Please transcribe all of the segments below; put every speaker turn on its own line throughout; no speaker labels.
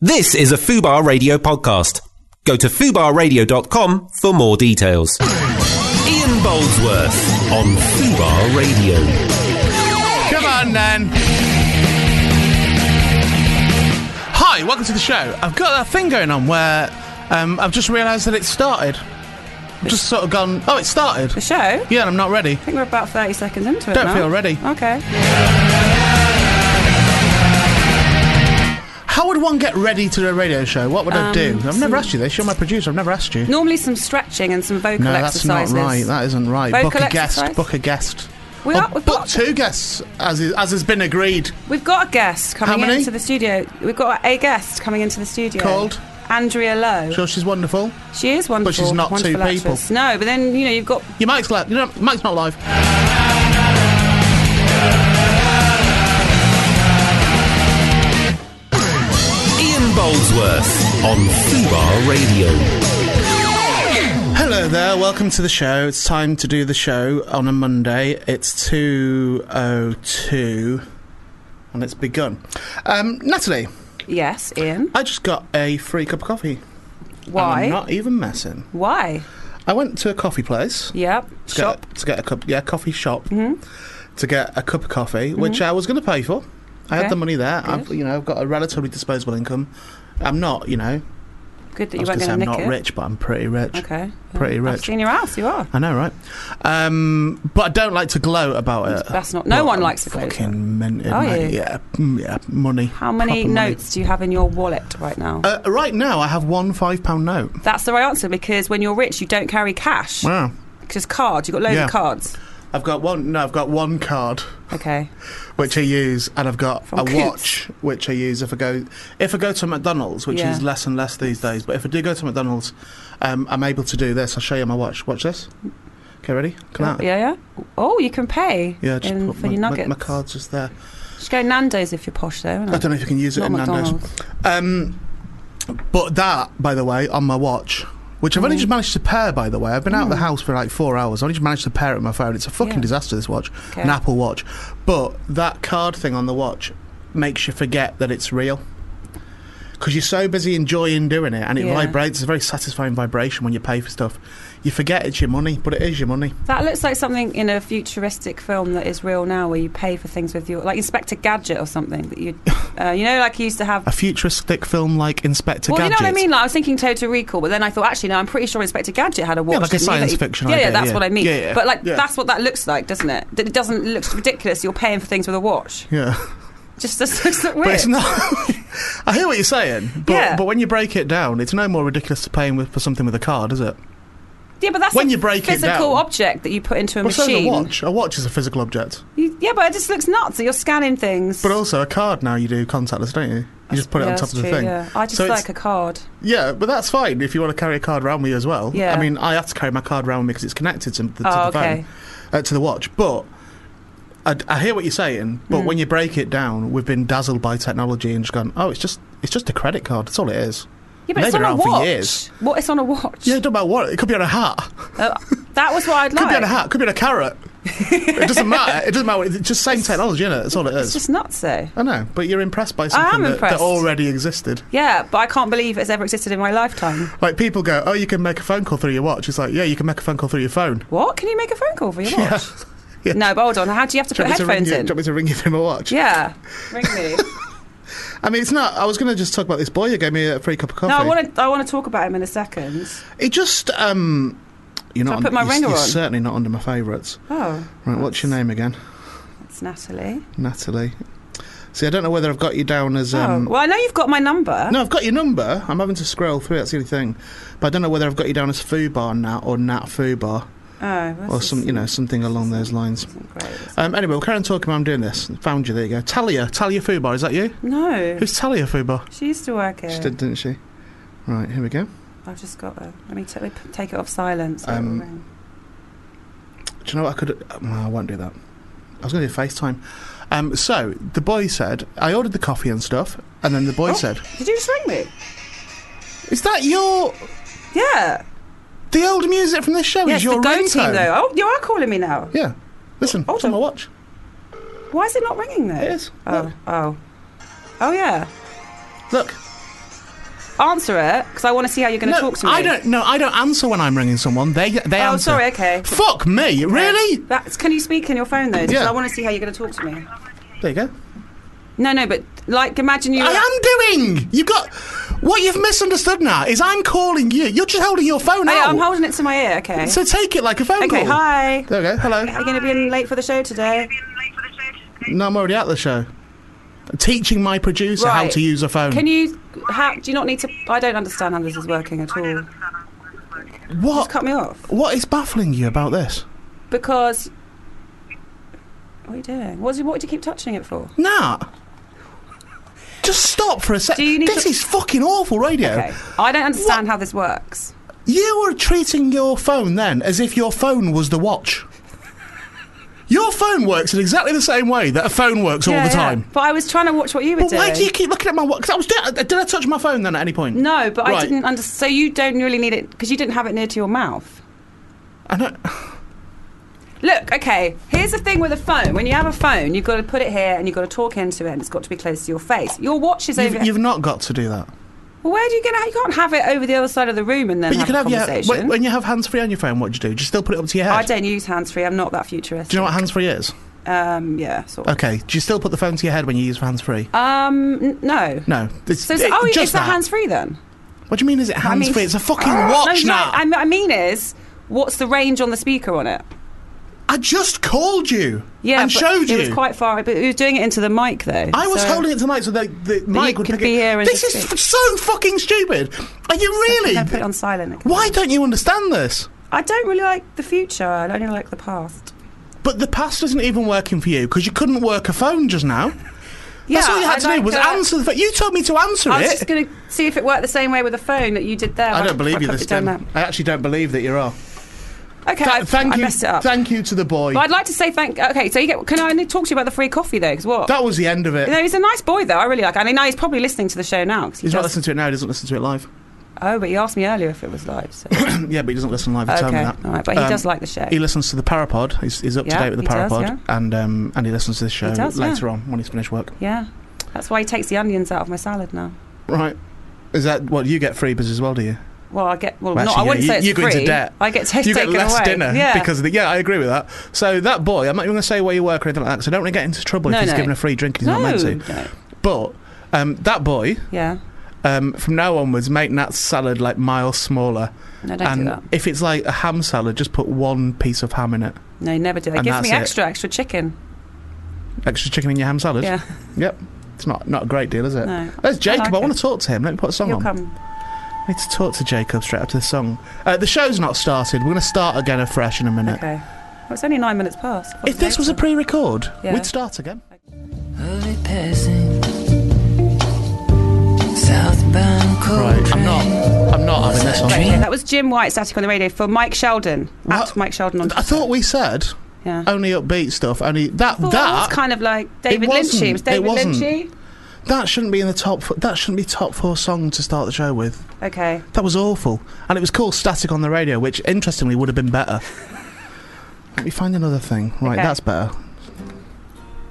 This is a Fubar Radio podcast. Go to fubarradio.com for more details. Ian Boldsworth on Fubar Radio.
Come on then. Hi, welcome to the show. I've got that thing going on where um, I've just realised that it started. I've just sort of gone, oh, it started.
The show? I
Yeah, and I'm not ready.
think we're about 30 seconds into it
Don't
now.
feel ready.
Okay.
How would one get ready to do a radio show? What would I
Um,
do? I've never asked you this. You're my producer. I've never asked you.
Normally some stretching and some vocal
no, that's not
exercises.
right. That isn't right.
Vocal
book a guest.
exercise?
Book a guest.
We
Oh,
are- we've
book
got-
two guests, as is, as has been agreed.
We've got a guest coming
many?
into the studio. We've got a guest coming into the studio.
Called?
Andrea Lowe.
Sure, she's wonderful.
She is wonderful.
she's not two
wonderful
people.
actress. No, but then, you know, you've got...
Your mic's live. You know, mic's not live.
Ian Boldsworth on Fubar Radio.
Hello there, welcome to the show. It's time to do the show on a Monday. It's 2.02 and it's begun. Um, Natalie,
Yes, Ian.
I just got a free cup of coffee. And I'm
Why?
not even messing.
Why?
I went to a coffee place.
Yep.
To
Shop. Mm-hmm.
Get, to get a cup, yeah, coffee shop. To get a cup of coffee, which I was going to pay for. I
Okay.
had the money there. I've, you know, I've got a relatively disposable income. I'm not, you know,
Good that
I
you
was
weren't
gonna say
going
I'm not
to nick it.
rich, but I'm pretty rich.
Okay.
Pretty
I've
rich.
seen your house, you are.
I know, right? Um, but I don't like to gloat about it.
That's not- no
But
one
I'm
likes to gloat.
Fucking minted,
Are
mate.
you?
Yeah, mm, yeah, money.
How many
proper money.
notes do you have in your wallet right now?
Uh, right now, I have one five pound note.
That's the right answer because when you're rich, you don't carry cash.
Wow.
Just cards. You've got loads
Yeah.
of cards.
I've got one. No, I've got one card
Okay.
which I use, and I've got
From
a
Coutts.
watch which I use if I go if I go to McDonald's, which
Yeah.
is less and less these days. But if I do go to McDonald's, um, I'm able to do this. I'll show you my watch. Watch this. Okay, ready? Can I?
Yeah, yeah. Oh, you can pay
Yeah, just
in,
put
for
my,
your
my,
nuggets.
my card's just there.
Just go Nando's if you're posh, though.
I don't know if you can use it
Not
in Nando's.
McDonald's.
Um, but that, by the way, on my watch, which I've only
Mm.
just managed to pair, by the way. I've been out of the house for like four hours. I only just managed to pair it with my phone. It's a fucking
Yeah.
disaster, this watch,
Okay.
an Apple watch. But that card thing on the watch makes you forget that it's real. Because you're so busy enjoying doing it and it
Yeah.
vibrates. It's a very satisfying vibration when you pay for stuff. You forget it's your money, but it is your money.
That looks like something in a futuristic film that is real now, where you pay for things with your like Inspector Gadget or something that you, uh, you know, like you used to have.
A futuristic film like Inspector
well,
Gadget.
you know what I mean. Like I was thinking Total Recall, but then I thought actually, no, I'm pretty sure Inspector Gadget had a watch.
like a
didn't he, that
science
he-
fiction
Yeah,
idea,
yeah, that's
yeah.
what I mean.
Yeah, yeah,
But like,
yeah.
that's what that looks like, doesn't it? That it doesn't it looks ridiculous. You're paying for things with a watch.
Yeah.
Just this looks weird.
But it's not. I hear what you're saying, but,
Yeah.
but when you break it down, it's no more ridiculous to paying with, for something with a card, is it?
Yeah, but that's
When
a
you break it
physical
down-
object that you put into a
Well, so is
machine.
a watch. A watch is a physical object,
You- yeah, but it just looks nuts. So you're scanning things.
but also a card. Now you do contactless, don't you? You just put it
Yeah,
on top
that's
of the
true,
thing.
Yeah. I just
So it's-
like a card.
yeah, but that's fine if you want to carry a card around with you as well.
Yeah.
I mean, I have to carry my card around with me because it's connected to, the, to
Oh,
the
okay.
phone, uh, to the watch. But I, I hear what you're saying.
Hmm.
But when you break it down, we've been dazzled by technology and just gone, oh, it's just it's just a credit card. That's all it is.
Yeah, but
They've
it's
been
on a
around for
watch.
years.
What? It's on a watch.
Yeah, it don't matter what. It could be on a hat.
Uh, that was what I'd like.
Could be on a hat. Could be on a carrot. it doesn't matter. It doesn't matter. It's just same technology, innit? That's all it
It's
is.
just nuts, though.
I know, but you're impressed by something that, that
impressed.
already existed.
Yeah, but I can't believe it's ever existed in my lifetime.
Like people go, "Oh, you can make a phone call through your watch." It's like, yeah, you can make a phone call through your phone.
What? Can you make a phone call for your watch?
Yeah. Yeah.
No, but hold on. How do you have to
Do you want
put
me to ring
headphones
you-
in?
do you want me to ring you through my watch?
Yeah. Ring me.
I mean, it's not. I was going to just talk about this boy who gave me a free cup of coffee.
no, I want to. I want to talk about him in a second.
It just, um, you're
Shall
not.
I put my
you're,
ringer
you're
on?
certainly not under my favourites.
Oh,
Right, what's your name again?
it's Natalie.
Natalie. See, I don't know whether I've got you down as um,
oh, well, I know you've got my number.
No, I've got your number. I'm having to scroll through. That's the only thing. But I don't know whether I've got you down as Fubar Nat or Nat Fubar
Oh, this
or some,
is-
you know, something along those lines.
isn't great, is it?
Um, anyway, we'll carry on talking while I'm doing this. Found you. There you go. Talia. Talia Fubar. Is that you?
No,
Who's Talia Fubar?
she used to work here.
She did, didn't she? Right. Here we go.
I've just got her. Let me, t- let me take it off silence. so it
Um,
will ring.
Do you know what I could? uh, No, I won't do that. I was going to do FaceTime. Um, so the boy said, I ordered the coffee and stuff, and then the boy
Oh.
said,
Did you just ring me?
"Is that your
Yeah.
the old music from this show?
Yes,
Oh, is your
the go team
ringtone?"
though. Oh, you are calling me now.
Yeah. Listen,
Hold
it's on my
on.
watch.
Why is it not ringing though?
It is.
Oh,
Look.
oh, oh yeah.
Look,
answer it because I want to see how you're going to
no,
talk to me.
I don't. No, I don't answer when I'm ringing someone. They they
Oh,
answer.
sorry, okay.
Fuck me, really?
That's, can you speak in your phone though? Because
Yeah.
I want to see how you're going to talk to me.
There you go.
No, no, but like imagine you.
I am doing. You got what you've misunderstood now is I'm calling you. You're just holding your phone
Oh, yeah,
out.
I'm holding it to my ear. Okay.
so take it like a phone
okay.
call.
Hi.
There we go.
Are
Hello.
you going to be in late for the show today?
No, I'm already at the show. Teaching my producer how
Right.
to use a phone.
Can you? How do you not need to? I don't understand how this is working at all.
what?
Cut me off
What is baffling you about this?
because. What are you doing? What's, what do you keep touching it for?
Nah. Just stop for a sec.
Do you need
This
to-
is fucking awful radio.
Okay. I don't understand how this works.
You were treating your phone then as if your phone was the watch. Your phone works in exactly the same way that a phone works all
Yeah,
the
yeah.
time.
But I was trying to watch what you were
But
doing.
why do you keep looking at my watch? 'Cause I was did, did I touch my phone then at any point?
No, but I
Right.
didn't understand. So you don't really need it because you didn't have it near to your mouth.
I don't.
Look, okay, here's the thing with a phone. When you have a phone, you've got to put it here and you've got to talk into it and it's got to be close to your face. Your watch is over.
You've, you've not got to do that.
well, where do you get it? You can't have it over the other side of the room and then
But you
have
can
a
have your
conversation.
when, when you have hands free on your phone. What do you do? Do you still put it up to your head?
I don't use hands free. I'm not that futuristic.
Do you know what hands free is?
Um, yeah, sort of.
Okay. Do you still put the phone to your head when you use hands free?
Um, n- no.
No. It's,
So, it's,
it-
oh,
just
it's
that.
that hands free then?
What do you mean? Is it
I
hands
mean- Ah,
free? It's a fucking
No,
watch
no,
now.
I, I mean is, what's the range on the speaker on it?
I just called you.
Yeah,
And
but
showed you.
It was quite far, but he was doing it into the mic though.
I was
so-
holding it tonight so that the mic would
could
pick
be
it.
here and
this
just
is
speak.
f- so fucking stupid. Are you
I'm gonna put
really?
it on silent. again.
Why don't you understand this?
I don't really like the future. I don't really like the past.
But the past isn't even working for you because you couldn't work a phone just now.
Yeah,
That's all you had
I
to
like
do was
that.
answer the phone. You told me to answer
I was
it.
just going to see if it worked the same way with the phone that you did there.
I don't believe you
could
this
have done
time. I actually don't believe that you're off.
that. Okay, I,
thank
I
you.
messed it up.
Thank you to the boy.
but I'd like to say thank. Okay, so you get. Can I talk to you about the free coffee though? Because what?
that was the end of it.
You know, he's a nice boy though. I really like. I mean, now he's probably listening to the show now. 'cause he
He's not
does-
listening to it now. He doesn't listen to it live.
Oh, but he asked me earlier if it was live. So.
yeah, but he doesn't listen live. He told me
okay,
that.
all right. But he
Um,
does like the show.
He listens to the Parapod. He's, he's up to
Yeah,
date with the
he does,
Parapod,
yeah.
and um, and he listens to this show
He does,
later on when he's finished work.
yeah, that's why he takes the onions out of my salad now.
Right? Is that what you get freebies as well? Do you?
Well, I get well.
Well,
no,
actually,
I wouldn't
yeah,
say it's
you- you go
free.
into debt.
I get t-
you get
taken
less
away.
dinner
yeah.
because of the, yeah, I agree with that. So that boy, I'm not even going to say where you work or anything like that because I don't want to get into trouble
No,
if he's
no.
given a free drink and he's
no,
not meant to.
no.
But um, that boy,
Yeah.
um, from now onwards, make that salad like miles smaller.
No, don't
and
do that.
if it's like a ham salad, just put one piece of ham in it.
No, you never do. It
and
gives me
that's it.
extra, extra chicken.
Extra chicken in your ham salad.
Yeah.
Yep. It's not not a great deal, is it?
No.
There's Jacob. I,
like
want
it.
to talk to him. Let me put a song
You'll
on.
come.
I need to talk to Jacob straight after the song. Uh, the show's not started. We're going to start again afresh in a minute.
Okay. Well, it's only nine minutes past.
If this was a pre-record,
Yeah.
we'd start again.
Slowly passing southbound cold
Right, I'm
train.
not. I'm not having this
Right.
on.
Yeah, that was Jim White static on the radio for Mike Sheldon.
What?
At Mike Sheldon on.
I thought we said
Yeah.
only upbeat stuff. Only that
Well, that was
that
kind of like David
wasn't.
Lynchy. It was
It
David
wasn't.
Lynchy.
that shouldn't be in the top. f- That shouldn't be top four song to start the show with.
Okay.
That was awful, and it was called Static on the Radio, which interestingly would have been better. Let me find another thing. Right,
Okay.
that's better.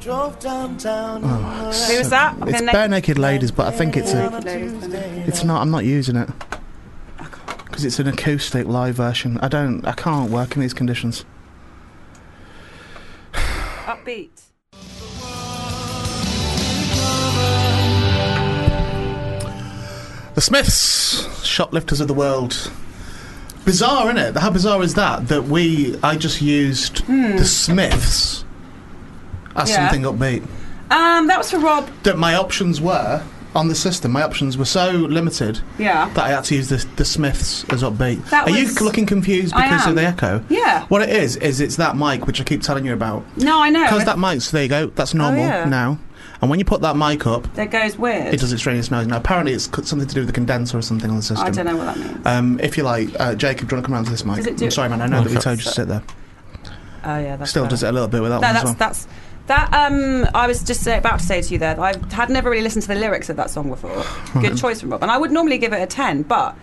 Drove downtown.
Oh, it's-
Who was that? I'm
It's
gonna-
bare naked ladies, but I think it's a. It's not. I'm not using it because it's an acoustic live version. I don't. I can't work in these conditions.
Upbeat.
The Smiths, shoplifters of the world. Bizarre, isn't it? How bizarre is that? That we, I just used the Smiths as
Hmm. Yeah.
something upbeat.
Um, that was for Rob.
That my options were on the system. My options were so limited
Yeah.
that I had to use the, the Smiths as upbeat.
That
Are you
was-
looking confused
I
because of
am.
the echo?
Yeah.
What it is is it's that mic which I keep telling you about.
No, I know.
Because that mic, so there you go. That's normal
Oh, yeah.
now. And when you put that mic up,
That goes weird.
it does extraneous noise. Now apparently it's c- something to do with the condenser or something on the system.
I don't know what that means.
Um, if you like, uh, Jacob, do you want to come round to this mic?
Does it do-
I'm sorry, man. I know that we told you to sit there.
Oh yeah, that's
Still
bad.
does it a little bit with that
No,
one
that's
as well.
that's that. Um, I was just uh, about to say to you there, that I had never really listened to the lyrics of that song before. Good choice from Rob, and I would normally give it a ten, but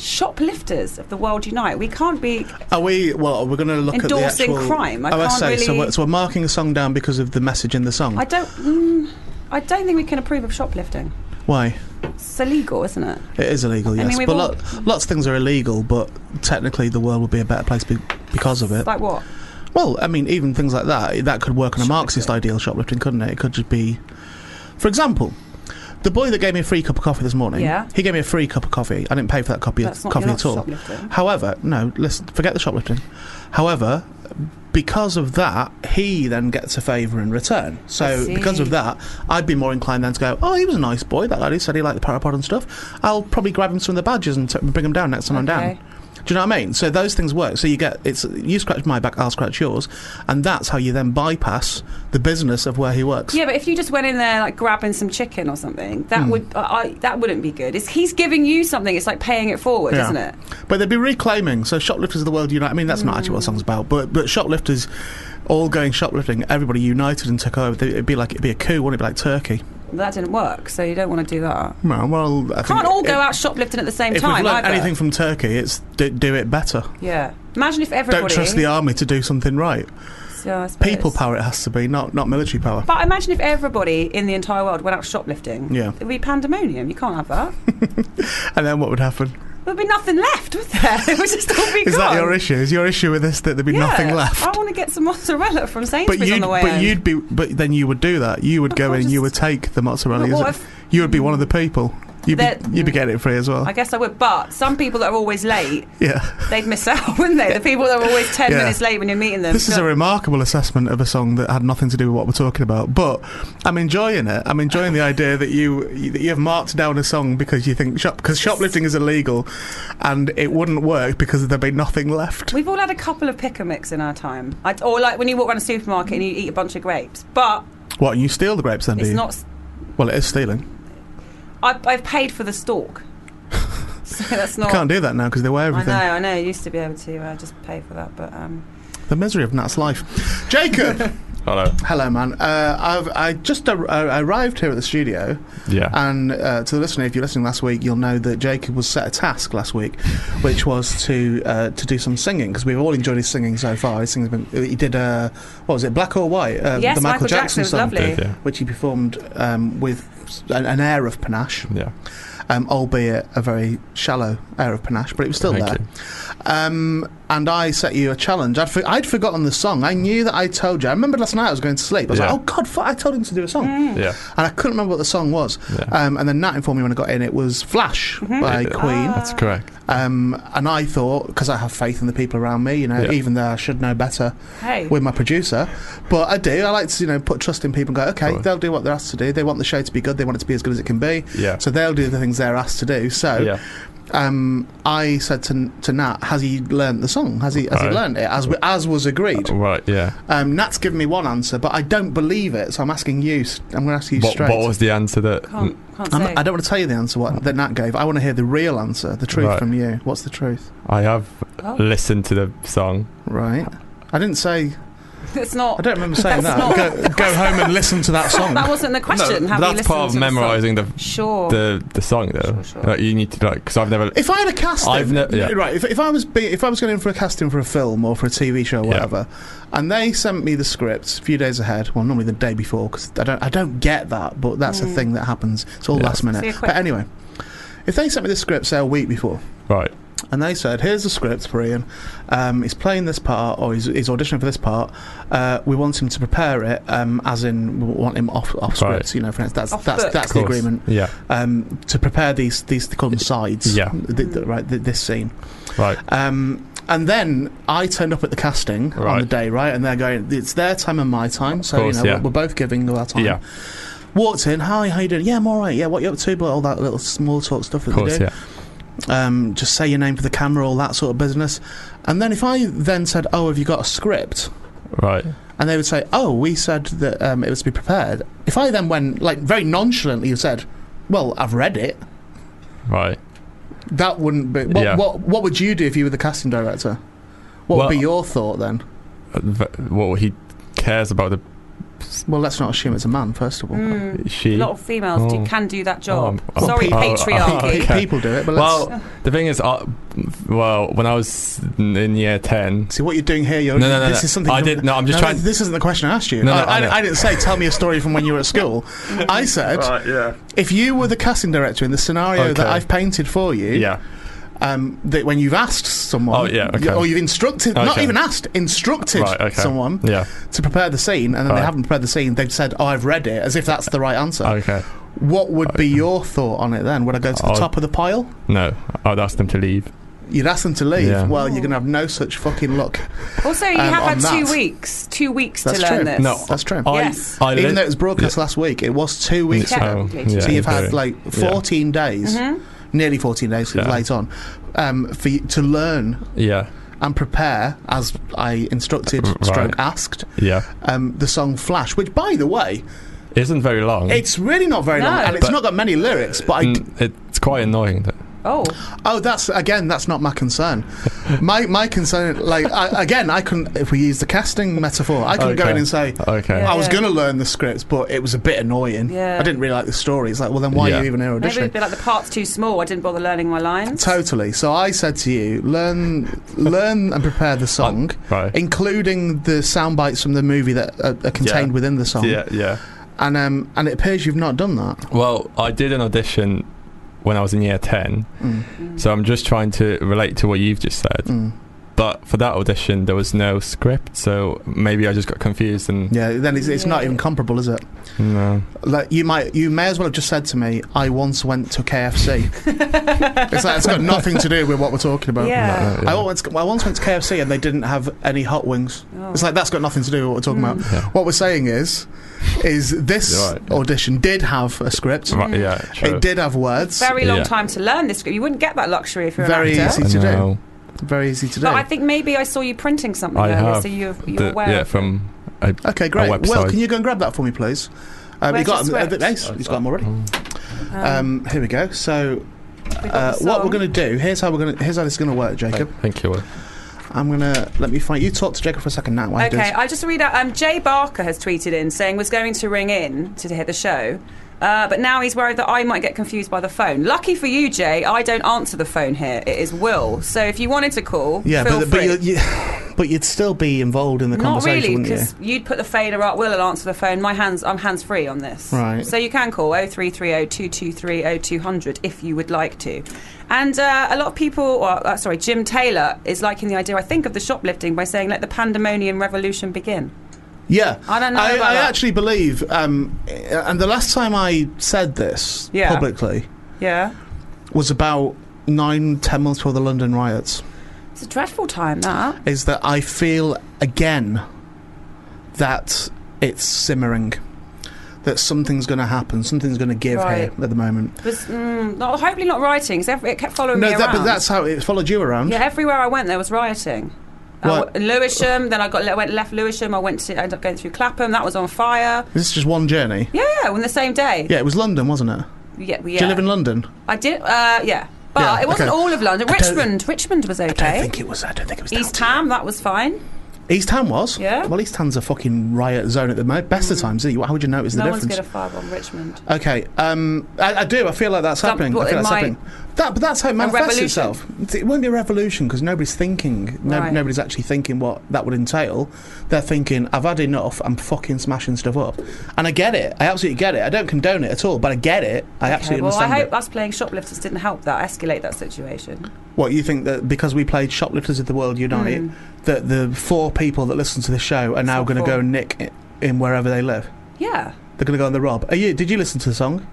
shoplifters of the world unite. We can't be.
Are we? Well, we're going to look at the
Endorsing
actual
crime. I
oh,
can't
say. So,
really-
we're, so we're marking a song down because of the message in the song.
I don't. Mm, I don't think we can approve of shoplifting.
Why?
It's illegal, isn't it?
It is illegal, yes.
mean, we've
but
all-
lo- lots of things are illegal, but technically the world would be a better place be- because of it.
Like what?
Well, I mean, even things like that, that could work on a
Shoplifting.
Marxist ideal shoplifting, couldn't it? It could just be. For example, the boy that gave me a free cup of coffee this morning,
Yeah.
he gave me a free cup of coffee. I didn't pay for that copy
That's not,
coffee
you're not
at all.
shoplifting.
However, no, listen, forget the shoplifting. However, because of that, he then gets a favour in return. So
see.
because of that, I'd be more inclined then to go, oh, he was a nice boy. That lad who said he liked the parapod and stuff. I'll probably grab him some of the badges and t- bring him down next time I'm
Okay.
down. Do you know what I mean? So those things work. So you get it's you scratch my back, I'll scratch yours, and that's how you then bypass the business of where he works.
Yeah, but if you just went in there like grabbing some chicken or something, that
Hmm.
would I, I, that wouldn't be good. It's, he's giving you something. It's like paying it forward,
Yeah.
isn't it?
But they'd be reclaiming. So shoplifters of the world unite. I mean, that's not actually what the song's
Mm.
about. But but shoplifters, all going shoplifting, everybody united and took over. They- It'd be like it'd be a coup, wouldn't it? Be like Turkey.
That didn't work, so you don't want to do that.
Well, well I
Can't
think
all go
if-
out shoplifting at the same
If
time.
we've learned
either.
anything from Turkey, it's do, do it better.
yeah. Imagine if everybody.
Don't trust the army to do something right.
Yeah, I suppose.
People power it has to be, not not military power.
But imagine if everybody in the entire world went out shoplifting.
Yeah.
It would be pandemonium. You can't have that.
And then what would happen?
There'd be nothing left, would there? It would just all be
Is that
gone.
your issue? Is your issue with this that there'd be
Yeah.
nothing left?
I want to get some mozzarella from
But
Sainsbury's on
you'd,
the way
but
home.
you'd be, but then you would do that. You would
Of
go in, and you would
course.
take the mozzarella.
But
as
what
it-
if- Mm.
you would be one of the people. You'd be,
That- mm.
you'd be getting it free as well.
I guess I would, but some people that are always late,
yeah,
they'd miss out, wouldn't they? The people that are always 10
Yeah.
minutes late when you're meeting them.
this is a remarkable assessment of a song that had nothing to do with what we're talking about. But I'm enjoying it. I'm enjoying the idea that you that you have marked down a song because you think shop because shoplifting is illegal, and it wouldn't work because there'd be nothing left.
We've all had a couple of pick a mix in our time. I, or like when you walk around a supermarket and you eat a bunch of grapes. But
What you steal the grapes then? do
it's
you?
not. s-
Well, it is stealing.
I, I've paid for the stalk. so that's not.
Can't do that now because they weigh
I
everything.
know, I know. You used to be able to uh, just pay for that, but um,
The misery of Nat's life. Jacob.
Hello.
Hello, man. Uh, I've I just ar- uh, arrived here at the studio,
Yeah.
and uh, to the listener, if you're listening last week, you'll know that Jacob was set a task last week, which was to uh, to do some singing because we've all enjoyed his singing so far. His singing's been he did uh, what was it, Black or White? Uh,
yes,
the Michael, Jackson,
was
song,
lovely.
Did, yeah.
which he performed um, with s- an, an air of panache,
Yeah.
um, albeit a very shallow air of panache, but it was still
Thank
there.
you.
Um, and I set you a challenge. I'd, for- I'd forgotten the song. I knew that I told you. I remember last night I was going to sleep. I was
Yeah.
like, oh, God, fu- I told him to do a song.
Yeah.
And I couldn't remember what the song was.
Yeah.
Um, and then Nat informed me when I got in it was Flash by
Yeah.
Queen.
That's correct.
Um, and I thought, because I have faith in the people around me, you know,
Yeah.
even though I should know better
Hey.
with my producer. But I do. I like to, you know, put trust in people and go, okay,
Sure.
they'll do what they're asked to do. They want the show to be good. They want it to be as good as it can be.
Yeah.
So they'll do the things they're asked to do. So
Yeah.
um, I said to, to Nat, has he learnt the song? Has he has he
Right. Uh,
learnt it as we- as was agreed?
Right. Yeah.
Um, Nat's given me one answer, but I don't believe it, so I'm asking you. s- I'm going to ask you
What,
straight.
what was the answer that?
Can't, can't
I'm,
say.
I don't want to tell you the answer what, that Nat gave. I want to hear the real answer, the truth
Right.
from you. What's the truth?
I have
Oh.
listened to the song.
Right. I didn't say.
it's not.
I don't remember saying
That's
that. Go,
not-
go home and listen to that song.
that wasn't the question.
No,
have you
that's
listened
part of
to the song?
memorising the
Sure.
the the song though.
Sure, sure.
Like, you need to like because I've never.
If I had a casting,
I've ne- yeah.
right? If, if I was be, if I was going in for a casting for a film or for a TV show, or
Yeah.
whatever, and they sent me the script a few days ahead, well, normally the day before, because I don't I don't get that, but that's a thing that happens. It's all
Yeah.
last minute.
So you're Mm. quick.
but anyway, if they sent me the script say a week before,
Right.
and they said, "Here's the script for Ian. Um, he's playing this part, or he's, he's auditioning for this part. Uh, we want him to prepare it, um, as in we want him off off script.
Right.
You know, for instance, that's
Off
that's
book.
that's
Of
the
course.
agreement
Yeah.
um, to prepare these these they call them sides.
Yeah.
th- th- right. Th- this scene.
Right.
Um, and then I turned up at the casting on the
Right.
day, right? And they're going, it's their time and my time, so
course,
you know
yeah.
we're, we're both giving our time.
Yeah.
Walked in, hi, how you doing? Yeah, I'm all right. Yeah, what you up to? But all that little small talk stuff that
Of
they
course.
do.
Yeah.
Um, just say your name for the camera, all that sort of business. And then if I then said, oh, have you got a script?
Right.
And they would say, oh, we said that um, it was to be prepared. If I then went like very nonchalantly said, well, I've read it.
Right.
That wouldn't be. What,
Yeah.
what, what would you do if you were the casting director? What
Well-
would be your thought then?
Uh, v- Well, he cares about the
Well, let's not assume it's a man, first of all.
Mm.
She.
A lot of females do,
Oh.
can do that job.
Oh,
Sorry,
oh, oh,
Pe-
patriarchy.
okay.
People do it, but let's
Well, the thing is, uh, well, when I was in year ten,
see what you're doing here. You're,
No, no, no,
this
no.
is something
I
you-
did- no, I'm just trying-
th- This isn't the question I asked you.
No, no,
I, I-
I know.
I didn't say tell me a story from when you were at school. I said
yeah,
if you were the casting director in the scenario that
Okay.
I've painted for you,
yeah,
um, that when you've asked someone,
Oh, yeah, okay.
or you've instructed, not
Okay.
even asked, instructed
right, okay,
someone
yeah,
to prepare the scene, and then they
Right.
haven't prepared the scene, they've said, "Oh, I've read it," as if that's the right answer.
okay.
What would be your thought on it then? Would I go to the
I'd-
top of the pile?
No, I'd ask them to leave.
You'd ask them to leave.
Yeah.
Well, you're going to have no such fucking luck.
Also, you
Um,
have
on
had two
that-
weeks, two weeks
That's
to learn
true.
this.
No,
That's true.
I,
Yes.
I
Even
lit-
though it was broadcast last week, it was two weeks
Yeah.
ago.
Technically,
So
yeah.
you've had
uh, okay.
like
Yeah.
14 days, nearly 14 days
Yeah.
late on, um, for you to learn
Yeah,
and prepare, as I instructed,
Right.
stroke asked,
yeah.
um, the song Flash, which, by the way,
It isn't very long.
it's really not very long
No.
and it's
But-
not got many lyrics, but I d-
Mm, it's quite annoying. Though.
Oh,
Oh, that's again. That's not my concern. my my concern, like I, again, I couldn't. If we use the casting metaphor, I couldn't go
Okay.
in and say
Okay.
Yeah.
I was going to learn the script, but it was a bit annoying.
Yeah.
I didn't really like the story. It's like, well, then why are
Yeah.
you even here
maybe it'd
auditioning?
be like the part's too small. I didn't bother learning my lines.
Totally. So I said to you, learn, learn, and prepare the song,
Right.
including the sound bites from the movie that are, are contained
Yeah.
within the song.
Yeah, yeah.
And um, and it appears you've not done that.
Well, I did an audition when I was in year 10,
Mm.
so I'm just trying to relate to what you've just said.
Mm.
But for that audition, there was no script, so maybe I just got confused and.
Yeah. Then it's, it's not
Yeah.
even comparable, is it?
No.
Like you might, you may as well have just said to me, "I once went to KFC." it's like it's got nothing to do with what we're talking about.
Yeah.
No, yeah.
I once, I once went to KFC and they didn't have any hot wings.
Oh.
It's like that's got nothing to do with what we're talking
Mm.
about.
Yeah.
What we're saying is, is this
You're right, yeah.
audition did have a script.
Right, yeah, true.
It did have words.
Very long
Yeah.
time to learn this script. You wouldn't get that luxury if you're
Very
an actor.
easy.
I
to do.
know.
Very easy to do.
But I think maybe I saw you printing something
I
earlier,
have
so you're, you're
The-
aware.
yeah,
of-
from. I,
okay, great.
website.
Well, can you go and grab that for me, please? Um, you
Where's
got
the
them, uh,
script?
nice, He's got them
Oh.
already.
um,
Um, here we go. So,
we've got
uh,
the
what we're
song.
going to do? Here's how we're going to. Here's how this is going to work, Jacob.
Thank you.
I'm gonna let me find you. Talk to Jacob for a second now. while I do
Okay,
this.
I'll just read out. Um, Jay Barker has tweeted in saying was going to ring in to hear the show, uh, but now he's worried that I might get confused by the phone. Lucky for you, Jay, I don't answer the phone here. It is Will. So if you wanted to call,
Yeah,
feel
but
free.
but you, you, but you'd still be involved in the
not
conversation,
really,
wouldn't you?
because you'd put the fader up. Will will answer the phone. My hands, I'm hands free on this.
Right.
So you can call 0330 223 0200 if you would like to. And uh, a lot of people, or, uh, sorry, Jim Taylor is liking the idea. I think of the shoplifting by saying, "Let the pandemonium revolution begin."
Yeah,
I don't know
I,
about
I
that.
actually believe, um, and the last time I said this
Yeah.
publicly
Yeah.
was about nine, ten months before the London riots.
It's a dreadful time, that.
Is that I feel again that it's simmering, that something's going to happen, something's going to give
Right.
here at the moment.
It was mm, not, hopefully not rioting. 'cause every, it kept following
no,
me
that,
around.
but that's how it followed you around.
yeah, everywhere I went, there was rioting. I
What?
w- Lewisham, then I got I went left Lewisham. I went to ended up going through Clapham. That was on fire.
This is just one journey.
Yeah, yeah, on the same day.
Yeah, it was London, wasn't it?
yeah.
Do you live in London?
I did. Uh, yeah, but
Yeah,
it wasn't
okay.
all of London.
I don't-
Richmond, Richmond was
I don't
okay.
think it was. I don't think it was. down
East
to
Ham, that was fine.
East Ham was.
Yeah. Mm.
Well, East Ham's a fucking riot zone at the mo- best of times. Isn't it? How would you notice
No
the
one's
difference?
going to firebomb Richmond.
okay. Um, I, I do. I feel like that's
Some-
happening.
well,
I feel
it
that's
might-
happening. That, but that's how it manifests
revolution.
itself. It's- It won't be a revolution because nobody's thinking. No,
Right.
Nobody's actually thinking what that would entail. They're thinking, "I've had enough. I'm fucking smashing stuff up." And I get it. I absolutely get it. I don't condone it at all, but I get it. I
Okay,
absolutely
well, I
understand
hope
it.
us playing shoplifters didn't help that escalate that situation. Hmm.
What you think that because we played Shoplifters of the World Unite, that the four people that listen to the show are now
not
going to
four.
go and nick i- in wherever they live?
Yeah,
They're going to go on the rob. Are you? Did you listen to the song?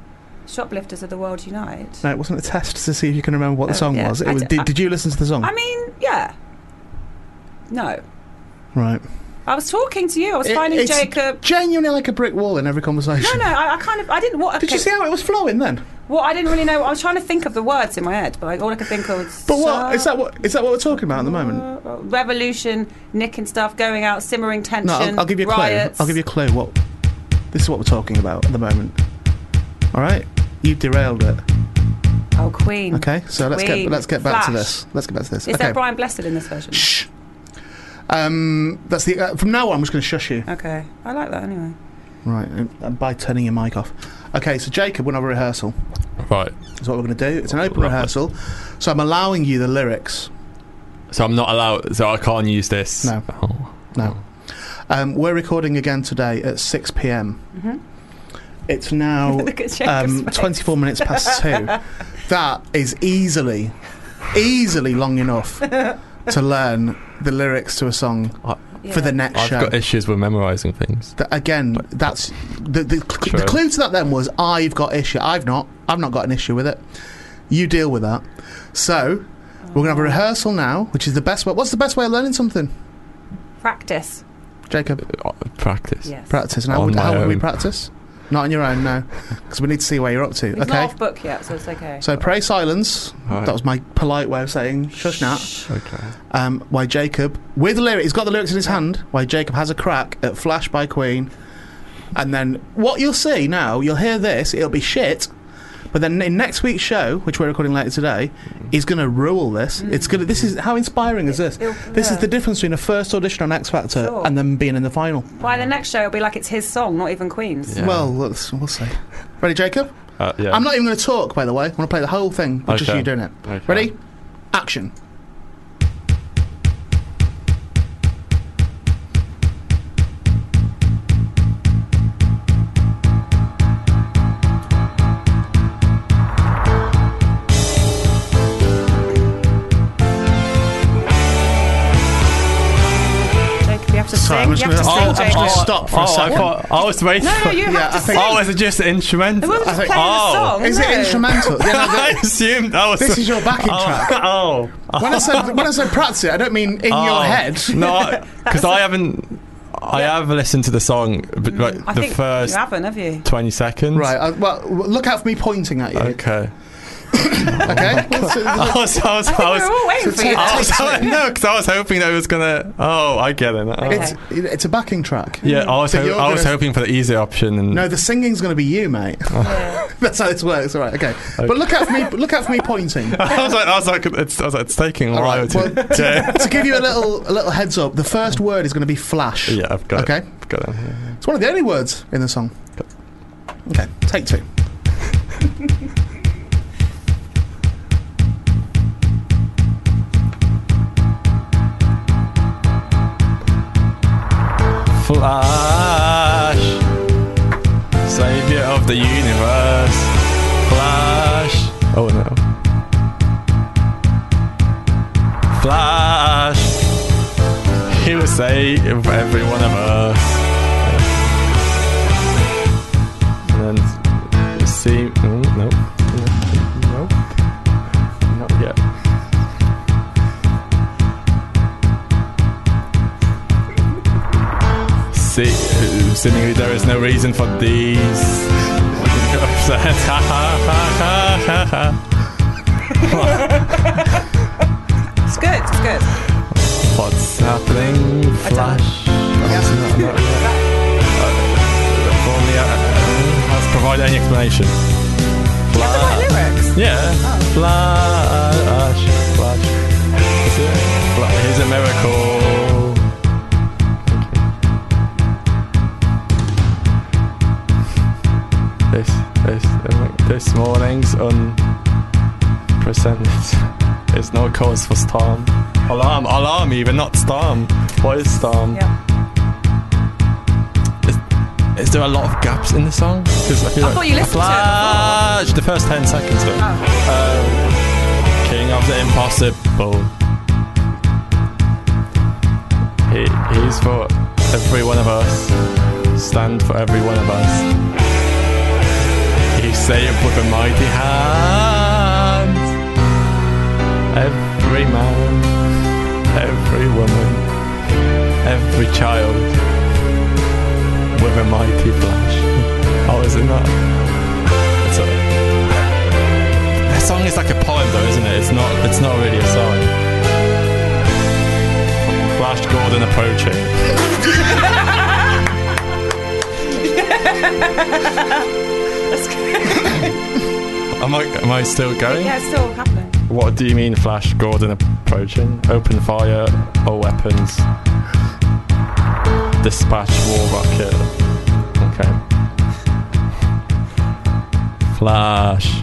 shoplifters of the world unite.
No, it wasn't a test to see if you can remember what the
Oh,
song
yeah.
was. It
I
was.
d-
Did,
I-
did you listen to the song?
I mean, yeah. No.
right.
I was talking to you. I was
It-
finding
it's
Jacob.
Genuinely like a brick wall in every
No,
conversation.
no, I, I kind of, I didn't. What?
Did you
okay,
see how it was flowing then?
Well, I didn't really know. I was trying to think of the words in my head, but like, all I could think of. Was uh,
But what is that? What is that? What we're talking about at the moment?
Revolution, Nick and stuff, going out, simmering tension.
No, I'll, I'll give you a clue.
riots.
I'll give you a clue. What? This is what we're talking about at the moment. All right. You derailed it.
Oh, Queen.
Okay. So let's
Queen.
get let's get back to
Flash.
this. Let's get back to this.
Is
okay.
that Brian Blessed in this version?
Shh. Um, that's the. Uh, from now on, I'm just going to shush you.
Okay, I like that anyway.
Right, uh, by turning your mic off. Okay, so Jacob went over rehearsal.
Right.
Is what we're going to do. It's an open
Lovely.
rehearsal, so I'm allowing you the lyrics.
So I'm not allowed. So I can't use this.
No.
Oh.
No. Um, we're recording again today at 6 p.m. It's now
Mm-hmm. Look at Jacob's
um,
face.
24 minutes past two. That is easily, easily long enough to learn the lyrics to a song for the next
I've
show.
got issues with memorizing things.
That- again, that's the the, cl- the
Sure.
clue to that. Then was I've got issue. I've not. I've not got an issue with it. You deal with that. So we're gonna have a rehearsal now, which is the best way. What's the best way of learning something,
practice.
Jacob?
Uh, Practice.
Yes.
Practice. And how
On
would,
my
how would we
own.
practice? Not on your own, no, because we need to see where you're up to.
He's
okay.
not off book yet, so it's okay.
So pray silence.
Alright.
That was my polite way of saying shush nat.
Okay.
Um, why Jacob with the lyric? He's got the lyrics in his hand. Why Jacob has a crack at Flash by Queen, and then what you'll see now, you'll hear this. It'll be shit. But then in next week's show, which we're recording later today, he's going to rule this. It's going to. This is how inspiring is this?
It'll-
This is
yeah.
the difference between a first audition on X Factor
Sure.
and then being in the final.
By the next show, it'll be like it's his song, not even Queen's.
Yeah.
Well, let's, we'll see. Ready, Jacob?
Uh, yeah.
I'm not even going to talk, by the way. I'm going to play the whole thing with just
Okay.
you doing it.
Okay.
Ready? Action.
Jacob, you have to
Sorry,
sing.
I'm just
you
gonna-
have to
I'll-
sing,
I'll
Jacob.
just stop for a
oh,
second.
I, thought, I was waiting.
No, no, you
Yeah,
have
I
to
think-
sing.
Oh, is it just an instrument?
It wasn't
I think-
playing
Oh.
the song.
Is
no.
it instrumental? Yeah, no,
I assumed that was.
this is your backing
oh,
track.
Oh.
When I said when I said practice it, I don't mean in
Oh.
your head.
no, because I haven't. I have listened to the song, but like,
Mm, I
the
think
first
you haven't, have you?
20 seconds.
Right. I, well, w- look out for me pointing at you. Okay. Oh
Okay.
Well, so-
I was. I was.
I
I,
think we
was. Oh.
we're all waiting
so
for you.
take-
I
then.
was no, because I was hoping that it was gonna. Oh, I get it. now.
Okay.
it's, it's a backing track.
Yeah, I was.
So
ho-
you're
I was
gonna-
hoping for the easy option. And
No, the singing's going to be you, mate.
Yeah.
That's how this works. All right. Oh. Okay. Oh, But look out for me. Look out for me pointing.
I was like, I was like, it's, I was like, it's taking a
All
while
right.
to.
Well, to, to give you a little a little heads up, the first word is going to be flash.
yeah, I've got it.
Okay.
I've got it.
It's one of the only words in the song. Okay, take two.
Flash, savior of the universe. Flash. Oh no. Flash. He will save every one of us. And then see. mm, No, no, no, not yet. See, seemingly there is no reason for these.
It's good. It's good.
What's happening? Flash. If only I- Has provided any explanation.
The right lyrics.
Yeah. Flash, flash. Is it? Fla- Here's a miracle. This, this, this morning's unprecedented. It's no cause for storm. Alarm, alarm, even not storm. What is storm?
Yeah.
Is there a lot of gaps in the song? Because I, feel
I thought you listened to it Oh.
Flash, the first ten seconds though. Um, King of the impossible. He, he's for every one of us. Stand for every one of us. He saved with a mighty hand. Every man, every woman, every child with a mighty flash. Oh, is it not? It's a, that song is like a poem, though, isn't it? It's not. It's not really a song. Flash Gordon approaching. am I? Am I still going?
Yeah, it's still happening.
What do you mean, Flash Gordon approaching? Open fire, all weapons. Dispatch war rocket. Okay. Flash.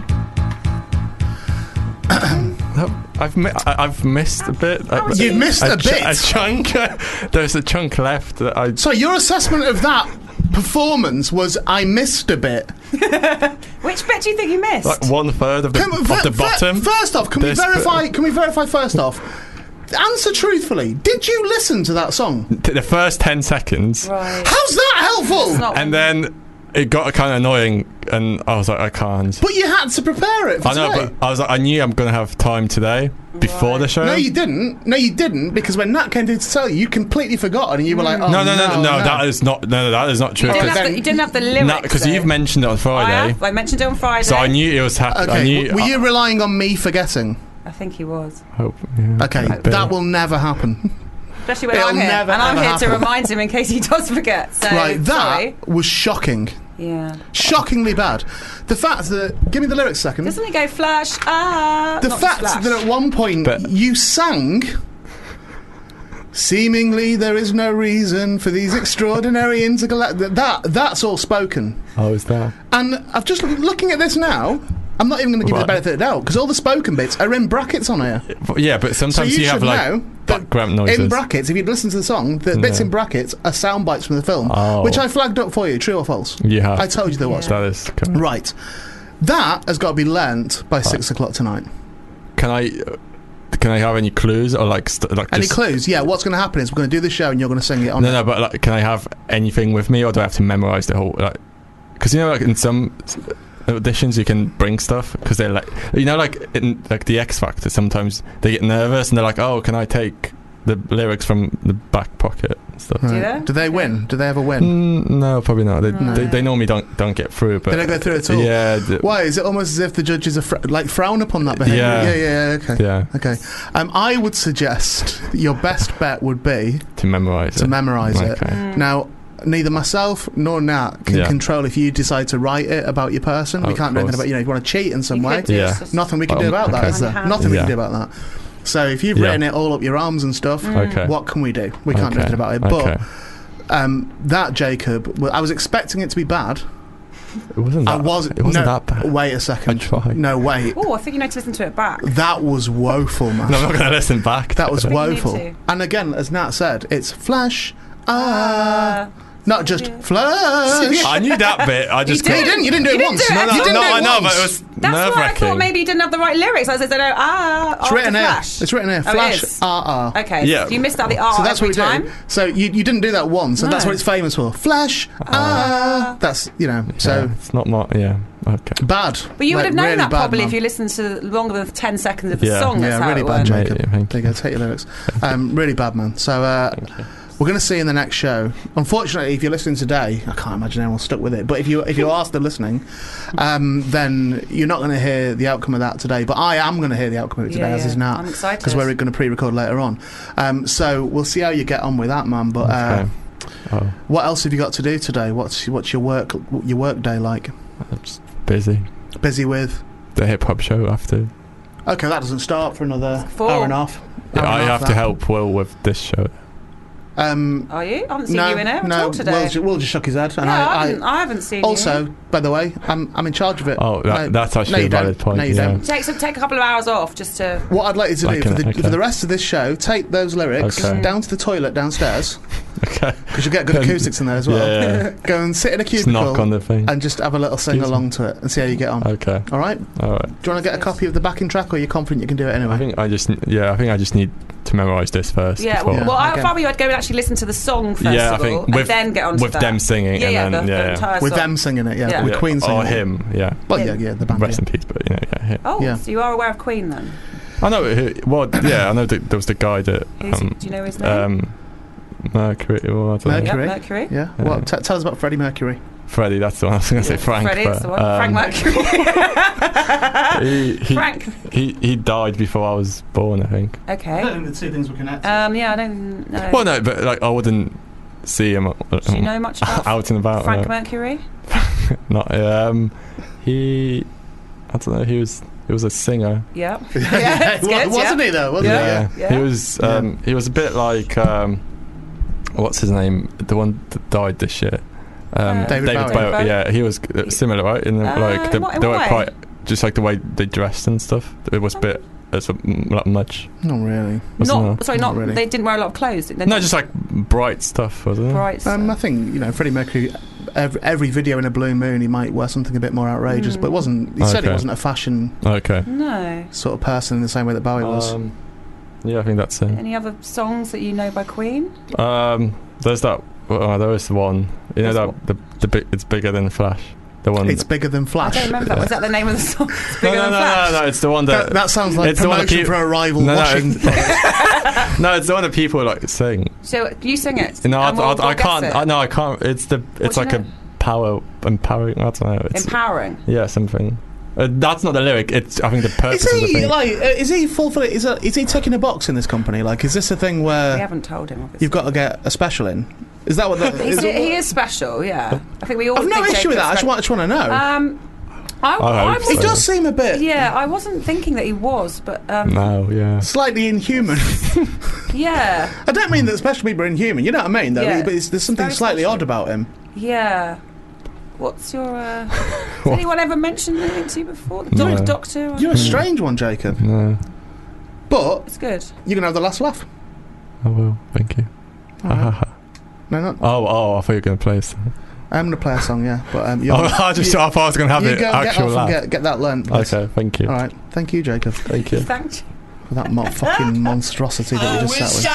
No, I've mi- I- I've missed a bit. I-
would
You've missed a
ch- a
bit.
chunk. uh, There's a chunk left that I.
So your assessment of that performance was I missed a bit.
Which bit do you think you missed?
Like one third of the,
Can we-
of
fir-
the
fir-
bottom.
first off, can we
This
verify? Can we verify first off? Answer truthfully. Did you listen to that song?
t- the first 10 seconds.
right.
How's that helpful?
not-
And then it got kind of annoying, and I was like, I can't.
but you had to prepare it. For
I know,
today.
but I was like, I knew I'm going to have time today before the show.
No, you didn't. No, you didn't. Because when Nat came to tell you, you completely forgot, and you were like, oh,
no, no, no, no, no, that is not. No, no, that is not true.
you, didn't
Okay.
have the, you didn't have the lyrics.
Because
though.
you've mentioned it on
I,
Friday,
have. I mentioned it on Friday.
so I knew it was happening.
Okay,
I knew.
w- were you relying on me forgetting?
I think he was.
I hope, yeah.
Okay,
Bit.
that will never happen.
Especially when
It'll
I'm here.
never,
and I'm
ever
here to
happen.
remind him in case he does forget. So,
right, that
Uh, sorry.
was shocking.
Yeah.
Shockingly bad. The fact that give me the lyrics a second.
Doesn't it go flash? Ah.
the
not
fact
flash.
that at one point
But-
you sang seemingly there is no reason for these extraordinary intergalactic that that's all spoken
Oh, is that?
and i've just looking at this now i'm not even going to give you
Right.
the benefit of the doubt because all the spoken bits are in brackets on here
But yeah, but
so
sometimes
you,
you, have
should
like
know that
background noises.
in brackets if you'd listened to the song the bits
Oh, Yeah.
in brackets are sound bites from the film
Oh.
which i flagged up for you true or false
you have.
i told you there was
that is. Correct.
right that has got to be learnt by six o'clock tonight
Can I? uh, Can I have any clues or like st- like
Any
just-
clues? Yeah, what's going to happen is we're going to do the show and you're going to sing it on.
No, no, but like, can I have anything with me, or do I have to memorize the whole like? Because you know, like in some s- auditions, you can bring stuff because they're like, you know, like in like the X Factor. Sometimes they get nervous and they're like, "Oh, can I take the lyrics from the back pocket?" and Stuff.
Right.
Do they?
Do they win? Do they ever win?
Mm, no, probably not. They,
No.
they, they normally don't don't get through. But
They don't go through at all.
Yeah, d-
Why is it almost as if the judges are fr- like frown upon that behaviour?
Yeah.
yeah, yeah. Okay,
yeah.
okay. Um, I would suggest that your best bet would be
To memorize
to
it.
memorise it.
Okay.
Now, neither myself nor Nat can
Yeah.
control if you decide to write it about your person. we
Of
can't do anything
course.
about you know if you want to cheat in
You
some way.
could do
Yeah.
s-
Nothing we can do
Um,
about that,
okay.
is there?
Unhappy.
Nothing we can
Yeah.
do about that. So if you've
Yeah.
written it all up your arms and stuff,
Mm.
Okay.
what can we do? We can't do anything about it. But
okay.
um, that Jacob, well, I was expecting it to be bad.
it wasn't.
I
That,
was
It wasn't
no,
that bad.
Wait a
I
second.
tried.
No, wait.
Oh, I think you need to listen to it back.
That was woeful, man.
No, I'm not gonna listen back.
that was
I think you need
woeful.
to.
And again, as Nat said, it's flash.
Uh,
Ah, not just flash.
I knew that bit. I just.
did.
No, you didn't. You didn't do it
You didn't
once.
do it.
No, no,
you didn't
no,
do it
I know,
once.
but it was
That's
nerve
why I thought
wracking.
maybe you didn't have the right lyrics. I said, no, ah,
It's
after
written here.
flash.
It's written here.
Oh, it
Flash.
is?
Ah, ah.
Okay,
Yeah.
so you missed out the R
So that's what
every
we
time.
do. So you, you didn't do that once, and that's
No. Uh.
what it's famous for. Flash. Ah, that's you know. So
yeah, it's not my. Yeah. Okay.
bad.
But you
Like,
would have known
really
that
bad,
probably
man.
if you listened to longer than 10 seconds of the
Yeah.
song. That's
Yeah,
how
really
it
bad,
went.
Jacob.
Mate, thank
There you go. Take your lyrics. Um, really bad, man. So uh, we're going to see you in the next show. Unfortunately, if you're listening today, I can't imagine anyone's stuck with it. But if you if you are still listening, um, then you're not going to hear the outcome of that today. But I am going to hear the outcome of it today,
Yeah,
as is
yeah.
now,
I'm excited.
because we're going to pre-record later on. Um, so we'll see how you get on with that, man. But uh,
Okay. Oh,
what else have you got to do today? What's what's your work your work day like?
I'm just busy.
Busy with?
The hip hop show after.
Okay, that doesn't start for another
Four.
hour and a half.
Yeah,
hour and
I
a half
have to
that.
help Will with this show.
Um,
Are you? I haven't seen you in it at
no,
all today.
Will, ju- Will just shook his head.
no,
And
I,
I,
haven't, I haven't seen
I,
you.
also, by the way, I'm, I'm in charge of it.
Oh, that,
No,
that's actually
no, you
a valid
don't.
point.
No, you
yeah.
don't.
Take, some, take a couple of hours off just to.
What I'd like you to do
Like
for
an-
the,
okay.
for the rest of this show, take those lyrics
Okay.
down to the toilet downstairs
Okay.
because you'll get good
Then-
acoustics in there as well.
Yeah, yeah.
Go and sit in a
Just knock
cubicle
on the thing.
and just have a little sing
Excuse me.
along to it and see how you get on.
Okay.
All right? Do
All right.
you want to get a copy of the backing track, or you're confident you can do it
I
anyway?
think I just. Yeah. I think I just need to memorize this first.
Yeah,
Before.
well,
Yeah,
well I,
okay.
if I were you, I'd go and actually listen to the song first
Yeah, I
of
think
all, and
with-
then get on to
with
that.
them singing
yeah,
and
yeah,
then
the,
yeah,
the
yeah.
entire
With
song.
them singing it, yeah.
Yeah.
With
Yeah,
Queen singing
or
it.
him. Yeah.
Well, yeah, yeah, the band.
Rest
yeah.
in peace. But you know. Yeah. him.
Oh,
Yeah.
so you are aware of Queen then?
I know. Who, well. Yeah. I know. Th- there was the guy that.
Who's,
Um,
do you know his name?
um, Mercury. Well, I don't know.
Mercury.
Yep, Mercury.
Yeah.
Yeah.
Well, t- tell us about Freddie Mercury.
Freddie, that's the one I was going to say. Frank.
Freddie,
but,
it's the one.
um,
Frank Mercury.
He, he,
Frank.
He, he died before I was born, I think.
Okay.
think the two things were connected.
Um, yeah, I don't know.
Well, no, but like I wouldn't see him uh,
Do you know much about
out and about.
Frank
uh,
Mercury?
not um, he. I don't know. He was he was a singer.
Yeah. yeah, that's good,
wasn't
yeah.
he though? Wasn't he?
Yeah.
He was um, he was a bit like um, what's his name? The one that died this year. Um,
Uh,
David,
David
Bowie.
Bowie.
Yeah, he was uh, similar, right? In the,
Uh,
like the,
what- in
they
what
were
way?
quite just like the way they dressed and stuff. It was a bit. It's a, m- not much.
Not really.
Wasn't
Not
there?
sorry,
Not
not,
really.
they didn't wear a lot of clothes. did They
No, just like bright stuff, wasn't it?
bright.
Um, I
stuff.
think you know Freddie Mercury. Every, every video in a blue moon, he might wear something a bit more outrageous,
Mm.
but it wasn't. He said he
Okay.
wasn't a fashion
Okay.
no.
sort of person in the same way that Bowie was.
Um, yeah, I think that's it.
Any other songs that you know by Queen?
Um, there's that. Oh, there is one. You know
There's
that the the big, it's bigger than Flash. The one.
It's bigger than
I
Flash.
don't remember. that. Was that the name of the song? It's
no,
bigger
no,
than
no,
Flash.
no, no. It's the one that.
That, that sounds like
It's the one that
promotion
peop-
for a rival
No, no,
washing.
no, it's the one that people like sing.
So you sing it.
No, I,
and we'll-
I,
we'll
I
guess
can't.
it.
I, no, I can't. It's the. It's
do you
like a
know?
power empowering. I don't know. It's
Empowering.
yeah, something. Uh, that's not the lyric. It's I think the purpose
Is
of the
he
thing.
like? uh, Is he fulfilling? Is, that- is he ticking a box in this company? Like, is this a thing
we
where
haven't told him. Obviously.
you've got to get a special in? Is that what? The,
He's,
is
he is special. Yeah. I think we all.
I've no
think
issue with
Jacob's
that. I just
special.
want, I just want to know.
Um, I,
I
I
hope
it
so.
wasn't-
does seem a bit
Yeah, I wasn't thinking that he was, but um,
no, yeah.
slightly inhuman.
yeah,
I don't mean that special people are inhuman. You know what I mean, though.
Yeah.
But it's, there's something
Very
slightly
special.
odd about him.
yeah. What's your? Uh, has anyone ever mentioned anything to you before? The
No.
doc- doctor? Or,
Hmm.
You're a strange one, Jacob.
No,
But
it's good.
you're gonna have the last laugh.
I will. Thank you.
No, not.
oh, oh! I thought you were gonna play. Something.
I'm gonna play a song, yeah. But um, you're,
Oh, I just thought I was gonna have
you
the
go and get
actual
off
laugh.
and get, get that learnt. please.
Okay, thank you.
All right. Thank you, Jacob, for
Thank you.
Thank you.
that mo- fucking monstrosity that we just sat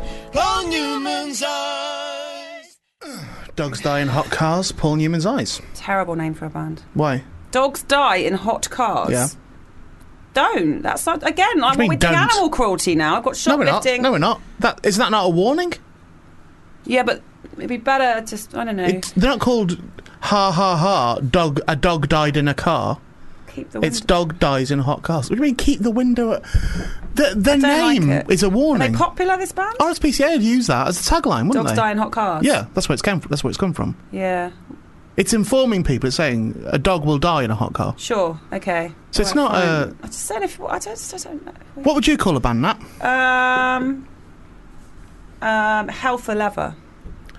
I had Paul Newman's eyes.
Dogs die in hot cars. Paul Newman's eyes.
Terrible name for a band.
Why?
Dogs die in hot cars.
Yeah.
Don't. That's not, again. I'm
mean
with
don't?
the animal cruelty now. I've got
No, we're not.
shoplifting.
No, we're not. That isn't that not a warning?
Yeah, but it'd be better just I don't know.
It's, they're not called ha ha ha. Dog. A dog died in a car.
keep the.
It's
window-
dog dies in hot cars. What do you mean? Keep the window. At, the, their
like
name
it.
is a
Are they
warning.
popular? This band.
RSPCA would use that as a tagline, wouldn't
Dogs
Oh, they?
die in hot cars.
Yeah, that's where it's came. From. That's where it's come from.
Yeah.
It's informing people. It's saying a dog will die in a hot car.
Sure. Okay.
So it's
All
not uh, a-
fine. I just said if I just, I just don't know.
What would you call a band that?
Um, um, hell for leather.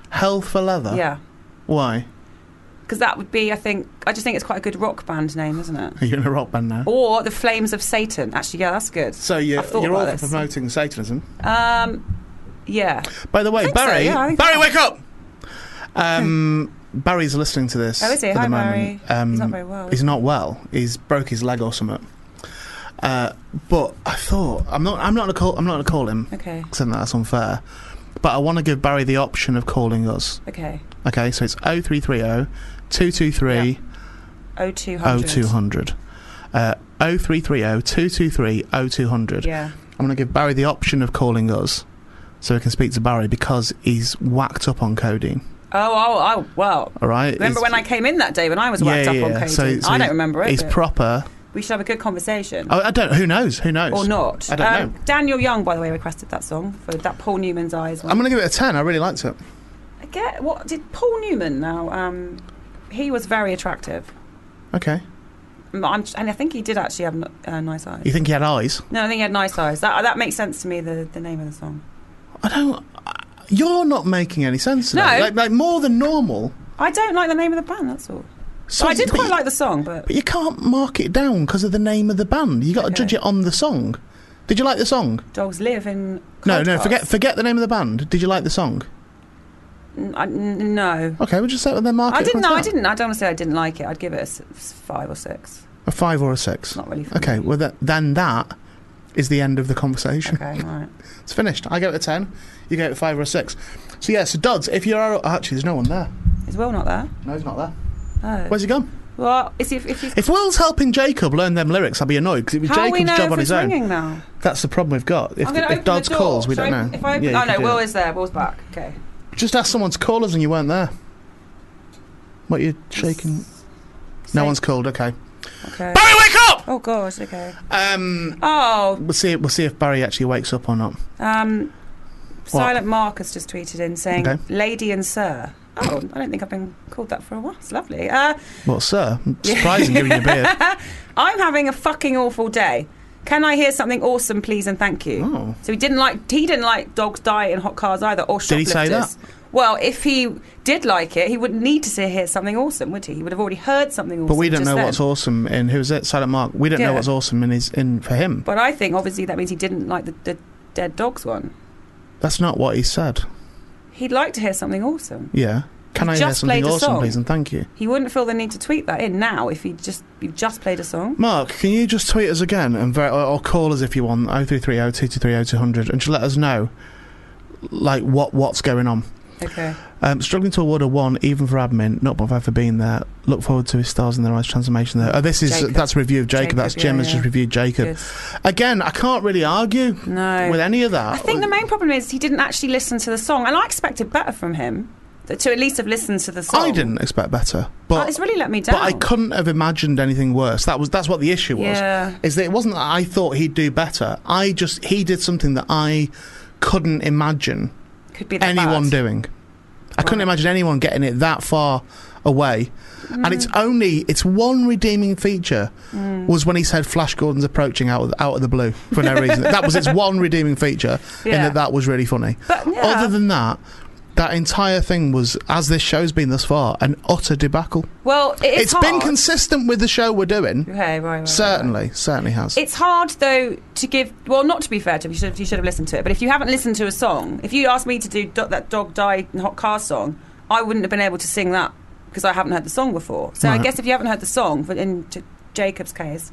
Hell for leather.
Yeah.
Why?
Because that would be, I think, I just think it's quite a good rock band name, isn't it?
Are you in a rock band now?
Or the Flames of Satan. Actually, yeah, that's good.
So you're,
I've Oh, thought
you're all
about
for
this.
promoting Satanism.
Um, yeah.
By the
I
way,
think so,
Barry,
yeah, I think
Barry, wake up! Um, Barry's listening to this.
Oh, is he?
At
Hi,
the
Barry.
moment. Um,
He's not very well.
He's not well. He's broke his leg or something. Uh, but I thought I'm not. I'm not gonna call. I'm not gonna call him.
Okay.
Because that's unfair. But I want to give Barry the option of calling us.
Okay.
Okay, so it's 0330 223
O two hundred.
0200. Uh, 0330 223 0200.
Yeah.
I'm going to give Barry the option of calling us so we can speak to Barry because he's whacked up on codeine.
Oh, oh, oh, well.
All right?
Remember when I came in that day when I was whacked up on cocaine? I don't remember it.
He's
but
proper.
we should have a good conversation.
I, I don't. Who knows? Who knows?
or not.
Oh, I don't
um,
know.
Daniel Young, by the way, requested that song for that Paul Newman's eyes. One.
I'm going to give it a 10. I really liked it.
I get what did Paul Newman now? Um, he was very attractive.
Okay.
Mm, I'm, and I think he did actually have n- uh, nice eyes.
You think he had eyes?
No, I think he had nice eyes. That that makes sense to me. The the name of the song.
I don't. I- You're not making any sense. today.
No.
Like, like more than normal.
I don't like the name of the band. That's all.
So
But I did
but
quite
you-
like the song, but
But you can't mark it down because of the name of the band. You got to
Okay.
judge it on the song. Did you like the song?
dogs live in.
No,
cold
no,
cars.
forget forget the name of the band. Did you like the song?
N- I- n- no.
Okay, we'll just say what their mark.
I
it
didn't.
across
No, I
that.
didn't. I don't want to say I didn't like it. I'd give it a s- s- five or six.
A five or a
It's
six.
not really. For
Okay,
Me.
well that, then that is the end of the conversation.
Okay. All right.
It's finished. I give it a ten. You give it a five or a six. So yeah, so Dodds, if you are actually, there's no one there.
Is Will not there?
No, he's not there.
Oh.
Where's he gone?
Well, is he, if he's.
If Will's helping Jacob learn them lyrics, I'll be annoyed because it was
How do we know
Jacob's
if
job on
it's
his own.
ringing now?
That's the problem we've got. If,
I'm going to
if
open
Dodds
the door.
calls, we
Shall
don't
I-
know.
If I open,
Yeah, you
oh
can
no,
do
Will
that.
is there. Will's back. Okay.
Just ask someone to call us and you weren't there. What, you're shaking? No
Say-
one's called, okay.
Okay.
Barry, wake up!
Oh gosh. Okay.
Um,
Oh.
we'll see, we'll see if Barry actually wakes up or not.
Um. Silent Marcus just tweeted in saying,
Okay.
"Lady and Sir." Oh, I don't think I've been called that for a while. It's lovely. Uh,
Well, sir, surprising given your beard.
I'm having a fucking awful day. Can I hear something awesome, please, and thank you?
Oh.
So he didn't like he didn't like dogs die in hot cars either, or shoplifters.
Did he say that?
Well, if he did like it, he wouldn't need to say, hear something awesome, would he? He would have already heard something awesome.
But we don't
just
know
then.
what's awesome in who's it? Silent Mark. We don't
Yeah.
know what's awesome in his in for him.
But I think obviously that means he didn't like the, the dead dogs one.
That's not what he said.
He'd like to hear something awesome.
Yeah. Can
He
I hear
just
something
played a
awesome,
song.
please? And thank you.
He wouldn't feel the need to tweet that in now if he just you just played a song.
Mark, can you just tweet us again and ver- or- or call us if you want 0330 223 0200 and just let us know like what what's going on.
Okay.
Um, struggling to award a one even for admin. Not bad for being there. Look forward to his stars in their eyes transformation. There. Oh, this is
Jacob.
that's a review of Jacob.
Jacob,
that's
yeah,
Jim has
yeah.
just reviewed Jacob.
Good.
Again, I can't really argue
No.
with any of that.
I think the main problem is he didn't actually listen to the song, and I expected better from him th- to at least have listened to the song.
I didn't expect better,
Oh,
but
it's really let me down.
but I couldn't have imagined anything worse. That was that's what the issue was.
Yeah.
Is that it wasn't that I thought he'd do better. I just he did something that I couldn't imagine
Could be that
anyone
bad.
doing. I couldn't imagine anyone getting it that far away. And it's
Mm.
only it's one redeeming feature was when he said Flash Gordon's approaching out of, out of the blue for no reason. that was its one redeeming feature, in
Yeah.
that that was really funny.
But, yeah.
Other than that, that entire thing was, as this show's been thus far, an utter debacle.
Well, it is
it's been
hard.
consistent with the show we're doing.
Okay, right, right, right.
Certainly, certainly has.
It's hard though to give. Well, not to be fair to him, you should, you should have listened to it. But if you haven't listened to a song, if you asked me to do do- that "Dog Die" and Hot Car song, I wouldn't have been able to sing that because I haven't heard the song before. So
Right.
I guess if you haven't heard the song, but in J- Jacob's case,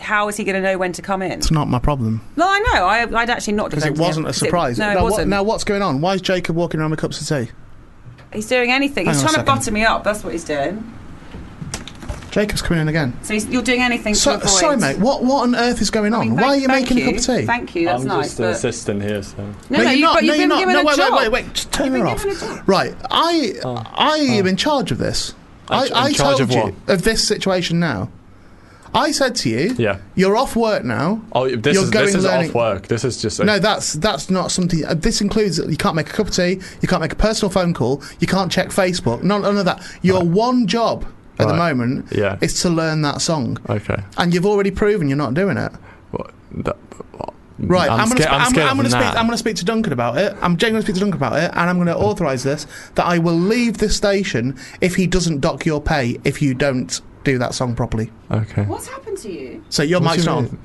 how is he going to know when to come in?
it's not my problem
No, I know. I, I'd actually not
because it
defended him,
wasn't a
'cause it-
surprise.
no,
now,
it
what-
wasn't.
now what's going on? Why is Jacob walking around with cups of tea?
he's doing anything.
Hang
He's
on a
trying to
second.
butter me up. That's what he's doing.
Jacob's coming in again.
So he's, you're doing anything
So,
to avoid.
sorry, mate. What what on earth is going
I
on?
mean,
Why
thank-
are you
thank
making a cup of tea?
Thank you. That's
I'm
nice.
just uh, an
but-
assistant here, so.
no, no, you, but you've been given
No,
a
wait,
job.
wait, wait, wait. Just turn
You've
her
been
off.
given a job.
Right, I I am in charge of this.
Oh. I'm
I,
ch- in
I
charge
told
of
you of this situation now. I said to you,
Yeah.
you're off work now.
Oh, this
You're
is
going
this is
learning-
off work. This is just.
No, that's that's not something. Uh, this includes you can't make a cup of tea, you can't make a personal phone call, you can't check Facebook. None, none of that. Your one job at the
Right.
moment
Yeah.
is to learn that song,
okay.
and you've already proven you're not doing it.
What, that,
Right, I'm, gonna,
Mm, sca-
sp- I'm,
scared
I'm
of
gonna speak.
that.
I'm gonna speak to Duncan about it. I'm genuinely gonna speak to Duncan about it, and I'm gonna authorise this that I will leave this station if he doesn't dock your pay if you don't do that song properly.
Okay.
What's happened to you?
So your
What do
mic's
you
not
mean?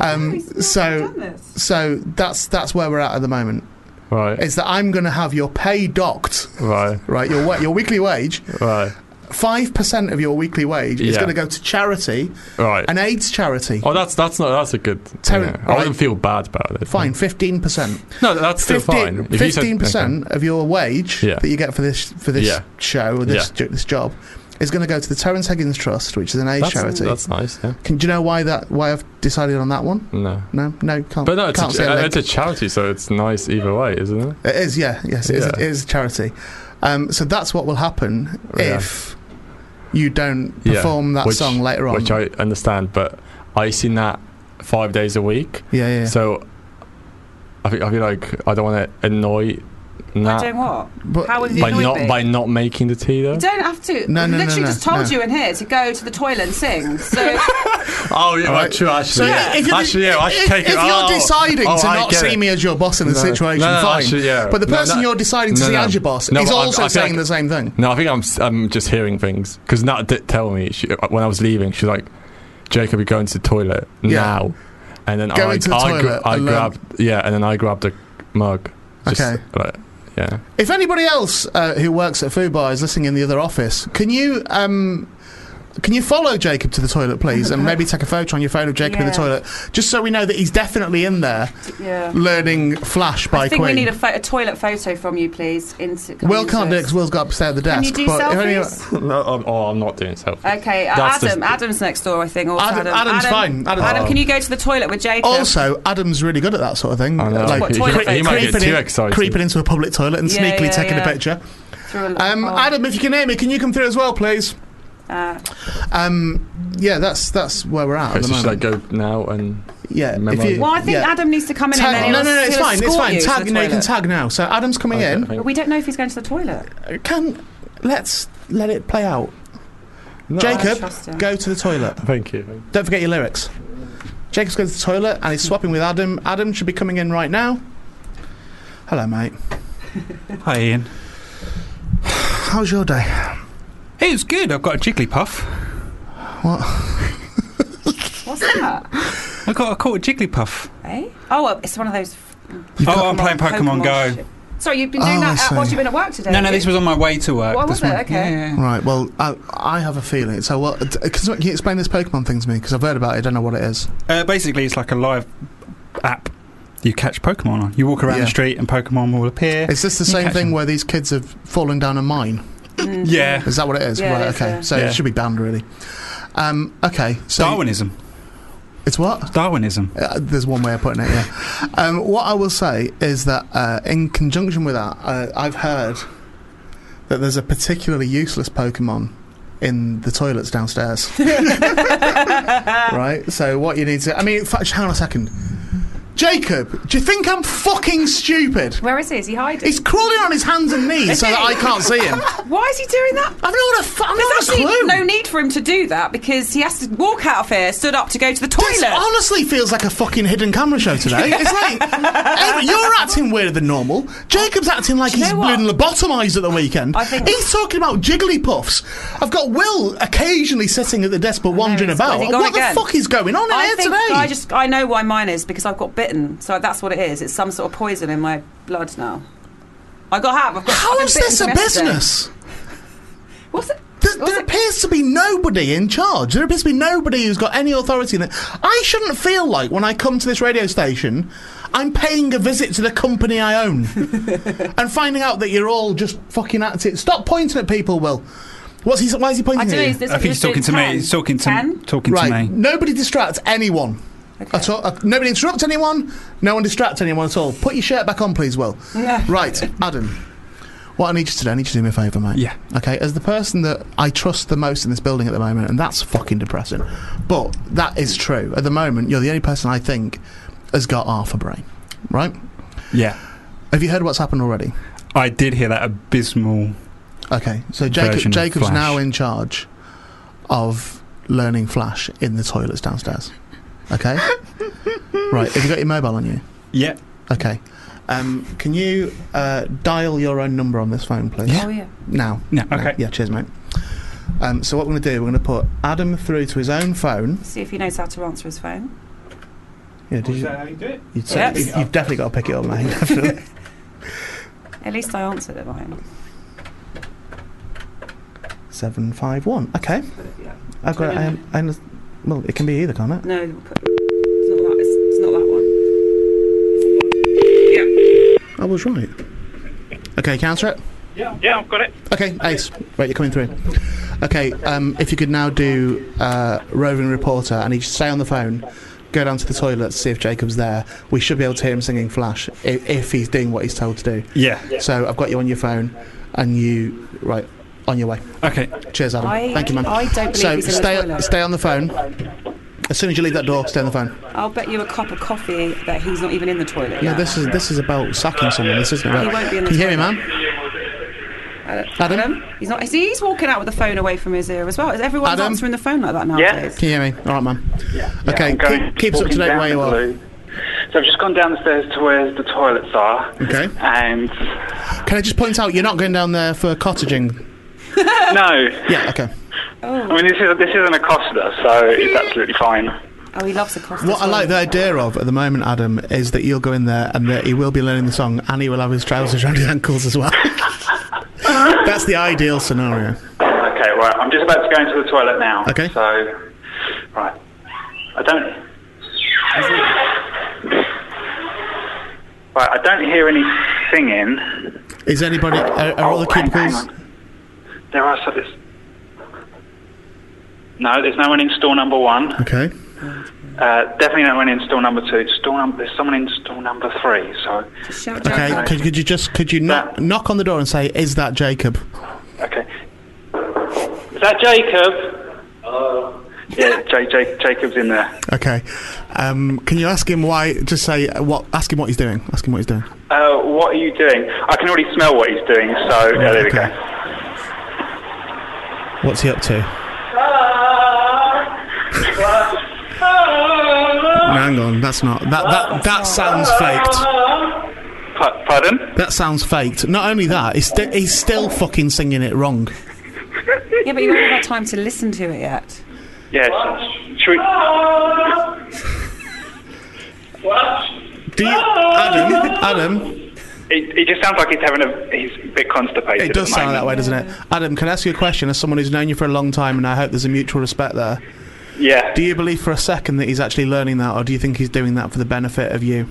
on. Um, so, so that's that's where we're at at the moment.
Right.
Is that I'm gonna have your pay docked,
Right.
right? Your wa- your weekly wage,
Right.
five percent of your weekly wage is
Yeah.
gonna go to charity,
Right.
an AIDS charity.
oh, that's that's not that's a good.
Terry-
yeah. I
right.
wouldn't feel bad about it.
Fine, fifteen percent.
No, that's still fine. If you said-
Fifteen percent of your wage
Yeah.
that you get for this for this
Yeah.
show or this
Yeah.
jo- this job is going to go to the Terence Higgins Trust, which is an aid
That's,
charity.
that's nice. Yeah.
Can, do you know why that why I've decided on that one?
No.
No, no, can't.
But no, it's,
can't say
a,
a
uh,
link.
it's a charity, so it's nice either way, isn't it?
It is, yeah, yes, it is.
Yeah.
it is a charity. Um, so that's what will happen
Yeah.
if you don't
Yeah,
perform that
which-
song later on.
Which I understand, but I seen that five days a week,
yeah, yeah, yeah.
so I feel, I feel like I don't want to annoy
By
Nat
doing what?
But-
How would you
by
annoy
not
me?
by not making the tea though.
you don't have to.
No, no, no,
I literally
no,
just told
no.
you in here to go to the toilet and sing. So
Oh yeah,
right,
true. Actually,
So if you're,
actually, yeah, I should
if,
take
if
it.
you're
oh,
deciding
oh,
to
I
not
get
see
it.
me as your boss in the
No,
situation,
no, no,
fine.
actually, yeah.
But the
No,
person
no,
you're deciding to
no,
see
no.
as your boss
No,
is
but I-
also
I feel
saying
like-
the same thing.
No, I think I'm s- I'm just hearing things because Nat did tell me she, uh, when I was leaving, she's like, "Jacob, you're going to the toilet
Yeah.
now," and then
Go
I
into the
I,
toilet
I
and learn.
grabbed yeah, and then I grabbed a mug. Just,
Okay.
like, yeah.
If anybody else uh, who works at Fubar is listening in the other office, can you um, can you follow Jacob to the toilet, please, and maybe take a photo on your phone of Jacob in the
Yeah.
toilet, just so we know that he's definitely in there
yeah.
learning Flash by
I think
Queen.
we need a, pho- a toilet photo from you, please. Into,
Will can't do it because Will's got upstairs at the
Can
desk.
you do
but if any-
selfies?
No, I'm, oh, I'm not doing selfies.
Okay, uh,
That's the-
Adam. Adam's next door, I think. Also,
Adam-
Adam,
Adam's
Adam,
fine. Adam's
Adam,
fine.
can you go to the toilet with Jacob?
Also, Adam's really good at that sort of thing.
I know.
Like
What, toilet
he, he might get
creeping,
too
in-
excited.
creeping into a public toilet and
Yeah,
sneakily
yeah,
taking a
yeah.
picture.
Through a-
Um,
oh,
Adam, if you can hear me, can you come through as well, please?
uh,
Um, yeah, that's that's where we're at.
Okay,
at the
so should I
moment.
go now and
yeah,
Memo-
if you-
well, I think
yeah.
Adam needs to come in. and
Tag,
then
no, no,
he'll-
no, it's
he'll
fine, it's
escort
fine.
you to
Tag,
the
no, you can
toilet.
tag now. So Adam's coming
Okay, I
in.
think-
But we don't know if he's going to the toilet.
Can let's let it play out.
No,
I
Jacob,
trust him.
go to the toilet.
Thank you. thank you.
Don't forget your lyrics. Jacob's going to the toilet and he's swapping with Adam. Adam should be coming in right now. Hello, mate.
Hi, Ian.
How's your day?
Hey, it's good. I've got a Jigglypuff.
What?
What's that?
I got I caught a Jigglypuff.
eh? Oh, uh, it's one of those.
oh, I'm playing Pokemon, Go.
shit. Sorry, you've been doing
Oh, I
that at,
see.
whilst you've been at work today.
No, no,
have
this
you?
was on my way to work.
What
this
was it?
morning.
Okay.
Yeah, yeah.
Right. Well, I, I have a feeling. So, what? Can, you- uh, can you explain this Pokemon thing to me? Because I've heard about it. I don't know what it is.
Uh, basically, it's like a live app. You catch Pokemon on. You walk around
Yeah.
the street and Pokemon will appear.
Is this the
You
same
catch
thing
'em.
where these kids have fallen down a mine?
Mm.
yeah.
Is that what it is?
Yeah, it
right.
is,
okay.
yeah.
So
Yeah.
it should be banned, really. Um. Okay. So
Darwinism.
It's what?
Darwinism.
Uh, there's one way of putting it, yeah. Um, what I will say is that uh, in conjunction with that, uh, I've heard that there's a particularly useless Pokemon in the toilets downstairs. right? So what you need to... I mean, in fact, hang on a second. Jacob, do you think I'm fucking stupid?
Where is he? Is he hiding?
He's crawling on his hands and knees so that I can't see him.
Why is he doing that?
I've not a, fu- I've not
There's
got a
actually
clue.
no need for him to do that because he has to walk out of here, stood up to go to the toilet.
This honestly feels like a fucking hidden camera show today. It's like ev- you're acting weirder than normal. Jacob's acting like
you
he's
know what?
been lobotomised at the weekend.
I think-
he's talking about jigglypuffs. I've got Will occasionally sitting at the desk but wandering
he's-
about.
has he gone
What
again?
the fuck is going on in
I
here
think
today?
I just I know why mine is because I've got bitten, so that's what it is. It's some sort of poison in my blood now. I got have. I've got, I've
How
been
is
bitten
this a
from yesterday.
business?
What's it?
There,
what's
there
it-
appears to be nobody in charge. There appears to be nobody who's got any authority in it. I shouldn't feel like when I come to this radio station, I'm paying a visit to the company I own and finding out that you're all just fucking at it. Stop pointing at people, Will. What's he? Why is he
I
pointing
don't know.
at you?
Is this
I think he's
just doing
talking to
ten?
me. He's talking to
Ten?
talking
right.
to me.
Nobody distract anyone. At all. Uh, nobody interrupt anyone. No one distract anyone at all. Put your shirt back on, please, Will.
Yeah.
Right, Adam. What I need you to do, I need you to do me a favour, mate.
Yeah.
Okay, as the person that I trust the most in this building at the moment, and that's fucking depressing, but that is true. At the moment, you're the only person I think has got half a brain, right?
Yeah.
Have you heard what's happened already?
I did hear that abysmal.
Okay, so
Version
Jacob,
of
Jacob's
Flash.
now in charge of learning Flash in the toilets downstairs. Okay? right, have you got your mobile on you?
Yeah.
Okay. Um, can you uh, dial your own number on this phone, please?
Oh yeah.
Now.
No.
No.
Okay.
Yeah, cheers, mate. Um, so what we're going to do, we're going to put Adam through to his own phone.
See if he knows how to answer his phone.
Yeah, did you,
you do it?
you'd say-
Yes.
you've- you've definitely got to pick it up, mate. Definitely.
At least I answered it mine.
751. Okay. I've got I, I, under- well, it can be either, can't it?
No, we'll put- it's not that. It's, it's not that
I
one.
was right. Okay, can I answer it?
Yeah, I've got it.
Okay, Ace. Right, you're coming through. Okay, um, if you could now do uh, roving reporter, and you should stay on the phone, go down to the toilet, see if Jacob's there. We should be able to hear him singing Flash if, if he's doing what he's told to do.
Yeah.
So I've got you on your phone, and you right on your way.
Okay.
Cheers, Adam.
I
Thank you, man.
I don't believe
so
he's in
stay
the toilet.
stay on the phone. As soon as you leave that door, stay on the phone.
I'll bet you a cup of coffee that he's not even in the toilet.
Yeah,
yet.
this is this is about sacking someone. This isn't about.
He won't be in the
Can you hear me,
toilet.
man?
Adam? He's not. See, he's walking out with the phone away from his ear as well. Is everyone
Adam?
answering the phone like that nowadays?
Can you hear me? All right, man. Okay,
I'm going-
keep, keep us up to
walking
date
down
where you
the
are.
loo. So I've just gone downstairs to where the toilets are.
Okay.
And
Can I just point out you're not going down there for cottaging?
no,
Yeah, okay.
I mean this is this isn't a Costa, so it's absolutely fine.
Oh, he loves the cost.
What I like the idea of at the moment, Adam, is that you'll go in there and that he will be learning the song and he will have his trousers around his ankles as well. That's the ideal scenario.
Okay, right. I'm just about to go into the toilet now.
Okay.
So, right. I don't. Right, I don't hear any singing.
Is anybody, are, are all the
Oh, hang- hang
cubicles?
on. There are so there's- No, there's no one in stall number one.
Okay.
Uh, definitely no one in stall number two. Stall number, there's someone in stall number three. So,
Shout
Okay,
Jacob.
could, could you just, could you knock, knock on the door and say, is that Jacob?
okay. Is that Jacob? Oh. Yeah, J- J- Jacob's in there.
Okay. Um, can you ask him why, just say, uh, what, ask him what he's doing. Ask him what he's doing.
Uh, what are you doing? I can already smell what he's doing. So, yeah, there we
Okay.
go.
What's he up to? no, hang on, that's not, that, that, that sounds faked.
Pa- Pardon?
That sounds faked. Not only that, he's, sti- he's still fucking singing it wrong.
Yeah, but you haven't had time to listen to it yet.
Yes. Should
Do you, Adam? Adam,
we, it, it just sounds like he's having a. He's a bit constipated.
it does
at the
sound that way,
moment.
doesn't it? Adam, can I ask you a question? As someone who's known you for a long time, and I hope there's a mutual respect there.
Yeah.
Do you believe for a second that he's actually learning that, or do you think he's doing that for the benefit of you?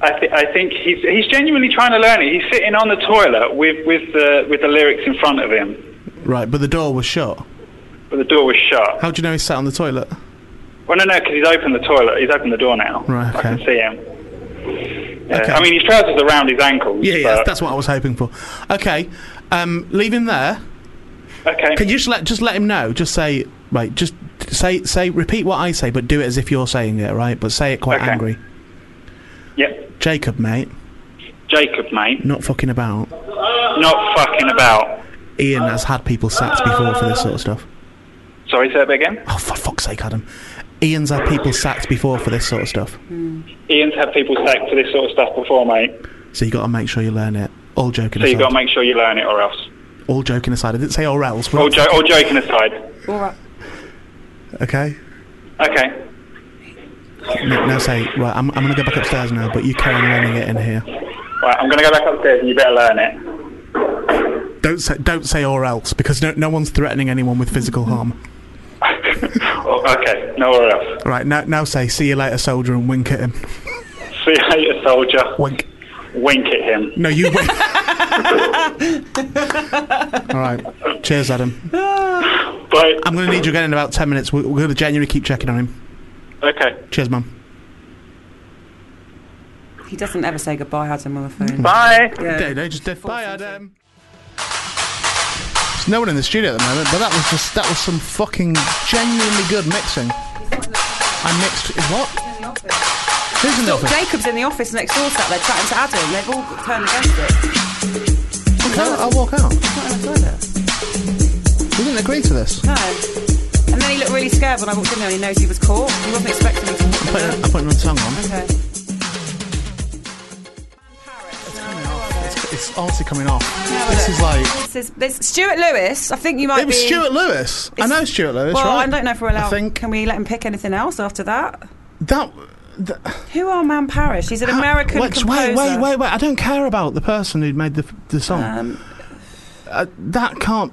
I, th- I think he's he's genuinely trying to learn it. He's sitting on the toilet with with the with the lyrics in front of him,
Right, but the door was shut.
but the door was shut.
How do you know he's sat on the toilet?
Well, no, no, because he's opened the toilet. He's opened the door now.
Right,
I can
okay.
see him. Yeah.
Okay.
I mean, his trousers are around his ankles.
Yeah, yeah,
but-
that's what I was hoping for. Okay, um, leave him there.
okay.
Can you just let just let him know? Just say right. Just say say repeat what I say, but do it as if you're saying it, right? But say it quite
Okay.
angry.
Yep.
Jacob, mate,
Jacob, mate,
not fucking about.
not fucking about.
Ian has had people sacked before for this sort of stuff.
Sorry, say that again.
Oh, for fuck's sake, Adam. Ian's had people sacked before for this sort of stuff.
Ian's had people sacked for this sort of stuff before, mate.
So you got to make sure you learn it. All joking
So
aside.
you got to make sure you learn it, or else.
all joking aside. I didn't say or else. we're
All,
not-
jo- all joking aside.
All right.
okay.
Okay.
No, now say right. I'm, I'm going to go back upstairs now, but you carry on learning it in here.
Right, I'm going to go back upstairs, and you better learn it.
Don't say don't say or else because no no one's threatening anyone with physical harm.
Oh, okay. Nowhere else.
Right now now say see you later, soldier, and wink at him.
See you later, soldier.
Wink.
Wink at him.
No, you wink. all right. Cheers, Adam.
Bye.
I'm going to need you again in about ten minutes. We're, we're going to genuinely keep checking on him.
Okay.
Cheers, mum.
He doesn't ever say goodbye, Adam, on the phone.
Bye.
Yeah.
They- they just did. Bye, Adam. There's no one in the studio at the moment, but that was just that was some fucking genuinely good mixing. I mixed what? Who's in the office?
Jacob's in the office next door sat there chatting to Adam. They've all turned against it.
I'll, I'll walk out.
Not in the toilet.
We didn't agree to this.
No. And then he looked really scared when I walked in there and he knows he was caught. He wasn't expecting me to walk in
Put,
there.
I'm putting my tongue on.
Okay.
It's, it's honestly coming off. This is like.
This is this Stuart Lewis. I think you might
It was
be.
Stuart Lewis. I
It's-
know Stuart Lewis,
well,
right?
I don't know if we're allowed.
I think
Can we let him pick anything else after that?
that. that
Who are Man Parish? He's an American
Ah, wait,
composer.
wait, wait, wait, wait. I don't care about the person who made the the song.
Um,
uh, that can't.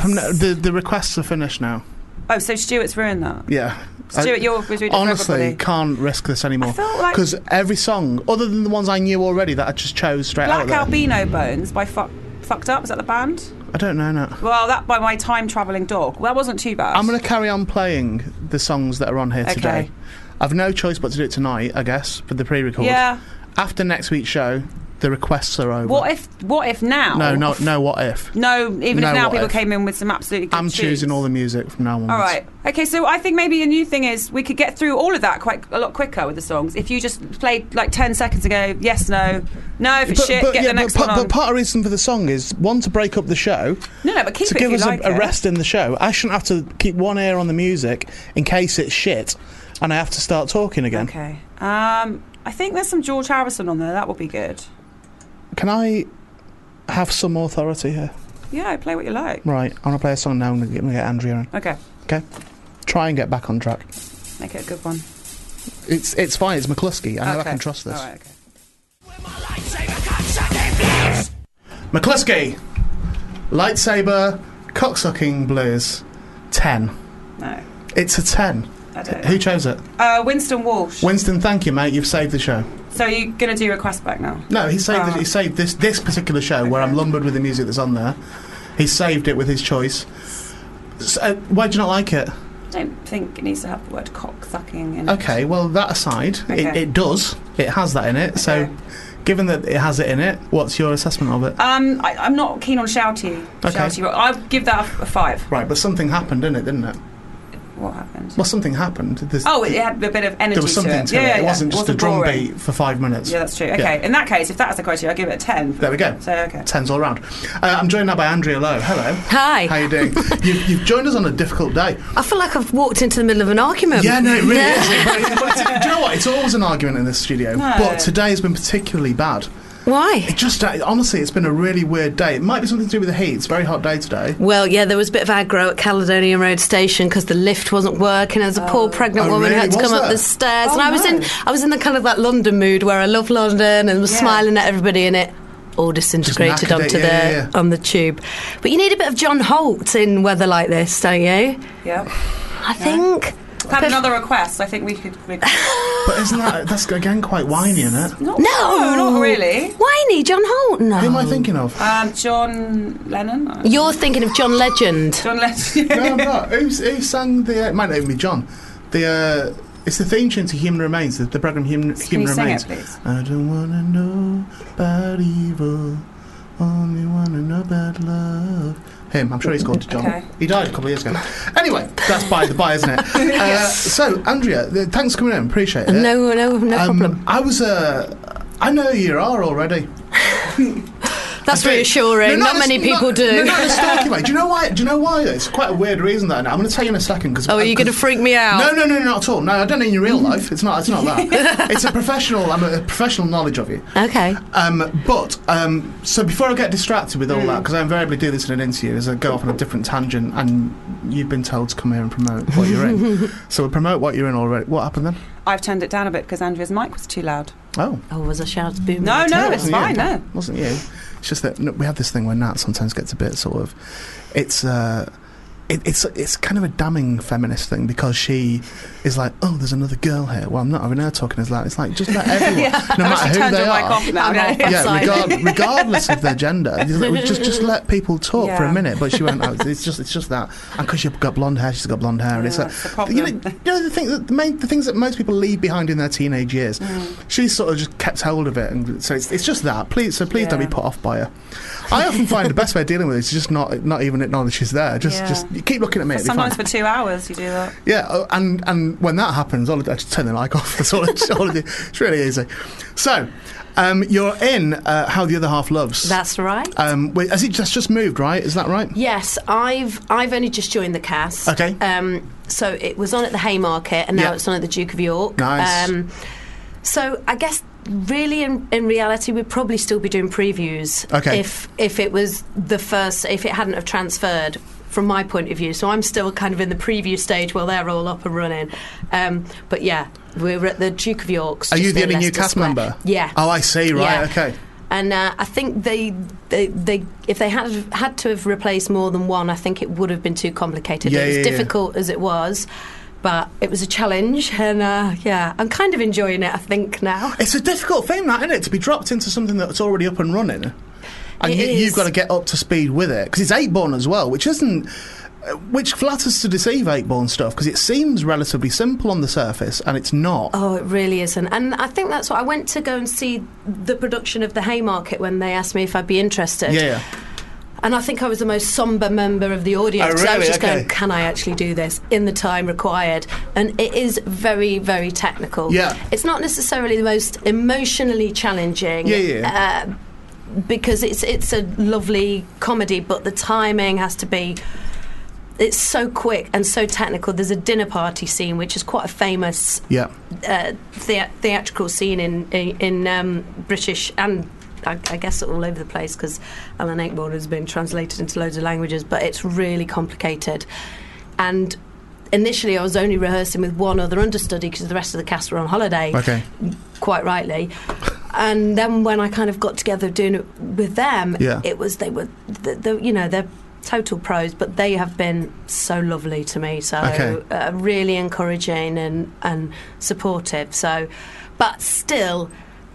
From now- the the requests are finished now.
oh, so Stuart's ruined that.
Yeah.
Stuart,
I-
you're was reading for
Uh, honestly
everybody.
can't risk this anymore
I felt like-
because every song, other than the ones I knew already that I just chose straight
Black
out there.
Albino Bones by Fuck, Fucked Up. Is that the band?
I don't know. No.
Well, that by my time traveling dog. Well, that wasn't too bad.
I'm going to carry on playing the songs that are on here
Okay.
today. I've no choice but to do it tonight, I guess, for the pre-record.
Yeah.
After next week's show, the requests are over.
What if? What if now?
No, no, no. What if?
No, even
No,
if now
what
people
if?
came in with some absolutely. Good
I'm choosing
tunes.
all the music from now on.
All right. Okay, so I think maybe a new thing is we could get through all of that quite a lot quicker with the songs if you just played like 10 seconds ago, yes, no. No, if it's shit, get the
but,
next
pa-
one on.
but part of the reason for the song is one to break up the show,
no, no, but keep
to
it
give
if
us
you like
a, a
it.
rest in the show. I shouldn't have to keep one ear on the music in case it's shit, and I have to start talking again.
Okay. Um, I think there's some George Harrison on there. That would be good.
Can I have some authority here?
Yeah, play what you like.
Right, I'm gonna play a song now. and I'm gonna get Andrea in.
Okay,
Okay, try and get back on track.
make it a good one.
It's it's fine. It's McCluskey. I know
Okay.
I can trust this.
All right, okay.
McCluskey, lightsaber, cocksucking blues, ten.
No,
It's a ten.
I don't.
Who chose it?
Uh, Winston Walsh.
Winston, thank you, mate. You've saved the show.
so are you going to do request back now?
No, he saved.
Ah.
The, he saved this this particular show where I'm lumbered with the music that's on there. He saved it with his choice. So, uh, why do you not like it?
I don't think it needs to have the word cock sucking in it.
Okay, well that aside, it,
Okay.
it does. It has that in it. So,
Okay.
given that it has it in it, what's your assessment of it?
Um, I, I'm not keen on shouty.
Okay.
Shouty rock. I'll give that a, a five.
right, but something happened, didn't it? Didn't it?
What happened?
Well, something happened. There's-
Oh, it had a bit of energy
there was something
to
to it.
it. yeah, yeah,
it
yeah.
wasn't just a drum
boring.
beat for five minutes.
Yeah, that's true. Okay,
Yeah.
in that case, if that's the criteria, I'll give it a 10.
There we go.
So, okay.
Tens all round. Uh, I'm joined now by Andrea Lowe. Hello.
Hi. Um,
How you doing? you've, you've joined us on a difficult day.
I feel like I've walked into the middle of an argument.
Yeah, no, it really is. But it's- but it's- do you know what? It's always an argument in this studio,
No.
but today has been particularly bad.
Why?
It just uh, honestly, it's been a really weird day. It might be something to do with the heat. It's a very hot day today.
Well, yeah, there was a bit of aggro at Caledonia Road Station because the lift wasn't working. There was a poor pregnant
Oh,
woman who had
really?
to come
Was
up the
there?
stairs,
Oh,
and I was
no.
in I was in the kind of that London mood where I love London and was
Yeah.
smiling at everybody, and it all disintegrated
knackered it,
onto
yeah, yeah,
the
yeah.
on the tube. But you need a bit of John Holt in weather like this, don't you?
Yeah.
I think.
Had
But-
another request. I think we could. We could
But isn't that that's again quite whiny, isn't it?
not,
No,
not really.
Whiny John Holt. No.
Who am I thinking of?
Um, John Lennon. Uh,
You're thinking of John Legend.
John Lennon.
no, I'm not. Who's, who sang the? Uh, it might not even be John. The uh, it's the theme tune to Human Remains, the, the program Human,
Can
Human
you sing it,
Remains.
please?
I don't wanna know about evil, only wanna know about love. Him, I'm sure he's called John.
Okay.
He died a couple of years ago. Anyway, that's by the by, isn't it? Uh, so, Andrea, th- thanks for coming in. Appreciate it.
No, no, no
Um,
problem.
I was Uh, I know who you are already.
That's
I do.
reassuring.
No,
not
in a-
many people
not-
do.
No, not in a stalky way. Do you know why? Do you know why? It's quite a weird reason that I know. I'm going to tell you in a second. Cause,
Oh, are you going to freak me out? Mm-hmm.
No, no, no, not at all. No, I don't mean in real life. It's not. It's not that. it's a professional. I'm a professional knowledge of you.
Okay.
Um, but um, so before I get distracted with all
Mm.
that, because I invariably do this in an interview, is I go off on a different tangent, and you've been told to come here and promote what you're in. so we promote what you're in already. What happened then?
I've turned it down a bit because Andrea's mic was too loud.
Oh,
Oh, was I shouts booming?
No,
No,
no,
it
it's
wasn't
fine.
you.
No.
wasn't you? It's just that no, we have this thing where Nat sometimes gets a bit sort of, it's uh, it, it's it's kind of a damning feminist thing because she is like, oh, there's another girl here. Well, I'm not having her talking as loud. It's like just let everyone, no
she
matter who
turned
they
her mic
are.
off now.
I'm
yeah.
not-
Yeah,
Sorry.
regard, regardless of their gender, Just let- just just let people talk for
Yeah.
a minute. But she went, oh, it's just it's just that, and because you've got blonde hair, she's got blonde hair, and it's
Yeah,
like,
that's the problem.
you know, you know the thing that the main the things that most people leave behind in their teenage years.
Mm.
She sort of just kept hold of it, and so it's, it's just that. Please, so please don't be
Yeah.
put off by her. I often find the best way of dealing with it is just not not even acknowledge she's there. Just
Yeah.
just you keep looking at me. it'll be
Sometimes
fine.
for two hours you do that.
Yeah, oh, and and when that happens, I'll, I just turn the mic off. That's all. It's, all I do. it's really easy. So, um, you're in uh, how the other half loves.
That's right.
um, wait, has it just just moved? Right? Is that right?
Yes, I've I've only just joined the cast.
Okay.
Um, so it was on at the Haymarket, and now
Yeah.
it's on at the Duke of York.
Nice.
Um, so I guess really in, in reality we'd probably still be doing previews
Okay.
if if it was the first if it hadn't have transferred from my point of view so i'm still kind of in the preview stage while they're all up and running um, but yeah we're at the duke of york's
Are you
just
the
near
only new
Leicester
cast
Square.
member?
yeah
Oh, I see. Right.
Yeah.
Okay.
and uh, I think they, they, they, if they had had to have replaced more than one, I think it would have been too complicated.
Yeah,
it was
yeah, yeah.
difficult as it was, but it was a challenge, and uh, yeah, I'm kind of enjoying it. I think now.
It's a difficult thing, that isn't it, to be dropped into something that's already up and running, and
It
you,
is.
you've got to get up to speed with it because it's eight born as well, which isn't. uh, Which flatters to deceive eight born stuff because it seems relatively simple on the surface and it's not.
Oh, it really isn't. And I think that's what I went to go and see the production of the Haymarket when they asked me if I'd be interested.
Yeah,
And I think I was the most somber member of the audience.
Oh,
'cause I was
really?
just
Okay.
going, can I actually do this in the time required? And it is very, very technical.
Yeah.
It's not necessarily the most emotionally challenging.
Yeah, yeah.
Uh, because it's it's a lovely comedy, but the timing has to be. It's so quick and so technical. There's a dinner party scene, which is quite a famous
yeah.
uh, thea- theatrical scene in in, in um, British and I, I guess all over the place because Alan Ayckbourn has been translated into loads of languages, but it's really complicated. And initially, I was only rehearsing with one other understudy because the rest of the cast were on holiday
Okay.
quite rightly. And then when I kind of got together doing it with them,
Yeah.
it was they were the, the you know they're total pros, but they have been so lovely to me, so
Okay.
uh, really encouraging and and supportive. So, but still.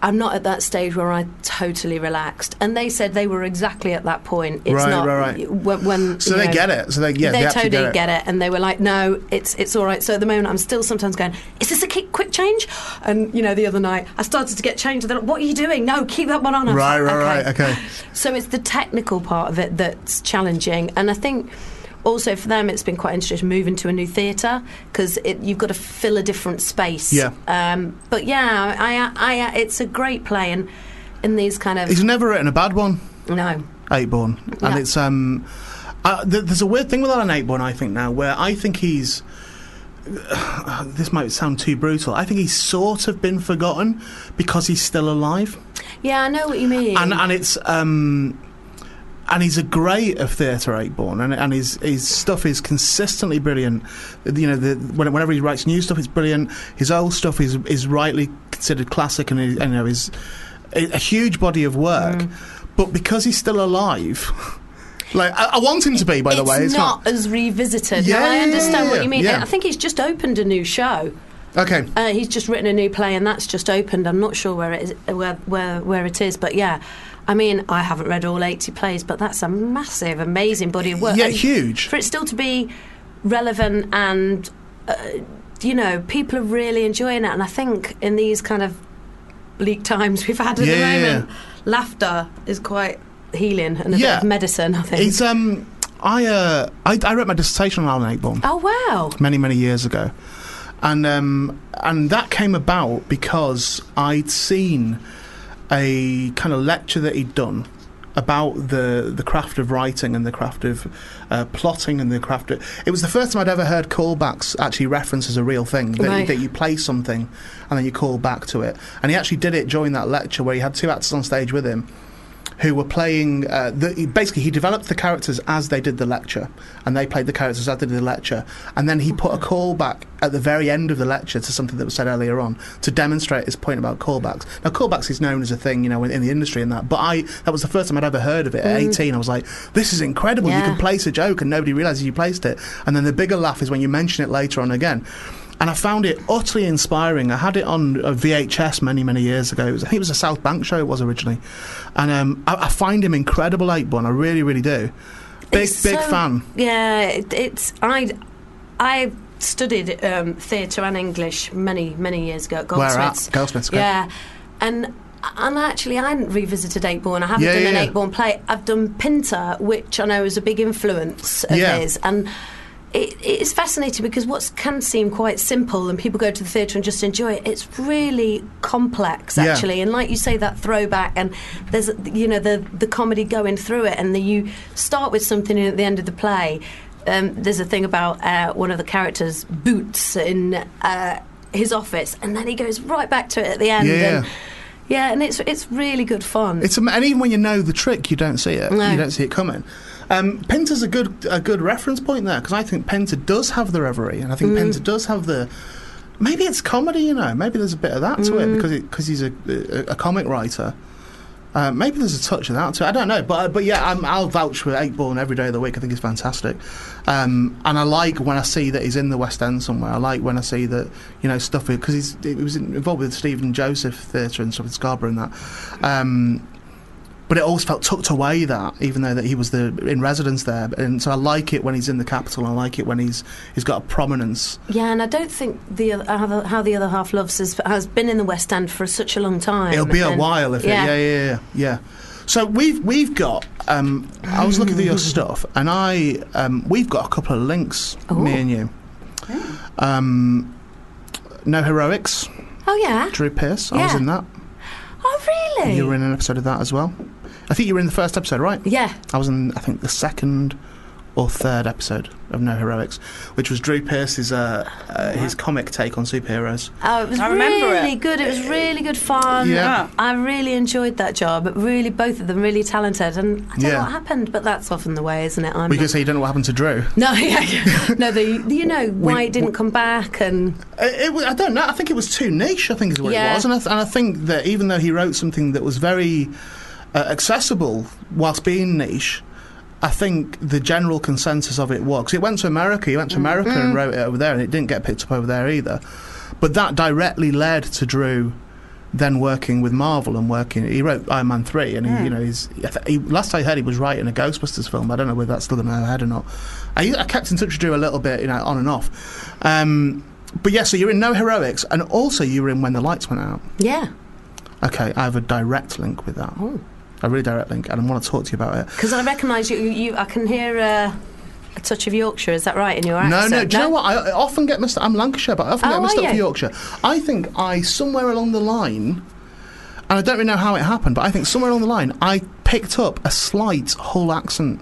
I'm not at that stage where I totally relaxed, and they said they were exactly at that point. It's
Right,
not
right, right.
When, when
So
you
they
know,
get it. So they yeah, they,
they
actually
totally
get
get
it.
it. and they were like, "No, it's it's all right." So at the moment, I'm still sometimes going, "Is this a ki- quick change?" And you know, the other night, I started to get changed. And they're like, "What are you doing? No, keep that one on." I was
Right,
like,
right, right. Okay.
So it's the technical part of it that's challenging, and I think. Also, for them, it's been quite interesting moving to a new theatre because you've got to fill a different space.
Yeah.
Um, but yeah, I, I, I, it's a great play, and in these kind of
He's never written a bad one.
no,
Eightborn, and
Yeah.
it's um, uh, th- there's a weird thing with Alan Eightborn. I think now where I think he's. this might sound too brutal. I think he's sort of been forgotten because he's still alive.
Yeah, I know what you mean.
and and it's um, and he's a great of theatre Aitborn, and and his his stuff is consistently brilliant. You know, the, when- whenever he writes new stuff, it's brilliant. His old stuff is is rightly considered classic, and he- and, you know, is a a huge body of work.
Mm.
But because he's still alive, like I, I want him to be. By the
it's
way, it's
not, as revisited.
Yeah,
No, I
yeah,
understand
yeah,
what you mean.
yeah.
I think he's just opened a new show.
okay.
Uh, he's just written a new play, and that's just opened. I'm not sure where it is, where, where where it is, but yeah. I mean, I haven't read all 80 plays, but that's a massive, amazing body of work.
Yeah,
And
huge.
For it still to be relevant and, uh, you know, people are really enjoying it. And I think in these kind of bleak times we've had at
Yeah, yeah,
the moment, laughter is quite healing and a
Yeah.
bit of medicine, I think.
It's um, I uh, I, I wrote my dissertation on Alan Aitborn.
oh, wow.
many many years ago, and um, and that came about because I'd seen a kind of lecture that he'd done about the the craft of writing and the craft of uh, plotting and the craft of it was the first time I'd ever heard callbacks actually referenced as a real thing that,
Right.
that you play something and then you call back to it and he actually did it during that lecture where he had two actors on stage with him who were playing. Uh, the, he- basically, he developed the characters as they did the lecture, and they played the characters as they did the lecture. And then he put a callback at the very end of the lecture to something that was said earlier on to demonstrate his point about callbacks. Now, callbacks is known as a thing, you know, in, in the industry and that. But I that was the first time I'd ever heard of it. At eighteen, I was like, "This is incredible! You
Yeah.
can place a joke, and nobody realizes you placed it." And then the bigger laugh is when you mention it later on again. And I found it utterly inspiring. I had it on uh, a VHS many, many years ago. It was, I think it was a South Bank show. It was originally, and um, I, I find him incredible, Aitborn. I really, really do. Big,
It's
big
so-
fan.
Yeah, it, it's I. I studied um, theatre and English many many years ago at
Where at?
Goldsmiths.
Goldsmiths, okay.
Yeah, and. And actually, I hadn't revisited Eightborn. I haven't
Yeah,
done
yeah,
an
yeah.
Eightborn play. I've done Pinter, which I know is a big influence of
Yeah.
his. And it, it is fascinating because what can seem quite simple and people go to the theatre and just enjoy it, it's really complex,
Yeah.
actually. And like you say, that throwback and there's you know the the comedy going through it, and the, you start with something, and at the end of the play, um, there's a thing about uh, one of the characters' boots in uh, his office, and then he goes right back to it at the end.
Yeah.
And, yeah, and it's it's really good fun.
It's am- and even when you know the trick, you don't see it.
No.
You don't see it coming. Um, Penta's a good a good reference point there because I think Penta does have the reverie, and I think Penta does have the. Maybe it's comedy, you know. Maybe there's a bit of that to it because it, cause he's a, a, a comic writer. Uh, maybe there's a touch of that to it. I don't know, but uh, but yeah, i I'll vouch for Eightborn every day of the week. I think he's fantastic, um, and I like when I see that he's in the West End somewhere. I like when I see that you know stuff because he's he was in- involved with Stephen Joseph Theatre and stuff in Scarborough and that. Um, but it always felt tucked away that even though that he was the in residence there and so I like it when he's in the capital I like it when he's he's got a prominence
yeah, and I don't think the other, how the- how the other half loves has, has been in the West End for such a long time.
it'll be a
And-
while if
yeah.
it yeah yeah yeah yeah so we've we've got um, I was looking through
Mm.
your stuff and I um, we've got a couple of links
Ooh.
me and you um, no heroics
Oh yeah.
Drew Pearce I was
Yeah.
in that
Oh really?
you were in an episode of that as well I think you were in the first episode right
yeah.
I was in, I think, the second or third episode of No Heroics, which was Drew Pearce's uh, uh, his comic take on superheroes.
Oh, it was
I remember
really
it. Ah.
good. It was really good fun.
Yeah.
I really enjoyed that job. Really, both of them really talented. And I don't
Yeah.
know what happened, but that's often the way, isn't it? I'm
We could say you don't know what happened to Drew.
no, yeah, yeah. no. The you know why it didn't come back, and
Uh, It, it, was- I don't know. I think it was too niche. I think is what
Yeah.
it was, and I, th- and I think that even though he wrote something that was very uh, accessible whilst being niche. I think the general consensus of it was 'cause it went to America. He went to America and wrote it over there, and it didn't get picked up over there either. But that directly led to Drew then working with Marvel and working. He wrote Iron Man three, and he, you know, he's I th- he, last I heard he was writing a Ghostbusters film. I don't know whether that's still in my head or not. I, I kept in touch with Drew a little bit, you know, on and off. Um, but yeah, so you're in No Heroics, and also you were in When the Lights Went Out.
yeah,
Okay, I have a direct link with that. A really direct link, and I want to talk to you about it.
because I recognise you, you, you. I can hear uh, a touch of Yorkshire. Is that right in your
No,
accent?
no. Do you know what? I I often get messed. I'm Lancashire, but I often
Oh,
get messed
are
up for
you?
Yorkshire. I think I somewhere along the line, and I don't really know how it happened, but I think somewhere along the line I picked up a slight Hull accent.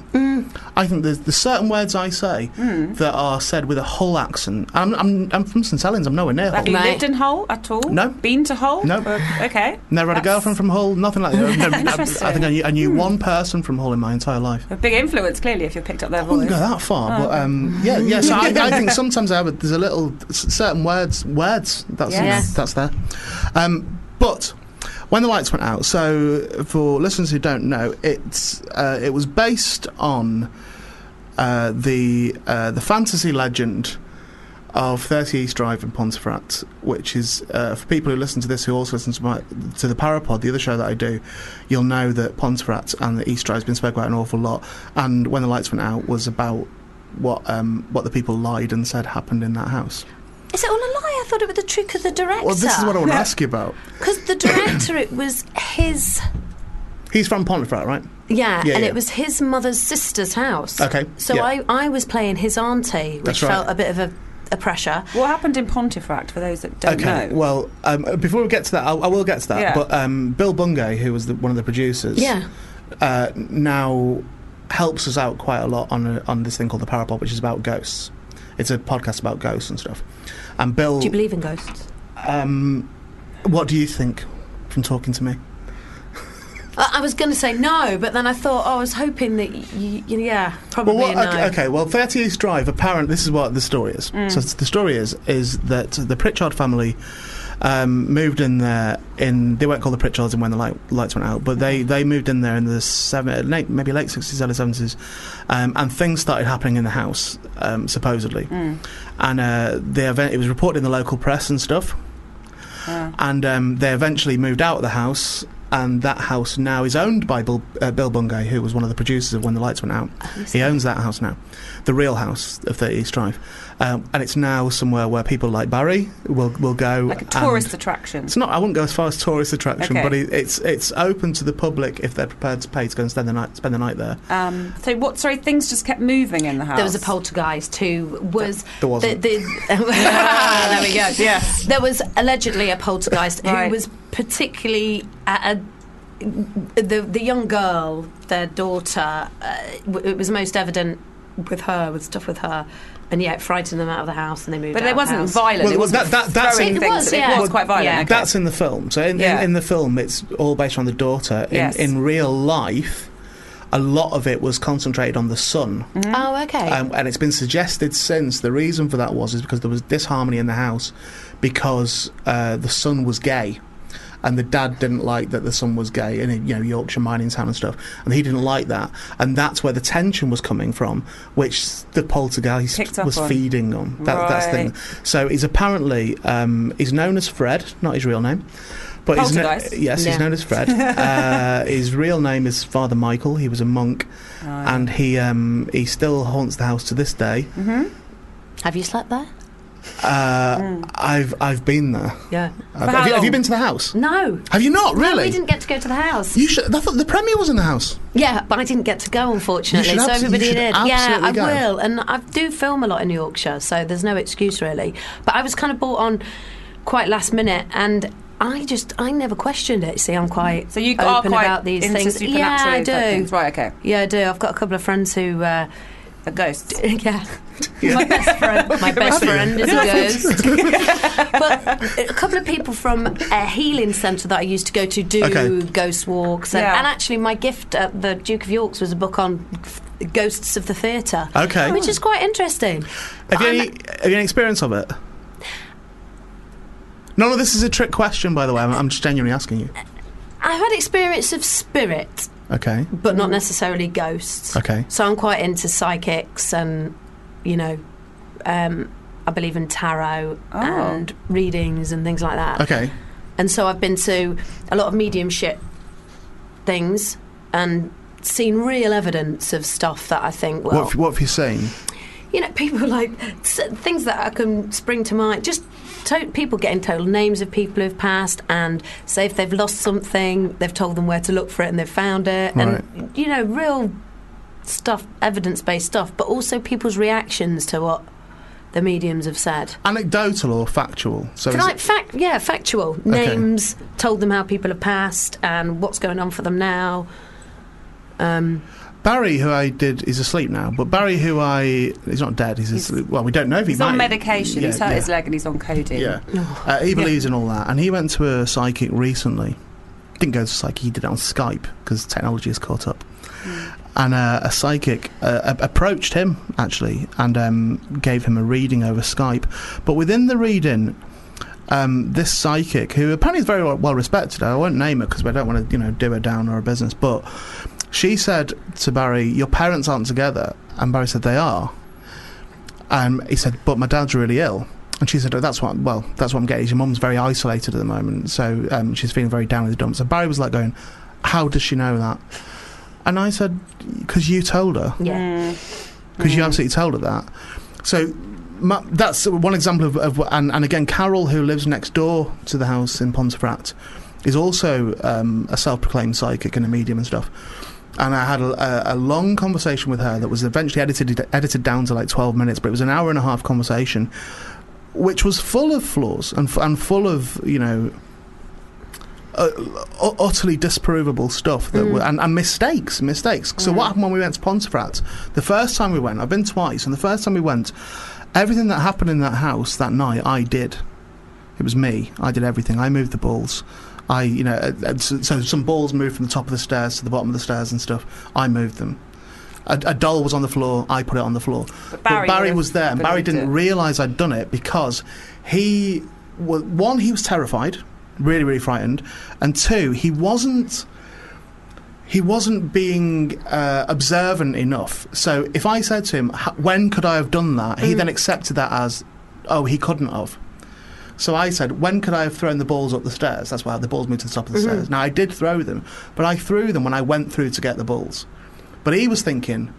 I think there's, there's certain words I say that are said with a Hull accent. I'm, I'm, I'm from St Helens. I'm nowhere near Hull.
Have you
Right.
lived in Hull at all?
Oh, No.
Been to Hull?
No.
Uh, okay.
Never had a
That's
girlfriend from Hull. Nothing like that. Never- I, I think I knew, I knew one person from Hull in my entire life.
A big influence, clearly, if you've picked up their
wouldn't
voice.
go that far, but um, yeah, yeah. So I, I think sometimes I would, there's a little s- certain words, words. That's you know,
Yes.
that's there. Um, but when the lights went out, so for listeners who don't know, it's uh, it was based on uh, the uh, the fantasy legend of 30 East Drive in Pontefract, which is uh, for people who listen to this who also listen to my to the Parapod, the other show that I do. You'll know that Pontefract and the East Drive has been spoken about an awful lot, and when the lights went out was about what um, what the people lied and said happened in that house.
Is it all a lie? I thought it was the trick of the director.
Well, this is what I want to ask you about.
Because the director, it was his.
He's from Pontefract, right?
Yeah,
Yeah,
and
yeah.
it was his mother's sister's house.
Okay,
So
yeah.
I, I was playing his auntie, which
That's right.
felt a bit of a, a pressure.
What happened in Pontefract, for those that don't
Okay.
know?
Well, um, before we get to that, I, I will get to that.
Uh, Yeah.
But um, Bill Bungay, who was the, one of the producers,
Yeah.
uh, now helps us out quite a lot on a, on this thing called the Parapod, which is about ghosts. It's a podcast about ghosts and stuff. And Bill,
Do you believe in ghosts?
um, what do you think from talking to me?
I, I was going to say no, but then I thought, oh, I was hoping that, y- y- yeah, probably
well,
a
what,
no.
okay, okay, well, 30 East Drive, apparently, this is what the story is. So s- the story is is that the Pritchard family um, moved in there in, they weren't called the Pritchards and when the light, lights went out, but they, they moved in there in the seven, late, maybe late 60s, early 70s, um, and things started happening in the house, um, supposedly. And uh, the event, it was reported in the local press and stuff,
Ah.
and um, they eventually moved out of the house. And that house now is owned by Bill, uh, Bill Bungay, who was one of the producers of When the Lights Went Out. He owns that house now, the real house of 30 East Drive, um, and it's now somewhere where people like Barry will will go.
like a
and-
tourist attraction.
It's not. I wouldn't go as far as tourist attraction,
Okay.
but it, it's it's open to the public if they're prepared to pay to go and spend the night spend the night there.
Um, so what? Sorry, things just kept moving in the house.
There was a poltergeist who was.
There wasn't.
The, the,
Ah,
there we go.
Yes.
There was allegedly a poltergeist
Right.
who was particularly at a. The, the young girl, their daughter, uh, w- it was most evident with her, with stuff with her, and yet frightened them out of the house and they moved
but
out
it
of the
wasn't
house.
violent.
Well,
it
well,
wasn't
that- that- that's-
throwing
It
things.
was,
it
yeah.
was quite violent.
Yeah.
okay.
That's in the film. So in,
Yeah.
in, in the film, it's all based on the daughter. In,
Yes.
in real life, a lot of it was concentrated on the son.
Oh, okay.
Um, and it's been suggested since the reason for that was is because there was disharmony in the house because uh, the son was gay. And the dad didn't like that the son was gay in a, you know Yorkshire mining town and stuff, and he didn't like that, and that's where the tension was coming from, which the poltergeist
Picked up
was
on.
feeding on. That, That's the thing.
Right.
So he's apparently um, he's known as Fred, not his real name, but he's kno-
Poltergeist?
yes, he's
Yeah.
known as Fred. uh, his real name is Father Michael. He was a monk,
Oh,
and he um, he still haunts the house to this day.
Mm-hmm. Have you slept there?
Uh,
Hmm.
I've I've been there.
Yeah.
I've-
how
have, you, have you
long?
been to the house?
No.
Have you not really?
We didn't get to go to the house.
You should. I thought the premier was in the house.
Yeah, but I didn't get to go, unfortunately.
You should
so
abso-
everybody
you should
did. Yeah,
absolutely
I
go.
will. And I do film a lot in Yorkshire, so there's no excuse really. But I was kind of bought on quite last minute and. I just, I never questioned it. See, I'm quite
so you
open
are quite
about these
into
things.
supernatural
Yeah, I
type
do.
Things. Right. Okay.
Yeah, I do. I've got a couple of friends who, uh,
A ghost.
yeah, my best friend, my best friend is a ghost. but a couple of people from a healing centre that I used to go to do
Okay.
ghost walks, and,
Yeah.
and actually my gift at the Duke of York's was a book on f- ghosts of the theatre.
Okay.
Which is quite interesting.
Have you,
I'm-
any, have you any experience of it? No, no. This is a trick question, by the way. I'm, I'm just genuinely asking you.
I've had experience of spirit,
Okay.
but not necessarily ghosts.
Okay.
So I'm quite into psychics and, you know, um, I believe in tarot
Oh.
and readings and things like that.
Okay.
And so I've been to a lot of mediumship things and seen real evidence of stuff that I think, well,
What have, what have you seen?
you know, people like s- things that I can spring to mind. Just to- people getting told names of people who've passed, and say if they've lost something, they've told them where to look for it, and they've found it, and you know, real stuff, evidence-based stuff, but also people's reactions to what the mediums have said.
Anecdotal or factual? So is
Like
it-
fact, yeah, factual
Okay.
names told them how people have passed and what's going on for them now. Um,
Barry, who I did, is asleep now. But Barry, who I, he's not dead. He's,
He's-
asleep. well, we don't know if he
He's
might.
on medication.
Yeah,
he's hurt
yeah.
his leg and he's on codeine.
Yeah, uh, he believes in all that, and he went to a psychic recently. Didn't go to psychic; he did it on Skype because technology has caught up. And uh, a psychic uh, a- approached him actually, and um, gave him a reading over Skype. But within the reading, um, this psychic, who apparently is very well- well respected, I won't name her because I don't want to, you know, do her down or her business. But she said to Barry, "Your parents aren't together," and Barry said, "They are." And he said, "But my dad's really ill." And she said, oh, "That's what. Well, that's what I'm getting. is Your mum's very isolated at the moment, so um, she's feeling very down in the dumps." So Barry was like, "Going, how does she know that?" And I said, "Because you told her.
Hmm.
yeah.
Because
Mm.
you absolutely told her that." So ma- that's one example of, of and, and again, Carol, who lives next door to the house in Pontefract, is also um, a self-proclaimed psychic and a medium and stuff. And I had a, a, a long conversation with her that was eventually edited edited down to like twelve minutes, but it was an hour and a half conversation which was full of flaws and f- and full of you know uh, u- utterly disprovable stuff that were, and, and mistakes mistakes so what happened when we went to Pontefract the first time we went I've been twice and the first time we went everything that happened in that house that night I did it was me I did everything I moved the balls I you know uh, uh, so, so some balls moved from the top of the stairs to the bottom of the stairs and stuff I moved them a, a doll was on the floor I put it on the floor
But
but Barry,
would've
was there, and Barry
believed
didn't
it.
realise I'd done it because he was one. He was terrified, really, really frightened, and two, he wasn't. He wasn't being uh, observant enough. So if I said to him, "H- "When could I have done that?" He then accepted that as, "Oh, he couldn't have." So I said, "When could I have thrown the balls up the stairs?" That's why the balls moved to the top of the stairs. Now I did throw them, but I threw them when I went through to get the balls. But he was thinking,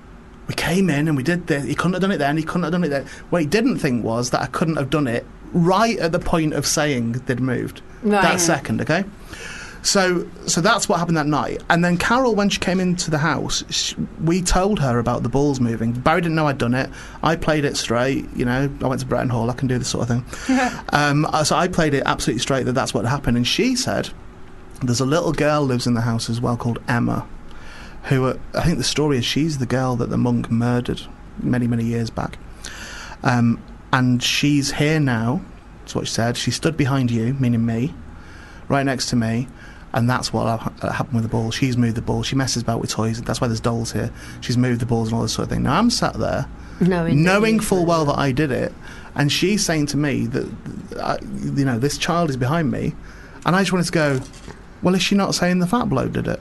we came in and we did this. He couldn't have done it then. He couldn't have done it then. What he didn't think was that I couldn't have done it right at the point of saying they'd moved. That
Right.
second, okay. So, so that's what happened that night. And then Carol, when she came into the house, sh we told her about the balls moving. Barry didn't know I'd done it. I played it straight. You know, I went to Bretton Hall. I can do this sort of thing. um, uh, so I played it absolutely straight that that's what happened. And she said, "There's a little girl lives in the house as well called Emma." who uh, I think the story is she's the girl that the monk murdered many, many years back. Um, and she's here now, that's what she said. She stood behind you, meaning me, right next to me. And that's what ha- uh, happened with the ball. She's moved the ball. She messes about with toys. That's why there's dolls here. She's moved the balls and all this sort of thing. Now I'm sat there
Knowing, that
knowing
you-
full well that I did it, and she's saying to me that, uh, you know, this child is behind me, and I just wanted to go, well, is she not saying the fat bloke did it?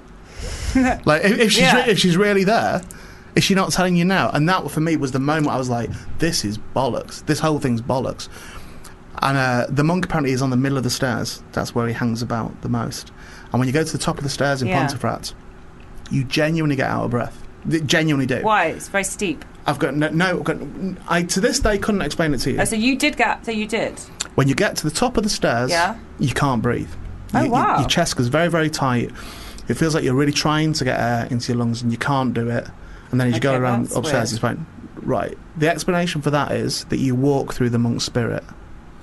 like, if, if she's
Yeah.
re- if she's really there, is she not telling you now? And that for me was the moment I was like, this is bollocks. This whole thing's bollocks. And uh, the monk apparently is on the middle of the stairs. That's where he hangs about the most. And when you go to the top of the stairs in
Yeah.
Pontefract, you genuinely get out of breath. Genuinely do.
Why? It's very steep. Oh,
I've got no, no I've got, I to this day couldn't explain it to you.
Oh, so you did get. So you did.
When you get to the top of the stairs,
Yeah.
you can't breathe.
Oh,
You- you-
wow.
your chest goes very, very tight. It feels like you're really trying to get air into your lungs and you can't do it. And then as you go
Okay,
around
that's
upstairs,
weird.
it's fine. Right. The explanation for that is that you walk through the monk's spirit.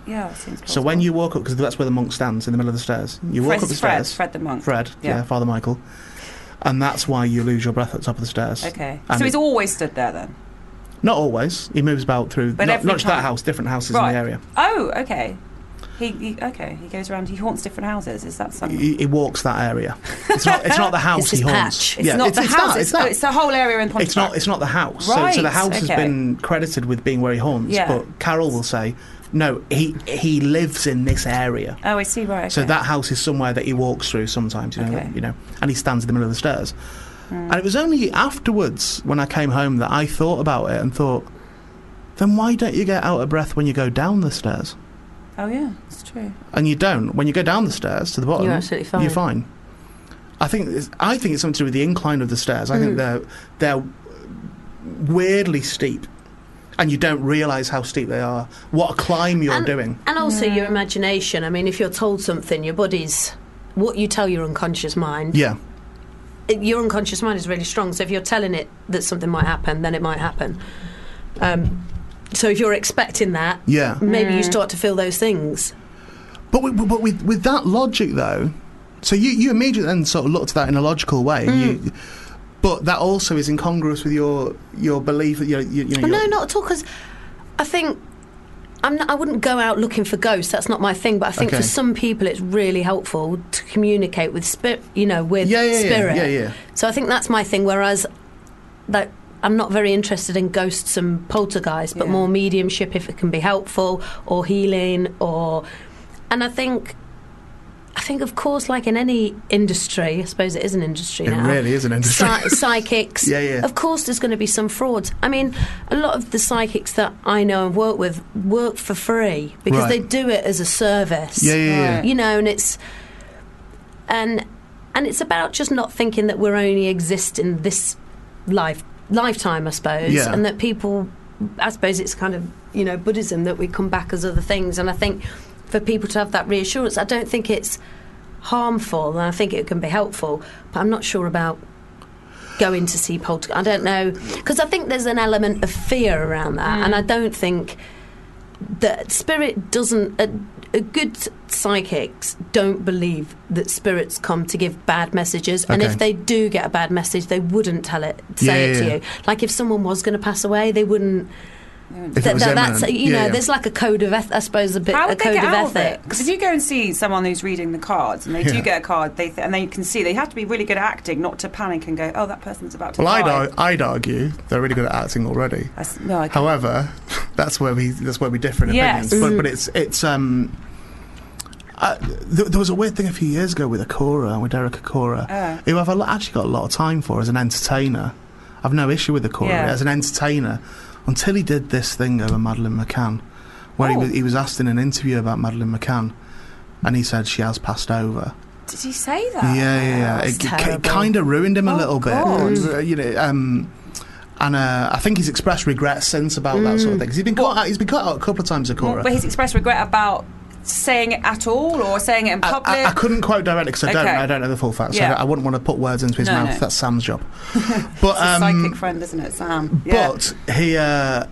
Yeah. That seems
So when you walk up, because that's where the monk stands in the middle of the stairs, you walk
Fred,
up the
Fred,
stairs.
Fred the monk.
Fred, yeah.
Yeah.
Father Michael. And that's why you lose your breath at the top of the stairs.
Okay.
And
so he's
it-
always stood there then.
Not always. He moves about through,
But
not,
every
not just that
time.
house, different houses in
Right.
the area.
Oh, okay. He, he okay. He goes around. He haunts different houses. Is that something?
he, he walks that area. It's not. It's not the house
It's his
he haunts.
patch.
It's not the house.
That,
it's,
it's that.
oh, it's the whole area in Pontefract.
It's not. It's not the house. So- So, the
Right,
house has
okay.
been credited with being where he haunts.
Yeah.
But Carol will say, no, he he lives in this area.
oh, I see. Right.
So
okay.
that house is somewhere that he walks through sometimes. You know.
Okay. Hmm.
You know. And he stands in the middle of the stairs. And it was only afterwards when I came home that I thought about it and thought, then why don't you get out of breath when you go down the stairs?
Oh yeah, it's true.
and you don't. When you go down the stairs to the bottom,
You're absolutely fine.
You're fine. I think it's, I think it's something to do with the incline of the stairs. I
Mm.
think they're they're weirdly steep, and you don't realise how steep they are. What a climb you're
and,
doing.
And also your imagination. I mean, if you're told something, your body's. What you tell your unconscious mind,
Yeah,
your unconscious mind is really strong. So if you're telling it that something might happen, then it might happen. Um, so if you're expecting that,
yeah.
maybe you start to feel those things.
But with, but with with
Mm.
that logic though, so you you immediately then sort of looked at that in a logical way. and You, But that also is incongruous with your your belief that you know, you, you know
Well,
your-
no, not at all. Because I think I'm not, I wouldn't go out looking for ghosts. That's not my thing. But I think
Okay.
for some people, it's really helpful to communicate with spirit. You know, with
yeah, yeah,
spirit.
yeah, yeah, yeah.
So I think that's my thing. Whereas that. I'm not very interested in ghosts and poltergeists, but
Yeah.
more mediumship if it can be helpful or healing or and I think I think of course like in any industry, I suppose it is an industry
It
now.
really is an industry.
Psy- psychics.
Yeah, yeah.
Of course, there's going to be some frauds. I mean, a lot of the psychics that I know and work with work for free because
Right.
they do it as a service.
Yeah, yeah, yeah.
Right.
You know, and it's and and it's about just not thinking that we're only existing this life lifetime, I suppose,
Yeah.
and that people. I suppose it's kind of you know Buddhism that we come back as other things, and I think for people to have that reassurance, I don't think it's harmful, and I think it can be helpful, but I'm not sure about going to see poltergeist. I don't know because I think there's an element of fear around that,
Mm.
and I don't think that spirit doesn't. uh, A, a good psychics don't believe that spirits come to give bad messages, and
Okay.
if they do get a bad message, they wouldn't tell it, say
Yeah,
it
yeah,
to
yeah.
you. Like if someone was going to pass away, they wouldn't.
If it was
that's
imminent.
you
Yeah,
know,
yeah.
there's like a code of eth- I suppose a bit
How
a
would they
code
get
of
out of it?
ethics.
Because if you go and see someone who's reading the cards and they
Yeah.
do get a card, they th- and then you can see they have to be really good at acting not to panic and go, oh, that person's about to
Well, I'd,
die.
ar- I'd argue they're really good at acting already.
That's- no, I can't.
However, that's where we that's where we differ in
Yes. Mm.
opinions. But, but it's it's um. Uh, th- there was a weird thing a few years ago with Akora, with Eric Akora,
Uh.
who I've a lot- actually got a lot of time for as an entertainer. I've no issue with Akora
Yeah.
as an entertainer until he did this thing over Madeline McCann, where he
Oh.
was, he was asked in an interview about Madeline McCann, and he said she has passed over.
Did he say
Yeah,
that?
yeah, yeah.
that's
It,
terrible.
kind of ruined him a
Oh,
little bit.
God.
Uh, You know, um, and uh, I think he's expressed regret since about that
Mm.
sort of thing. 'Cause He's been caught out. He's been caught out a couple of times, Akora.
But he's expressed regret about saying it at all or saying it in
I,
public.
I, I couldn't quote directly because I don't.
Okay.
I don't know the full facts. so
Yeah.
I, don't- I wouldn't want to put words into his
No,
mouth.
no.
That's Sam's job. But
it's a
um,
psychic friend, isn't it, Sam? Yeah.
But he, uh,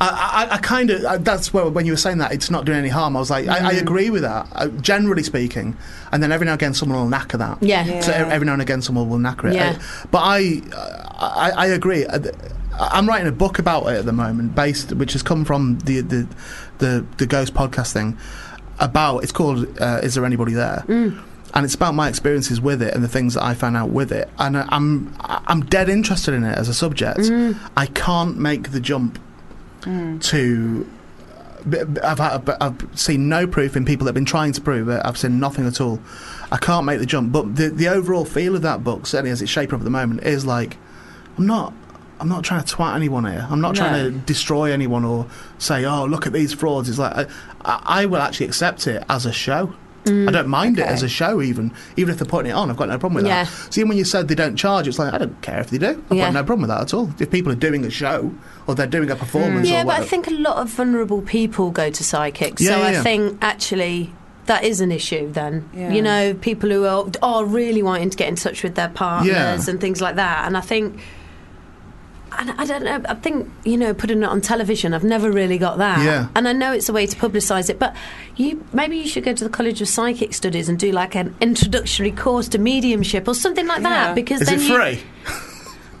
I, I, I kind of that's where when you were saying that it's not doing any harm. I was like, I, I
Mm.
agree with that, uh, generally speaking. And then every now and again, someone will knacker that.
Yeah.
So e-
Yeah.
every now and again, someone will knacker it.
Yeah.
Uh, But I, I, I agree. Uh, th- I'm writing a book about it at the moment, based which has come from the the the, the ghost podcast thing. About it's called uh, "Is there anybody there?" and it's about my experiences with it and the things that I found out with it. And I- I'm I'm dead interested in it as a subject. I can't make the jump to. b- b- I've, had, but I've seen no proof in people that have been trying to prove it. I've seen nothing at all. I can't make the jump. But the the overall feel of that book, certainly as it's shaping up at the moment, is like I'm not. I'm not trying to twat anyone here. I'm not trying to
No.
destroy anyone or say, "Oh, look at these frauds." It's like I, I I will actually accept it as a show. I
Mm,
don't mind it
okay.
as a show, even even if they're putting it on. I've got no problem with
Yeah.
that. See, when you said they don't charge, it's like I don't care if they do. I've
Yeah.
got no problem with that at all. If people are doing a show or they're doing a performance,
Mm. Yeah,
or
but I
whatever-
think a lot of vulnerable people go to psychics.
Yeah,
so
yeah,
I
yeah.
think actually that is an issue then.
Yeah.
You know, people who are, are really wanting to get in touch with their partners
Yeah.
and things like that. And I think. And I don't know. I think you know, putting it on television, I've never really got that.
Yeah.
And I know it's a way to publicise it, but you maybe you should go to the College of Psychic Studies and do like an introductory course to mediumship or something like that.
Yeah.
Because
is
then
it
you-
free?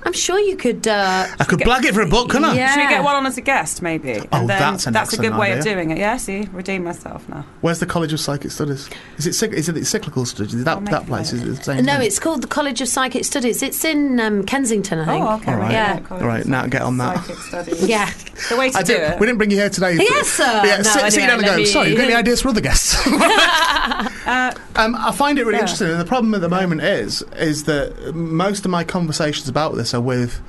I'm sure you could. Uh,
I could blag it for a book, couldn't I?
Yeah.
Should we get one on as a guest, maybe? And
Oh,
then
that's an
a good
excellent
way of
idea.
doing it. Yeah, see, redeem myself now.
Where's the College of Psychic Studies? Is it cyc- is it cyclical studies? Is
I'll
that
make
that
a
place is
note.
it the same.
Oh no,
thing?
it's called the College of Psychic Studies. It's in um, Kensington, I think.
Oh, okay.
All right.
Yeah.
College
All right,
of
now get on that.
Psychic Studies.
Yeah.
The way to
I
do
didn't-
it.
We didn't bring you here today. to-
Yes, sir.
Yeah,
No,
sit, sit
anyway,
down and
let
go.
me-
Sorry, you've got any ideas for other guests? um, I find it really
Yeah.
interesting, and the problem at the moment is is that most of my conversations about this are with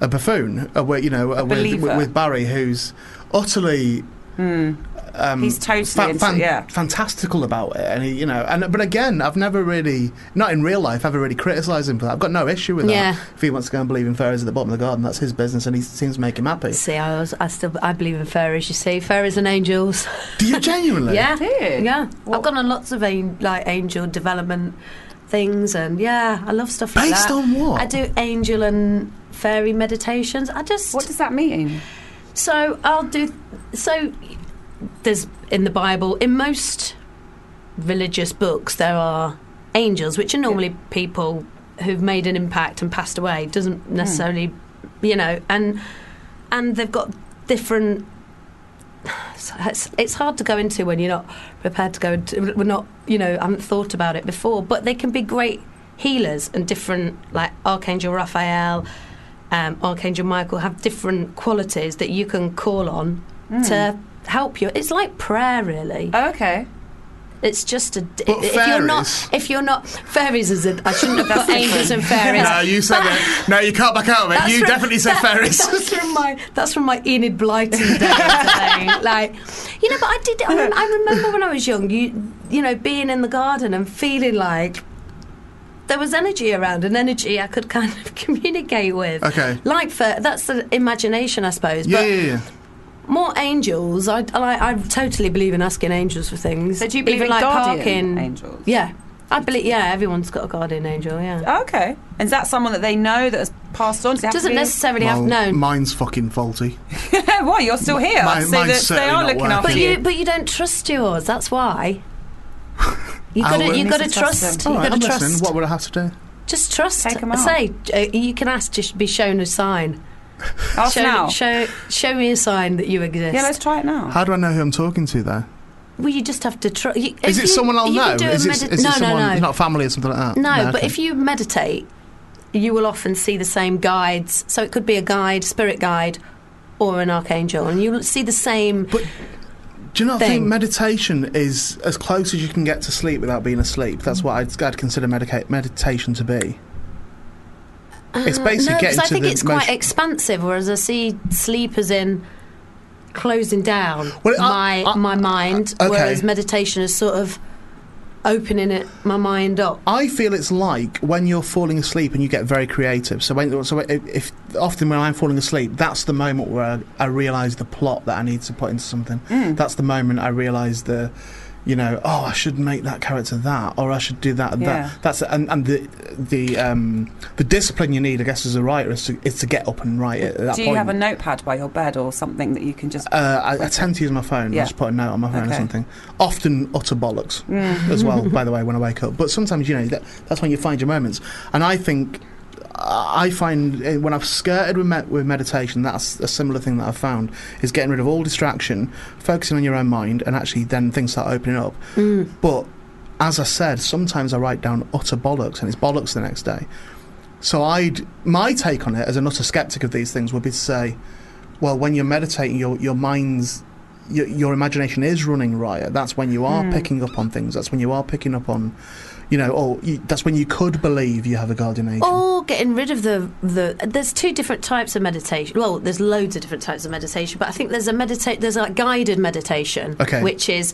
a buffoon, uh, with, you know, uh, with,
believer.
with, with Barry, who's utterly
Hmm.
um,
He's totally into- yeah.
fantastical about it, and he, you know, and but again, I've never really, not in real life, ever really criticised him for that. I've got no issue with
Yeah.
that. If he wants to go and believe in fairies at the bottom of the garden, that's his business, and he seems to make him happy.
See, I, was, I still I believe in fairies. You see, fairies and angels.
Do you genuinely?
yeah,
do?
yeah. I've
What-
gone on lots of an, like angel development things, and yeah, I love stuff like
Based
that.
on what?
I do angel and fairy meditations. I just
What does that mean?
So I'll do. So there's in the Bible, in most religious books, there are angels, which are normally people who've made an impact and passed away doesn't necessarily, you know, and and they've got different. It's, it's hard to go into when you're not prepared to go into. We're not, you know, haven't thought about it before, but they can be great healers and different, like Archangel Raphael, um, Archangel Michael, have different qualities that you can call on to help you. It's like prayer, really.
Oh, okay.
It's just a. d-
But
if you're not,
fairies-
if you're not, fairies is a. I shouldn't have
That's
put angels and fairies.
No, you said it. No, you can't back out of it.
That's
You
from-
definitely said
that-
fairies.
That's from my that's from my Enid Blyton days. I think. like, you know, but I did. I, rem- I remember when I was young, you you know, being in the garden and feeling like there was energy around, an energy I could kind of communicate with.
Okay.
Like for that's the imagination, I suppose.
Yeah,
but
yeah, yeah.
more angels. I, I I totally believe in asking angels for things.
So do you believe
Even
in
like
guardian
parking?
angels?
Yeah, I believe. Yeah, everyone's got a guardian angel. Yeah.
Okay. And is that someone that they know that has passed on? Does it have to
Doesn't
be-
necessarily
Well,
have known.
Mine's fucking faulty.
Why you're still here?
Mine-
so
mine's
that they
certainly
are
not
looking
working.
after
But
Thank
you, but you don't trust yours. That's why. You got to,
Albert
you got to
needs to trust
trust.
them.
You
All right,
got
I'm
to
listening.
trust.
What would I have to do?
Just trust.
Take 'em
I
out.
say uh, you can ask to sh- be shown a sign.
Ask
show,
now.
show, show me a sign that you exist.
Yeah, let's try it now.
How do I know who I'm talking to, though?
well, you just have to trust.
Is it someone I'll
you
know?
can do a
Is it,
medit-
is it
no,
someone
no, no,
not family or something like that?
no. But
okay.
if you meditate, you will often see the same guides. So it could be a guide, spirit guide, or an archangel, and you'll see the same.
Do you not think
thing.
meditation is as close as you can get to sleep without being asleep?
Mm.
That's what I'd, I'd consider medica- meditation to be. it's basically
Uh, no,
getting
because
to
I think
the
it's
most-
quite expansive. Whereas I see sleep as in closing down
Well, I-
my
I-
my mind,
uh, okay.
whereas meditation is sort of opening it my mind up.
I feel it's like when you're falling asleep and you get very creative. So, when, so if, if often when I'm falling asleep, that's the moment where I, I realise the plot that I need to put into something.
Hmm.
That's the moment I realise the, you know, oh, I should make that character that, or I should do that and
Yeah.
that. That's and, and the the um, the discipline you need, I guess, as a writer is to, is to get up and write it. At that
Do you
point.
have a notepad by your bed or something that you can just?
Uh, I, I tend to use my phone.
Yeah.
I just put a note on my phone
Okay. Mm.
or something. Often utter bollocks as well, by the way, when I wake up. But sometimes, you know, that, that's when you find your moments. And I think, I find uh, when I've skirted with, med- with meditation, that's a similar thing that I've found is getting rid of all distraction, focusing on your own mind, and actually then things start opening up.
Mm.
But as I said, sometimes I write down utter bollocks and it's bollocks the next day. So I'd my take on it as an utter skeptic of these things would be to say, well, when you're meditating, your your mind's your, your imagination is running riot. That's when you
Hmm.
are picking up on things. That's when you are picking up on, you know, or you, that's when you could believe you have a guardian angel.
Oh.
Or getting rid of the the. There's two different types of meditation. Well, there's loads of different types of meditation, but I think there's a meditate. There's like guided meditation,
Okay.
which is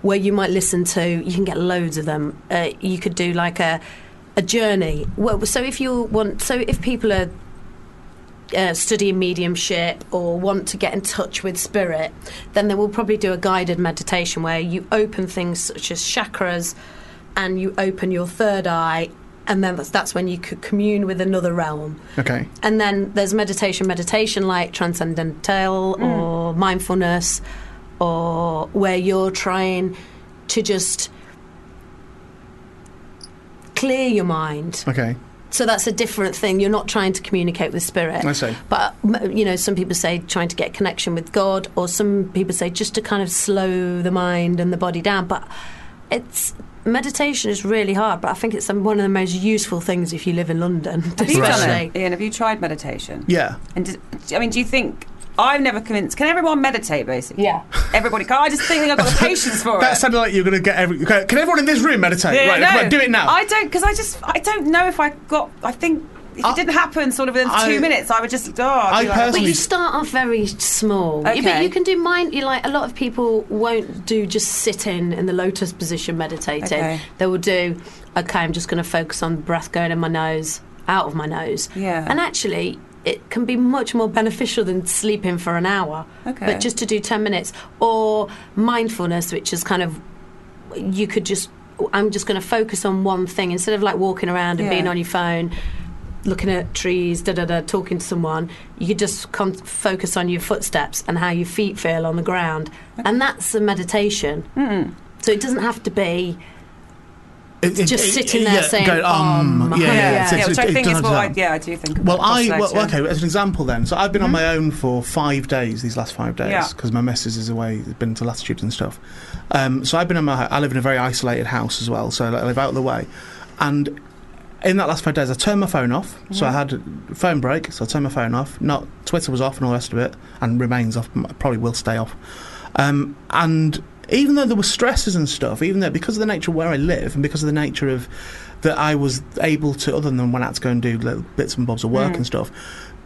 where you might listen to. You can get loads of them. Uh, you could do like a a journey. Well, so if you want, so if people are uh, studying mediumship or want to get in touch with spirit, then they will probably do a guided meditation where you open things such as chakras and you open your third eye, and then that's, that's when you could commune with another realm.
Okay.
And then there's meditation, meditation like transcendental
Hmm.
or mindfulness, or where you're trying to just clear your mind.
Okay.
So that's a different thing. You're not trying to communicate with spirit.
I see.
But m- you know, some people say trying to get connection with God, or some people say just to kind of slow the mind and the body down. But it's meditation is really hard. But I think it's some- one of the most useful things if you live in London.
Have you done
especially.
it, Ian? Have you tried meditation?
Yeah.
And did, I mean, do you think I'm never convinced? Can everyone meditate? Basically,
Yeah.
Everybody can. I just think I've got the patience for
That
it.
sounded like you're going to get every. okay, Can everyone in this room meditate?
Yeah,
right,
no.
come on, do it now.
I don't because I just I don't know if I got. I think if
I-
it didn't happen sort of within
I-
two minutes, I would just. Oh, I'd
I
be like,
But
personally-
you start off very small. You- But
Okay.
you can do mind. You like a lot of people won't do just sitting in the lotus position meditating.
Okay.
They will do. Okay, I'm just going to focus on breath going in my nose, out of my nose.
Yeah.
And actually, it can be much more beneficial than sleeping for an hour.
Okay.
But just to do ten minutes or mindfulness, which is kind of you could just. I'm just going to focus on one thing instead of like walking around and
Yeah.
being on your phone looking at trees, da da da, talking to someone. You could just con- focus on your footsteps and how your feet feel on the ground, and that's a meditation. So it doesn't have to be
It- it-
just
it-
sitting there
yeah,
saying,
going, um,
um,
yeah, yeah,
yeah,
it's- it's-
which I
it- it
think is
turns
what I,
out.
yeah, I do think. of
Well,
that
I
later.
well, okay. As an example, then, so I've been on my own for five days these last five
Yeah.
days because my missus is away, has been to latitudes and stuff. Um, so I've been in my. I live in a very isolated house as well, so I live out of the way, and. In that last five days, I turned my phone off. So I had a phone break. So I turned my phone off. Not Twitter was off and all the rest of it, and remains off. m- Probably will stay off. Um, and even though there were stresses and stuff, even though because of the nature of where I live and because of the nature of that I was able to, other than when I had to go and do little bits and bobs of work
Mm.
and stuff,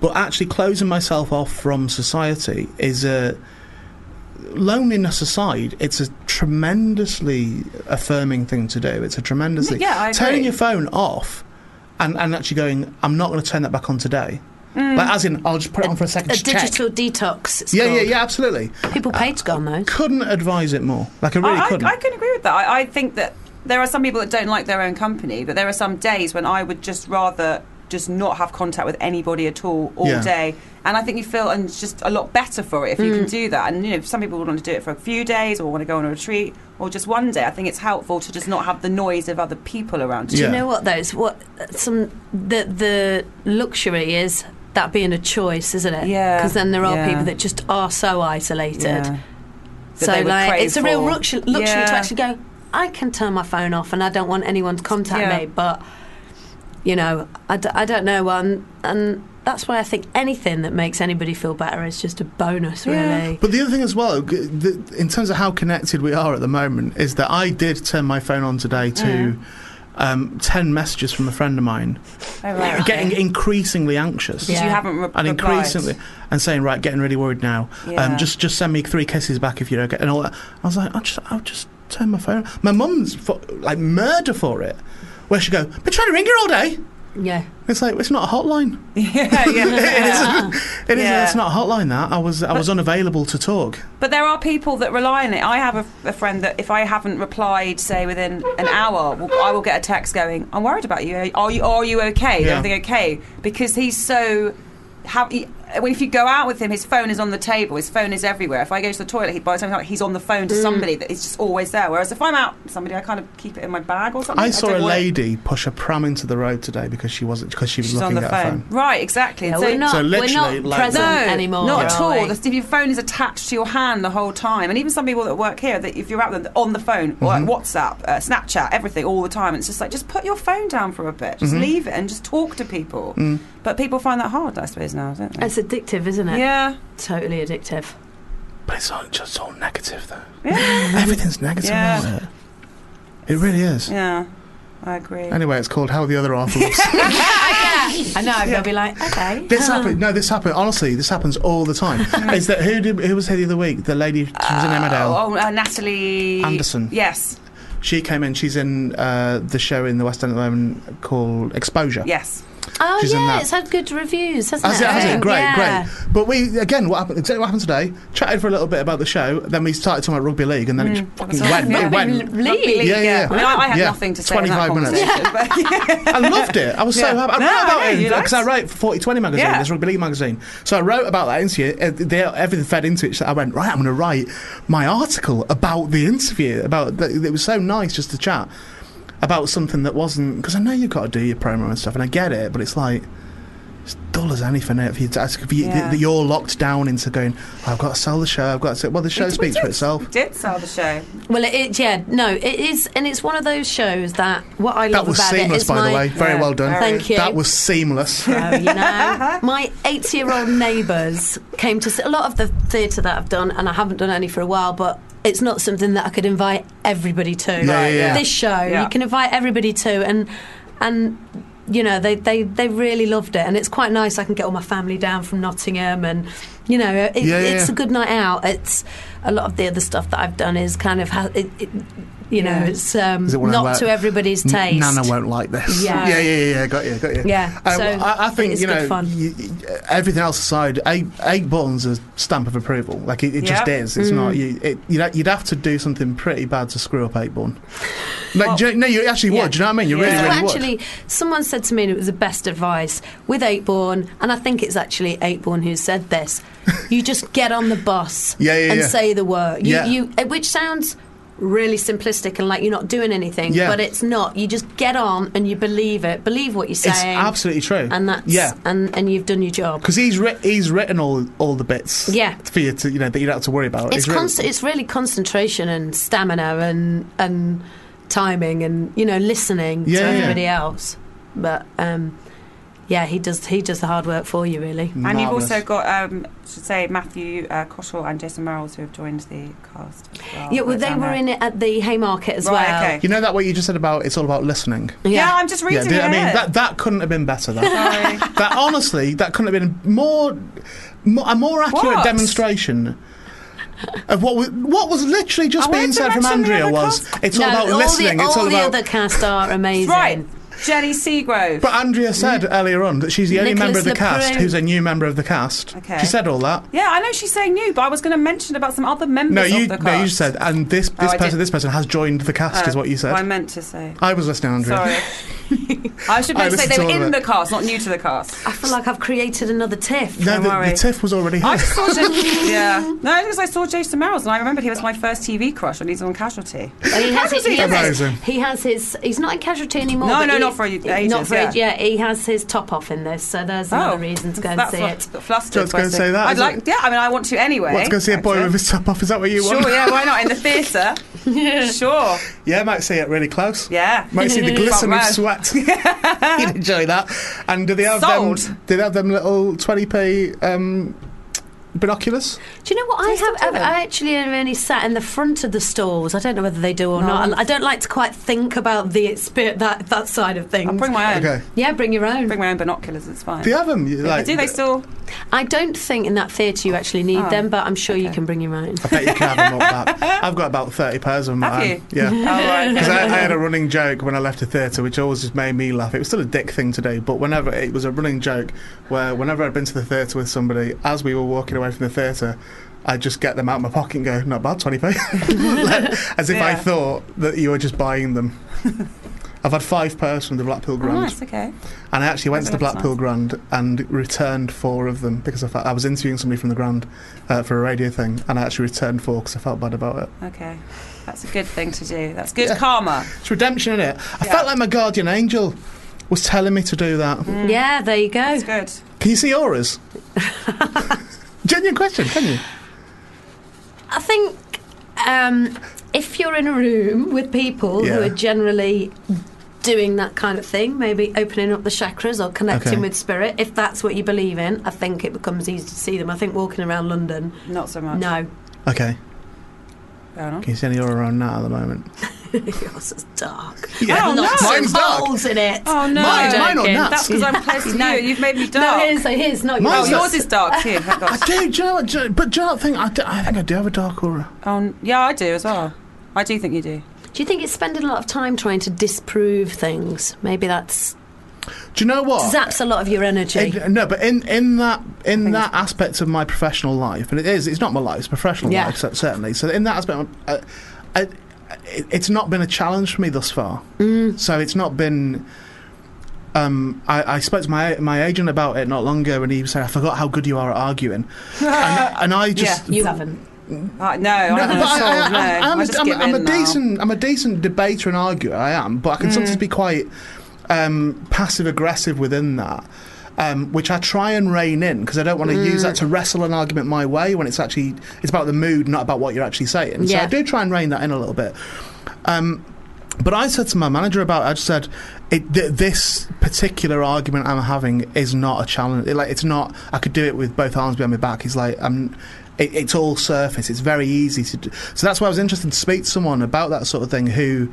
but actually closing myself off from society is a loneliness aside, it's a tremendously affirming thing to do. It's a tremendously
Yeah, I agree.
turning your phone off and, and actually going, I'm not going to turn that back on today.
Mm.
Like, as in, I'll just put it on for a second.
A
to check.
digital detox. it's
Yeah, yeah,
called.
yeah, absolutely.
People pay to go on those.
Couldn't advise it more. Like I really
I,
couldn't.
I, I can agree with that. I, I think that there are some people that don't like their own company, but there are some days when I would just rather just not have contact with anybody at all all
Yeah.
day. And I think you feel and it's just a lot better for it if you can do that. And you know, some people want to do it for a few days or want to go on a retreat or just one day. I think it's helpful to just not have the noise of other people around you.
Yeah.
Do you know what though? It's what some the the luxury is that being a choice, isn't it?
Yeah,
Because then there are
yeah.
people that just are so isolated.
Yeah. That
So
they would
like,
crave
it's a real
for.
luxury, luxury
Yeah.
to actually go. I can turn my phone off, and I don't want anyone to contact
Yeah.
me. But you know, I, d- I don't know, and and that's why I think anything that makes anybody feel better is just a bonus,
Yeah.
really.
but the other thing as well, g- the, in terms of how connected we are at the moment, is that I did turn my phone on today to
Mm.
um, ten messages from a friend of mine,
Oh, right.
getting increasingly anxious.
Because you
Yeah.
haven't re-
And
replied.
increasingly, and saying right, getting really worried now.
Yeah.
Um, just, just send me three kisses back if you don't get, and all that. I was like, I'll just, I'll just turn my phone. My mum's fo- like murder for it, where she go, been trying to ring her all day.
Yeah.
It's like it's not a hotline.
yeah, yeah.
It is.
Yeah.
It's not a hotline. That I was. I was unavailable to talk.
But there are people that rely on it. I have a, a friend that if I haven't replied, say within an hour, w- I will get a text going, "I'm worried about you. Are you are you okay? Is
Yeah.
everything okay?" Because he's so. How, he, when if you go out with him, his phone is on the table. His phone is everywhere. If I go to the toilet, he, by the time I'm out, he's on the phone to
Mm.
somebody that is just always there. Whereas if I'm out with somebody, I kind of keep it in my bag or something.
I saw
don't
a
want it-
lady push a pram into the road today because she wasn't because she was
She's on
looking
the
at her
phone.
phone.
right? Exactly.
Yeah,
So-
we're not,
So
we're
literally,
not
like-
present
no,
anymore.
Not at
are
all.
we?
The, if your phone is attached to your hand the whole time, and even some people that work here, that if you're out with them on the phone, or
Mm-hmm.
like WhatsApp, uh, Snapchat, everything all the time, it's just like just put your phone down for a bit,
Mm-hmm.
just leave it, and just talk to people.
Mm.
But people find that hard, I suppose, now, don't they?
It's addictive, isn't it?
yeah,
Totally addictive.
But it's all, just all negative though.
yeah,
Everything's negative.
Yeah.
Isn't it? it really is.
yeah. I agree.
Anyway, it's called How the Other Half Loves.
I know. They'll be like, okay.
this happened. No, this happened. Honestly, this happens all the time. is that who did? Who was here the other week? The lady who was in Emmerdale.
Oh, uh, oh. Natalie
Anderson.
Yes,
She came in. She's in uh, the show in the West End at the moment called Exposure.
yes.
Oh
She's in
yeah,
that.
it's had good reviews, hasn't
That's
it?
it, that's
Oh,
Yeah.
it. Great,
Yeah.
great. But we again, what happened? Exactly what happened today? Chatted for a little bit about the show, then we started talking about rugby league, and then it just fucking
Hmm. That's all
went.
right.
It went.
Rugby league.
Yeah, yeah.
I, mean, I, I had
Yeah.
nothing to say. in that
25 minutes.
conversation, but-
I loved it. I was so
Yeah.
happy. I
No,
wrote about
I know, you
it because I
liked-
wrote for Forty Twenty magazine,
Yeah.
this rugby league magazine. So I wrote about that interview. uh, They, everything fed into it. So I went right. I'm going to write my article about the interview. About the, it was so nice just to chat about something that wasn't because I know you've got to do your promo and stuff, and I get it, but it's like. It's dull as anything if you, if you
Yeah.
that you're locked down into going. I've got to sell the show. I've got to. Well, the show
We
speaks for
did-
itself.
we Did sell the show.
Well, it, it, yeah, no, it is, and it's one of those shows that what I
That
love
was
about it
seamless,
is
by
my,
the way. Very
Yeah,
well done.
very.
Thank you.
That was seamless.
Oh, you know, my 80 year old neighbours came to see a lot of the theatre that I've done, and I haven't done any for a while, but it's not something that I could invite everybody to.
yeah, Right, yeah.
This show,
Yeah.
you can invite everybody to, and and you know they, they they really loved it, and it's quite nice. I can get all my family down from Nottingham, and you know it,
Yeah, yeah,
it's
yeah.
a good night out. It's a lot of the other stuff that I've done is kind of ha- it, it, you know
Yeah.
it's um,
Is it one of
not
that-
to everybody's
N-
taste.
Nana won't like this.
Yeah.
yeah, yeah, yeah. yeah, Got you, got you.
Yeah,
Uh,
so
I, I think
it's
you
good
know
fun.
y- y- everything else aside, eight, eight buttons is stamp of approval. Like it, it just
Yeah.
is. It's not you. It, you'd, ha- you'd have to do something pretty bad to screw up eight button. Like do you, no, you actually
yeah.
would. Do you know what I mean? You
Yeah.
really,
So
really would.
actually, someone said to me, and it was the best advice with Eightborn, and I think it's actually Eightborn who said this. you just get on the bus
Yeah, yeah,
and
yeah.
say the word. You,
Yeah.
you, uh, which sounds really simplistic and like you're not doing anything,
Yeah.
but it's not. You just get on and you believe it, believe what you're saying.
It's absolutely true.
and that's
yeah.
and and you've done your job.
Because he's writ he's written all all the bits.
Yeah.
For you to you know that you don't have to worry about.
It's
written-
const- it's really concentration and stamina and and timing and you know listening
Yeah,
to
yeah.
everybody else. But um, yeah, he does he does the hard work for you really.
And you've
Marvellous.
also got, um, I should say, Matthew uh, Cottrell and Jason Merrills who have joined the cast. As well,
Yeah, well
Right
they
down
were
there.
in it at the Haymarket as
Right,
well.
okay.
You know that way you just said about it's all about listening.
Yeah, I'm just reading
did-
it.
I mean
here.
that that couldn't have been better. That
Sorry.
that honestly that couldn't have been more, more a more accurate
What?
demonstration. Of what was, what was literally just
I
being
wanted to
said from
mention the
Andrea
other
was
cast-
it's
No,
all about
all
listening.
the, all
it's all
the
about
other cast are amazing.
right, Jenny Seagrove.
But Andrea
Mm.
said earlier on that she's the only
Nicholas
member of the cast
Lepreux.
who's a new member of the cast.
Okay.
She said all that.
yeah, I know she's saying new, but I was going to mention about some other members
No,
of
you
the cast.
no, you just said, and this
Oh,
this
I
person,
did.
this person has joined the cast,
Oh,
is what you said.
I meant to say.
I was listening, Andrea.
Sorry. I should
I
meant to say
listened
they
to
were
all of
in
it.
the cast, not new to the cast.
I feel like I've created another tiff.
No,
Don't
the,
worry.
the tiff was already
I
here.
just saw Jason, yeah. No, because I saw Jason Merrills and I remembered he was my first TV crush and he's on Casualty.
He has, his, he, has
Amazing.
his, he has his. He's not in casualty anymore.
No,
but
no,
he-
not for ages,
Not for
yeah. Oh,
age- yeah, he has his top off in this, so there's another reason to go and
that's
see
what-
it.
got Flustered.
Just go and
by
say
seeing-
that,
I'd
is
like.
it?
Yeah, I mean, I want to anyway.
Let's go see a boy
Actually.
with his top off. Is that what you want?
Sure, yeah, why not? In the theatre. Sure,
Yeah, might see it really close.
yeah.
Might see the glisten of
Front row.
sweat. You'd enjoy that. And do they have them?
Sold.
Do they have them little twenty p um, binoculars?
Do you know what? I
Tasty
have. I've,
dinner.
I actually have only sat in the front of the stalls. I don't know whether they do or not. and I don't like to quite think about the exper- that that side of things.
I'll bring my own.
Okay,
yeah, bring your own.
Bring my own binoculars. It's fine.
do you have them? You,
But
Like,
do they still?
I don't think in that theatre you actually need
Oh,
them, but I'm sure you
okay.
can bring your own.
I bet you can have them all back. I've got about thirty pairs of them. at
Have
home.
you?
Yeah.
Oh, right, okay.
Because I, I had a running joke when I left the theatre, which always just made me laugh. It was still a dick thing to do, but whenever it was a running joke, where whenever I'd been to the theatre with somebody, as we were walking away from the theatre, I'd just get them out of my pocket and go, "Not bad, twenty p," Like, as if I
Yeah.
thought that you were just buying them. I've had five pairs from the Blackpool
Oh,
Grand,
nice. Okay.
and I actually went to the
That's
Blackpool
nice.
Grand and returned four of them because I, felt, I was interviewing somebody from the Grand uh, for a radio thing, and I actually returned four because I felt bad about it.
Okay. That's a good thing to do. That's good
Yeah.
karma.
It's redemption, innit? I
Yeah.
felt like my guardian angel was telling me to do that.
Yeah, there you go.
It's Mm. good.
Can you see auras? Genuine question, can you?
I think um, if you're in a room with people
Yeah.
who are generally doing that kind of thing, maybe opening up the chakras or connecting
Okay.
with spirit, if that's what you believe in, I think it becomes easy to see them. I think walking around London,
Not so much.
no,
Okay.
Fair enough.
Can you see any aura around now at the moment?
yours is dark.
Yeah.
Oh, no.
Lots
Mine's
of
dark.
holes in it.
Oh no!
Mine- mine or nuts?
That's because I'm close to you. You've made me dark.
No, his, his, not
Mine's
oh,
yours.
not-
yours is dark too. Thank
I
God.
do, do you know what, do you- but do you know what I think? I, do- I think I do have a dark aura.
Oh, n- yeah, I do as well. I do think you do.
Do you think it's spending a lot of time trying to disprove things? Maybe that's
Do you know what?
zaps a lot of your energy.
In- no, but in, in that in
think
that aspect of my professional life, and it is it's not my life, it's professional
Yeah.
life cer- certainly. So in that aspect, uh, I, it, it's not been a challenge for me thus far. So it's not been. Um, I, I spoke to my my agent about it not long ago, and he said, "I forgot how good you are at arguing," and, and I just.
you haven't.
Uh, no, I
No,
don't
but
at all.
I- I-
no,
I- I'm
I
a-
just uh,
I'm a-
give
I'm a
in now.
decent I'm a decent debater and arguer. I am, but I can
Mm.
sometimes be quite um, passive aggressive within that. Um, which I try and rein in because I don't want to use
Mm.
that to wrestle an argument my way when it's actually it's about the mood, not about what you're actually saying. So I
Yeah.
do try and rein that in a little bit. Um, but I said to my manager about it, I just said, it, th- this particular argument I'm having is not a challenge. It, like, it's not, I could do it with both arms behind my back. He's like, I'm, it, it's all surface. It's very easy to do. So that's why I was interested to speak to someone about that sort of thing who,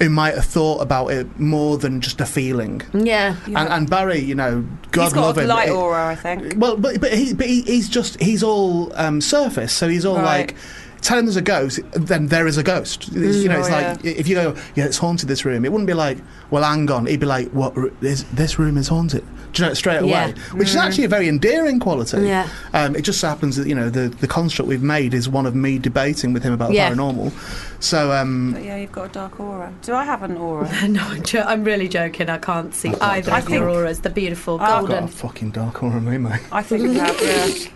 who might have thought about it more than just a feeling.
Yeah.
And, and Barry, you know, God eh?
He's got
love
a
him.
light
it-
aura, I think.
well, but but, he, but he, he's just he's all um, surface, so he's all
Right.
like. Tell him there's a ghost, then there is a ghost. It's- you know, it's
Oh,
like if you go, yeah, it's haunted this room. It wouldn't be like, well, hang on. He'd be like, what? ru- This, this room is haunted. Do you know it straight away?
Yeah.
Which is actually a very endearing quality.
Yeah.
Um, it just so happens that you know the, the construct we've made is one of me debating with him about the
Yeah.
paranormal. So um,
But yeah, you've got a dark aura. Do I have an aura?
No, I'm, jo- I'm really joking. I can't see either
I
of your
think-
auras. They're beautiful,
I've
I've got
golden.
a fucking dark aura, me, mate.
I think you have. Yeah.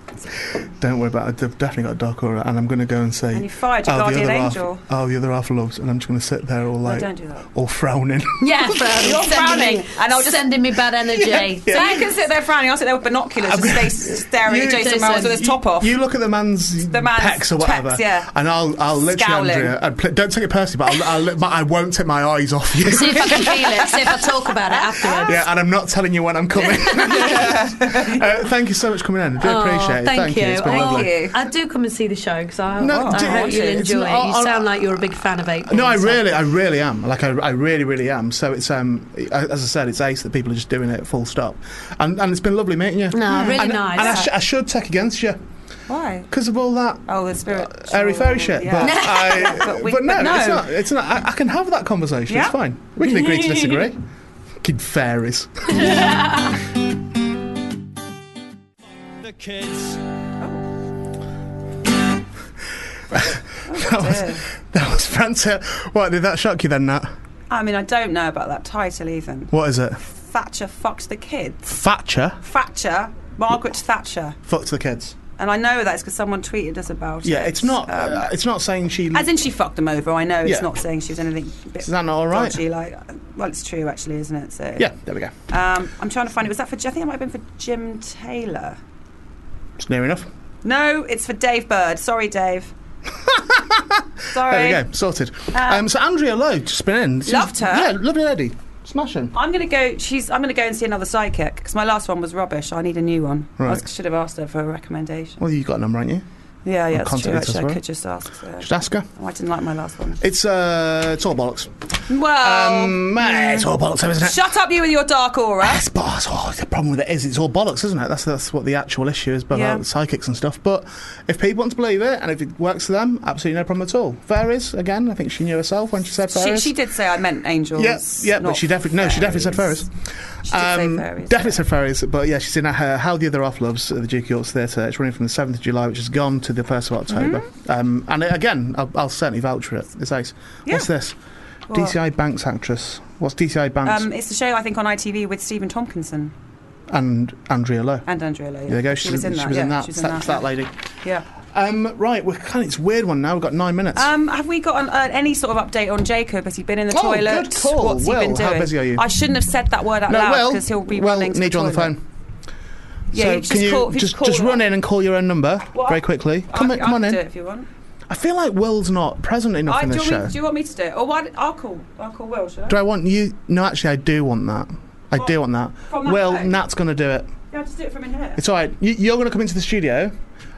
Don't worry about it. I've definitely got a dark aura, and I'm going to go and say.
And you fired your
"Oh, the
guardian
other half-
angel."
oh, the other half loves, and I'm just going to sit there all
Well,
like,
don't do that.
all frowning.
Yeah,
You're
sending
frowning,
me,
and I'll just-
sending me bad energy.
So you can sit there frowning. I'll sit there with binoculars and stay staring at Jason Mowers with his top off.
You look at the man's,
The man's
pecs or whatever,
pecs, yeah.
and I'll I'll literally
Scowling.
Andrea. And pl- don't take it personally, but I'll, I'll, I won't take my eyes off you.
See if I can feel it. See if I talk about it afterwards.
Yeah, and I'm not telling you when I'm coming. uh, thank you so much for coming in. I do
Oh,
appreciate it. Thank, you. It's been
Oh,
lovely.
I do come and see the show because I,
No,
I
do-
hope you
it's
enjoy
not-
it. You
I'll-
sound like you're a big fan of April.
No, I
so-
really, I really am. Like, I, I really, really am. So it's um, I- as I said, it's ace that people are just doing it full stop, and and it's been lovely meeting you.
No, really
and,
nice.
And I, sh- I should take against you
Why?
because of all that
Oh, the spirit.
airy fairy shit.
Yeah.
But, I,
But
but,
we-
no,
but no.
it's not. It's not. I, I can have that conversation.
Yeah.
It's fine. We can agree to disagree. Kid fairies.
The kids.
Oh.
Oh,
that was that was Franta. What did that shock you then, Nat?
I mean, I don't know about that title even.
What is it?
Thatcher fucked the kids.
Thatcher
Thatcher, Margaret Thatcher.
fucked the kids.
And I know that's because someone tweeted us about it.
Yeah, it's not.
Um,
uh, it's not saying she.
As in, she fucked them over. I know it's
Yeah.
not saying she was anything. a Bit
Is that not all right?
Dodgy, like, well, it's true actually, isn't it? So
Yeah, there we go.
Um, I'm trying to find it. Was that for? I think it might have been for Jim Taylor.
It's near enough.
No, it's for Dave Bird. Sorry, Dave. Sorry. Ah.
There we go. Sorted. um, so Andrea Lowe just been in. She's-
Loved her.
Yeah, lovely lady. Smashing.
I'm gonna go. She's. I'm gonna go and see another psychic because my last one was rubbish. I need a new one. I
Right.
was- should have asked her for a recommendation.
Well, you got a number, haven't you?
Yeah, yeah,
I'll
that's true.
contact
Actually,
her as
I
well.
could just ask. Her.
Just ask her.
Oh, I didn't like my last one.
It's uh, it's all bollocks.
Well,
Um, mate, it's all bollocks, isn't it?
Oh. shut up, you with your dark aura.
It's bollocks. Oh, the problem with it is it's all bollocks, isn't it? That's that's what the actual issue is about
Yeah.
psychics and stuff. But if people want to believe it and if it works for them, absolutely no problem at all. Fairies again. I think she knew herself when she said
She,
fairies.
she did say I meant angels.
Yeah, yeah, but
not
she definitely no, she definitely said fairies.
She did say fairies.
Um, Definitely said fairies, but yeah, she's in her How the Other Off Loves at the Duke of York's Theatre. It's running from the 7th of July, which is gone, to the 1st of October.
Mm-hmm.
Um, and it- again, I'll, I'll certainly vouch for it. It's ace. What's this?
What?
DCI Banks actress. What's DCI Banks?
Um, it's the show I think on ITV with Stephen Tompkinson
and Andrea Lowe.
and Andrea Lowe. yeah.
There you go.
uh, She
She's,
was in
she
that.
was
yeah,
in that.
She was in
That's that,
that.
lady.
yeah.
Um, right, we're kind of, it's a weird one now. We've got nine minutes.
Um, have we got an, uh, any sort of update on Jacob? Has he been in the
Oh,
toilet?
good call.
What's
Will,
he been doing?
how busy are you?
I shouldn't have said that word out
no,
loud
well,
because he'll be
well,
running to
need
the
you on the
toilet.
phone.
Yeah,
so
you
can
just
you
call- if you
just,
just call
just
up.
run in and call your own number
Well,
very
I-
quickly? Come
I,
in, come
I
on
can
in.
Do it if you want.
I feel like Will's not present enough
I,
in
do,
this
you want
show.
me, do you want me to do it? Or why, don't- I'll call. I'll call Will. Should I?
Do I want you? No, actually, I do want that. I do want that.
From that
well,
phone?
Nat's going to do it.
yeah, I'll just do it from in here.
It's all right. You, you're going to come into the studio,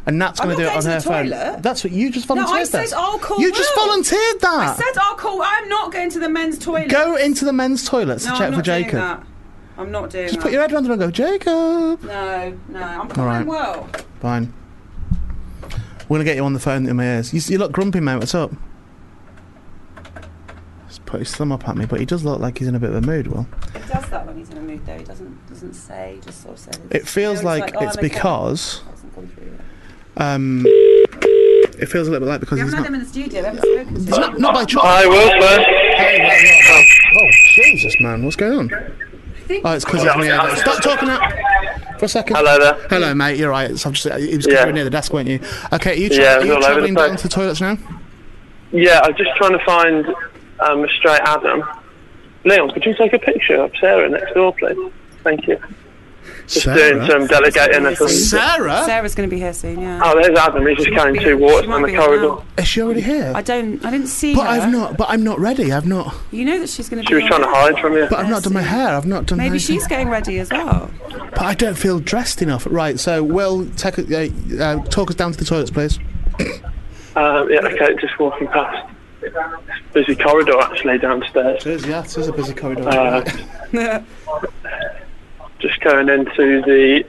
and Nat's
I'm
going to do
not
it on
going
her
to the
phone.
toilet.
That's what you just
No,
volunteered.
I said
this.
I'll call
You just
Will.
volunteered
I
that.
said I'll call. I'm not going to the men's toilet.
Go into the men's toilet to
no,
check
I'm not
for Jacob.
Doing that. I'm not doing
Just
that.
put your head around the door and go, Jacob.
no, no. I'm
right.
calling Will.
Fine. We're going to get you on the phone in my ears. You, s- you look grumpy, mate. What's up? Just put his thumb up at me, but he does look like he's in a bit of a mood, Will.
He does that when he's in a mood, though. He doesn't doesn't say. He just sort of says.
It feels
You know,
like,
oh,
it's
I'm okay.
because.
Hasn't gone through yet.
Um, it feels a little bit like because
We
he's
haven't had
not.
them in the studio. We haven't spoken to
It's
them.
not, not by choice.
Hi, Will, sir.
Oh, Jesus, man, what's going on? Oh, it's because he's near the Stop talking out for a second.
Hello there.
Hello, mate. You're right. So I'm just, it was 'cause
Yeah.
you were near the desk, weren't you? Okay, are you, tra-
Yeah,
are
it's
you
all over the
travelling
place.
down to the toilets now?
Yeah, I'm just trying to find um, a straight Adam. Leon, could you take a picture of Sarah next door, please? Thank you. Just doing some delegating or something.
Sarah?
Sarah's going to be here soon. Yeah.
Oh, there's Adam. He's just carrying two waters
She might
down the
be on
corridor.
now.
Is she already here?
I don't. I didn't see
but
her.
I've not. But I'm not ready. I've not.
You know that she's going to.
She was trying to hide from you.
But I've not done my hair. I've not done.
Maybe
anything.
she's getting ready as well.
But I don't feel dressed enough. Right. So, Will, take a, uh, uh, talk us down to the toilets, please.
Um, yeah, okay, just walking past. Busy corridor, actually, downstairs.
It is. Yeah, it is a busy corridor.
Uh, just going into the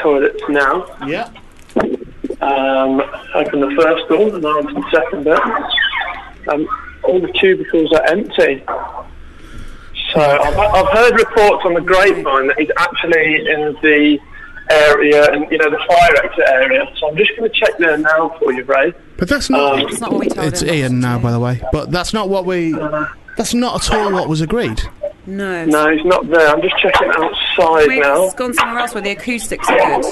toilets now.
yeah.
Um, open the first door and on to the second bit. Um, all the cubicles are empty. So I've, I've heard reports on the grapevine that he's actually in the area and you know the fire exit area. So I'm just going to check there now for you, Ray.
But that's not.
Um,
It's not what we told
It's
him.
Ian now, by the way. But that's not what we. That's not at all what was agreed.
No.
No, he's not there. I'm just checking outside
We've
now.
gone somewhere else where the acoustics are good.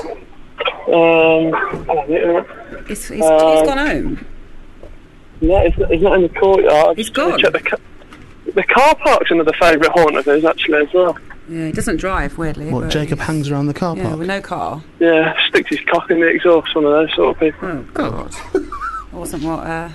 Um,
he's, he's,
Um,
he's gone home.
No, he's not, he's not in the courtyard. He's
gone.
Check the, ca- the car park's another favourite haunt of his, actually, as well.
Yeah, he doesn't drive, weirdly.
What,
but-
Jacob hangs around the car
Yeah,
park?
with no car.
Yeah, sticks his cock in the exhaust, one of those sort of people.
Oh, God. Wasn't what. Uh,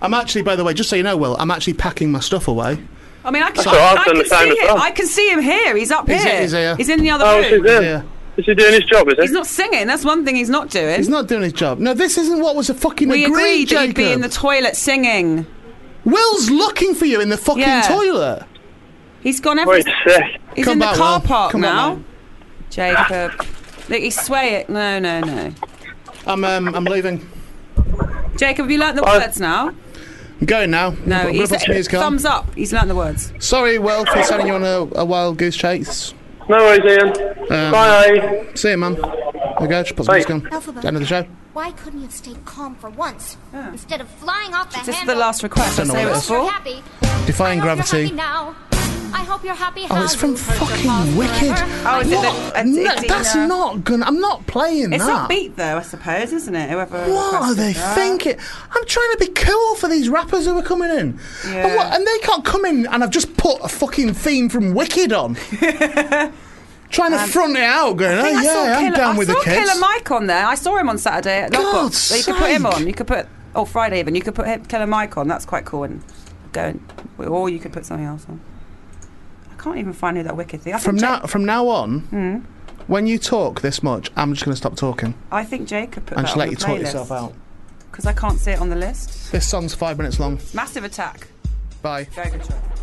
I'm actually, by the way, just so you know, Will, I'm actually packing my stuff away.
I mean, I can,
That's all right, I've
I
done
can
the same
see
as
him.
well.
I can see him here. He's up
He's
here.
here, he's here.
in the other
Oh,
room.
is he there? Is he doing his job, is he?
He's not singing. That's one thing he's not doing.
He's not doing his job. No, this isn't what was a fucking
we
agreed,
agreed that he'd be in the
Jacob.
toilet singing.
Will's looking for you in the fucking
Yeah.
toilet.
He's gone every. He's
Come
in the
back,
car
Will.
park
Come back,
now. Jacob. Look, he's swaying. No, no, no.
I'm um, I'm leaving.
Jacob, have you learnt the
I-
words now?
I'm going now. I'm
No,
gonna
he's
put some music on.
thumbs up. He's learnt the words.
Sorry, Will, for sending you on a, a wild goose chase.
No worries, Ian.
Um,
Bye.
See you, man. There you go. Just put some
Bye.
music on.
Alphabet.
End of the show.
Why couldn't you stay calm for once instead of flying off the
This is
handle?
the last request.
Don't know
Say
what it
what's
is.
for.
Happy.
Defying
Happy
gravity.
now. I hope you're happy.
Oh, it's from fucking Wicked.
Oh, is it the-
What?
a-
No,
it's in,
that's
uh,
not gonna. I'm not playing
It's
that.
upbeat though, I suppose, isn't it? Whoever.
What are
requested
they
that.
thinking? I'm trying to be cool for these rappers who are coming in.
Yeah.
And, what, and they can't come in and I've just put a fucking theme from Wicked on. trying to front it out, going,
Um,
oh,
I think I
yeah,
saw
I'm
Killer,
down
I
with
saw
the kids.
Killer Mike on there. I saw him on Saturday at Lockbox.
God's
So you could put him
sake.
on. You could put oh Friday even. You could put him, Killer Mike on. That's quite cool. And go and, or you could put something else on. I can't even find who that wicked thing. I
from,
think
now, from now on,
Mm.
when you talk this much, I'm just going to stop talking
I think Jacob put
and
that
just
on
let
the
you talk yourself out.
because I can't see it on the list.
This song's five minutes long.
Massive attack.
Bye.
Very good choice.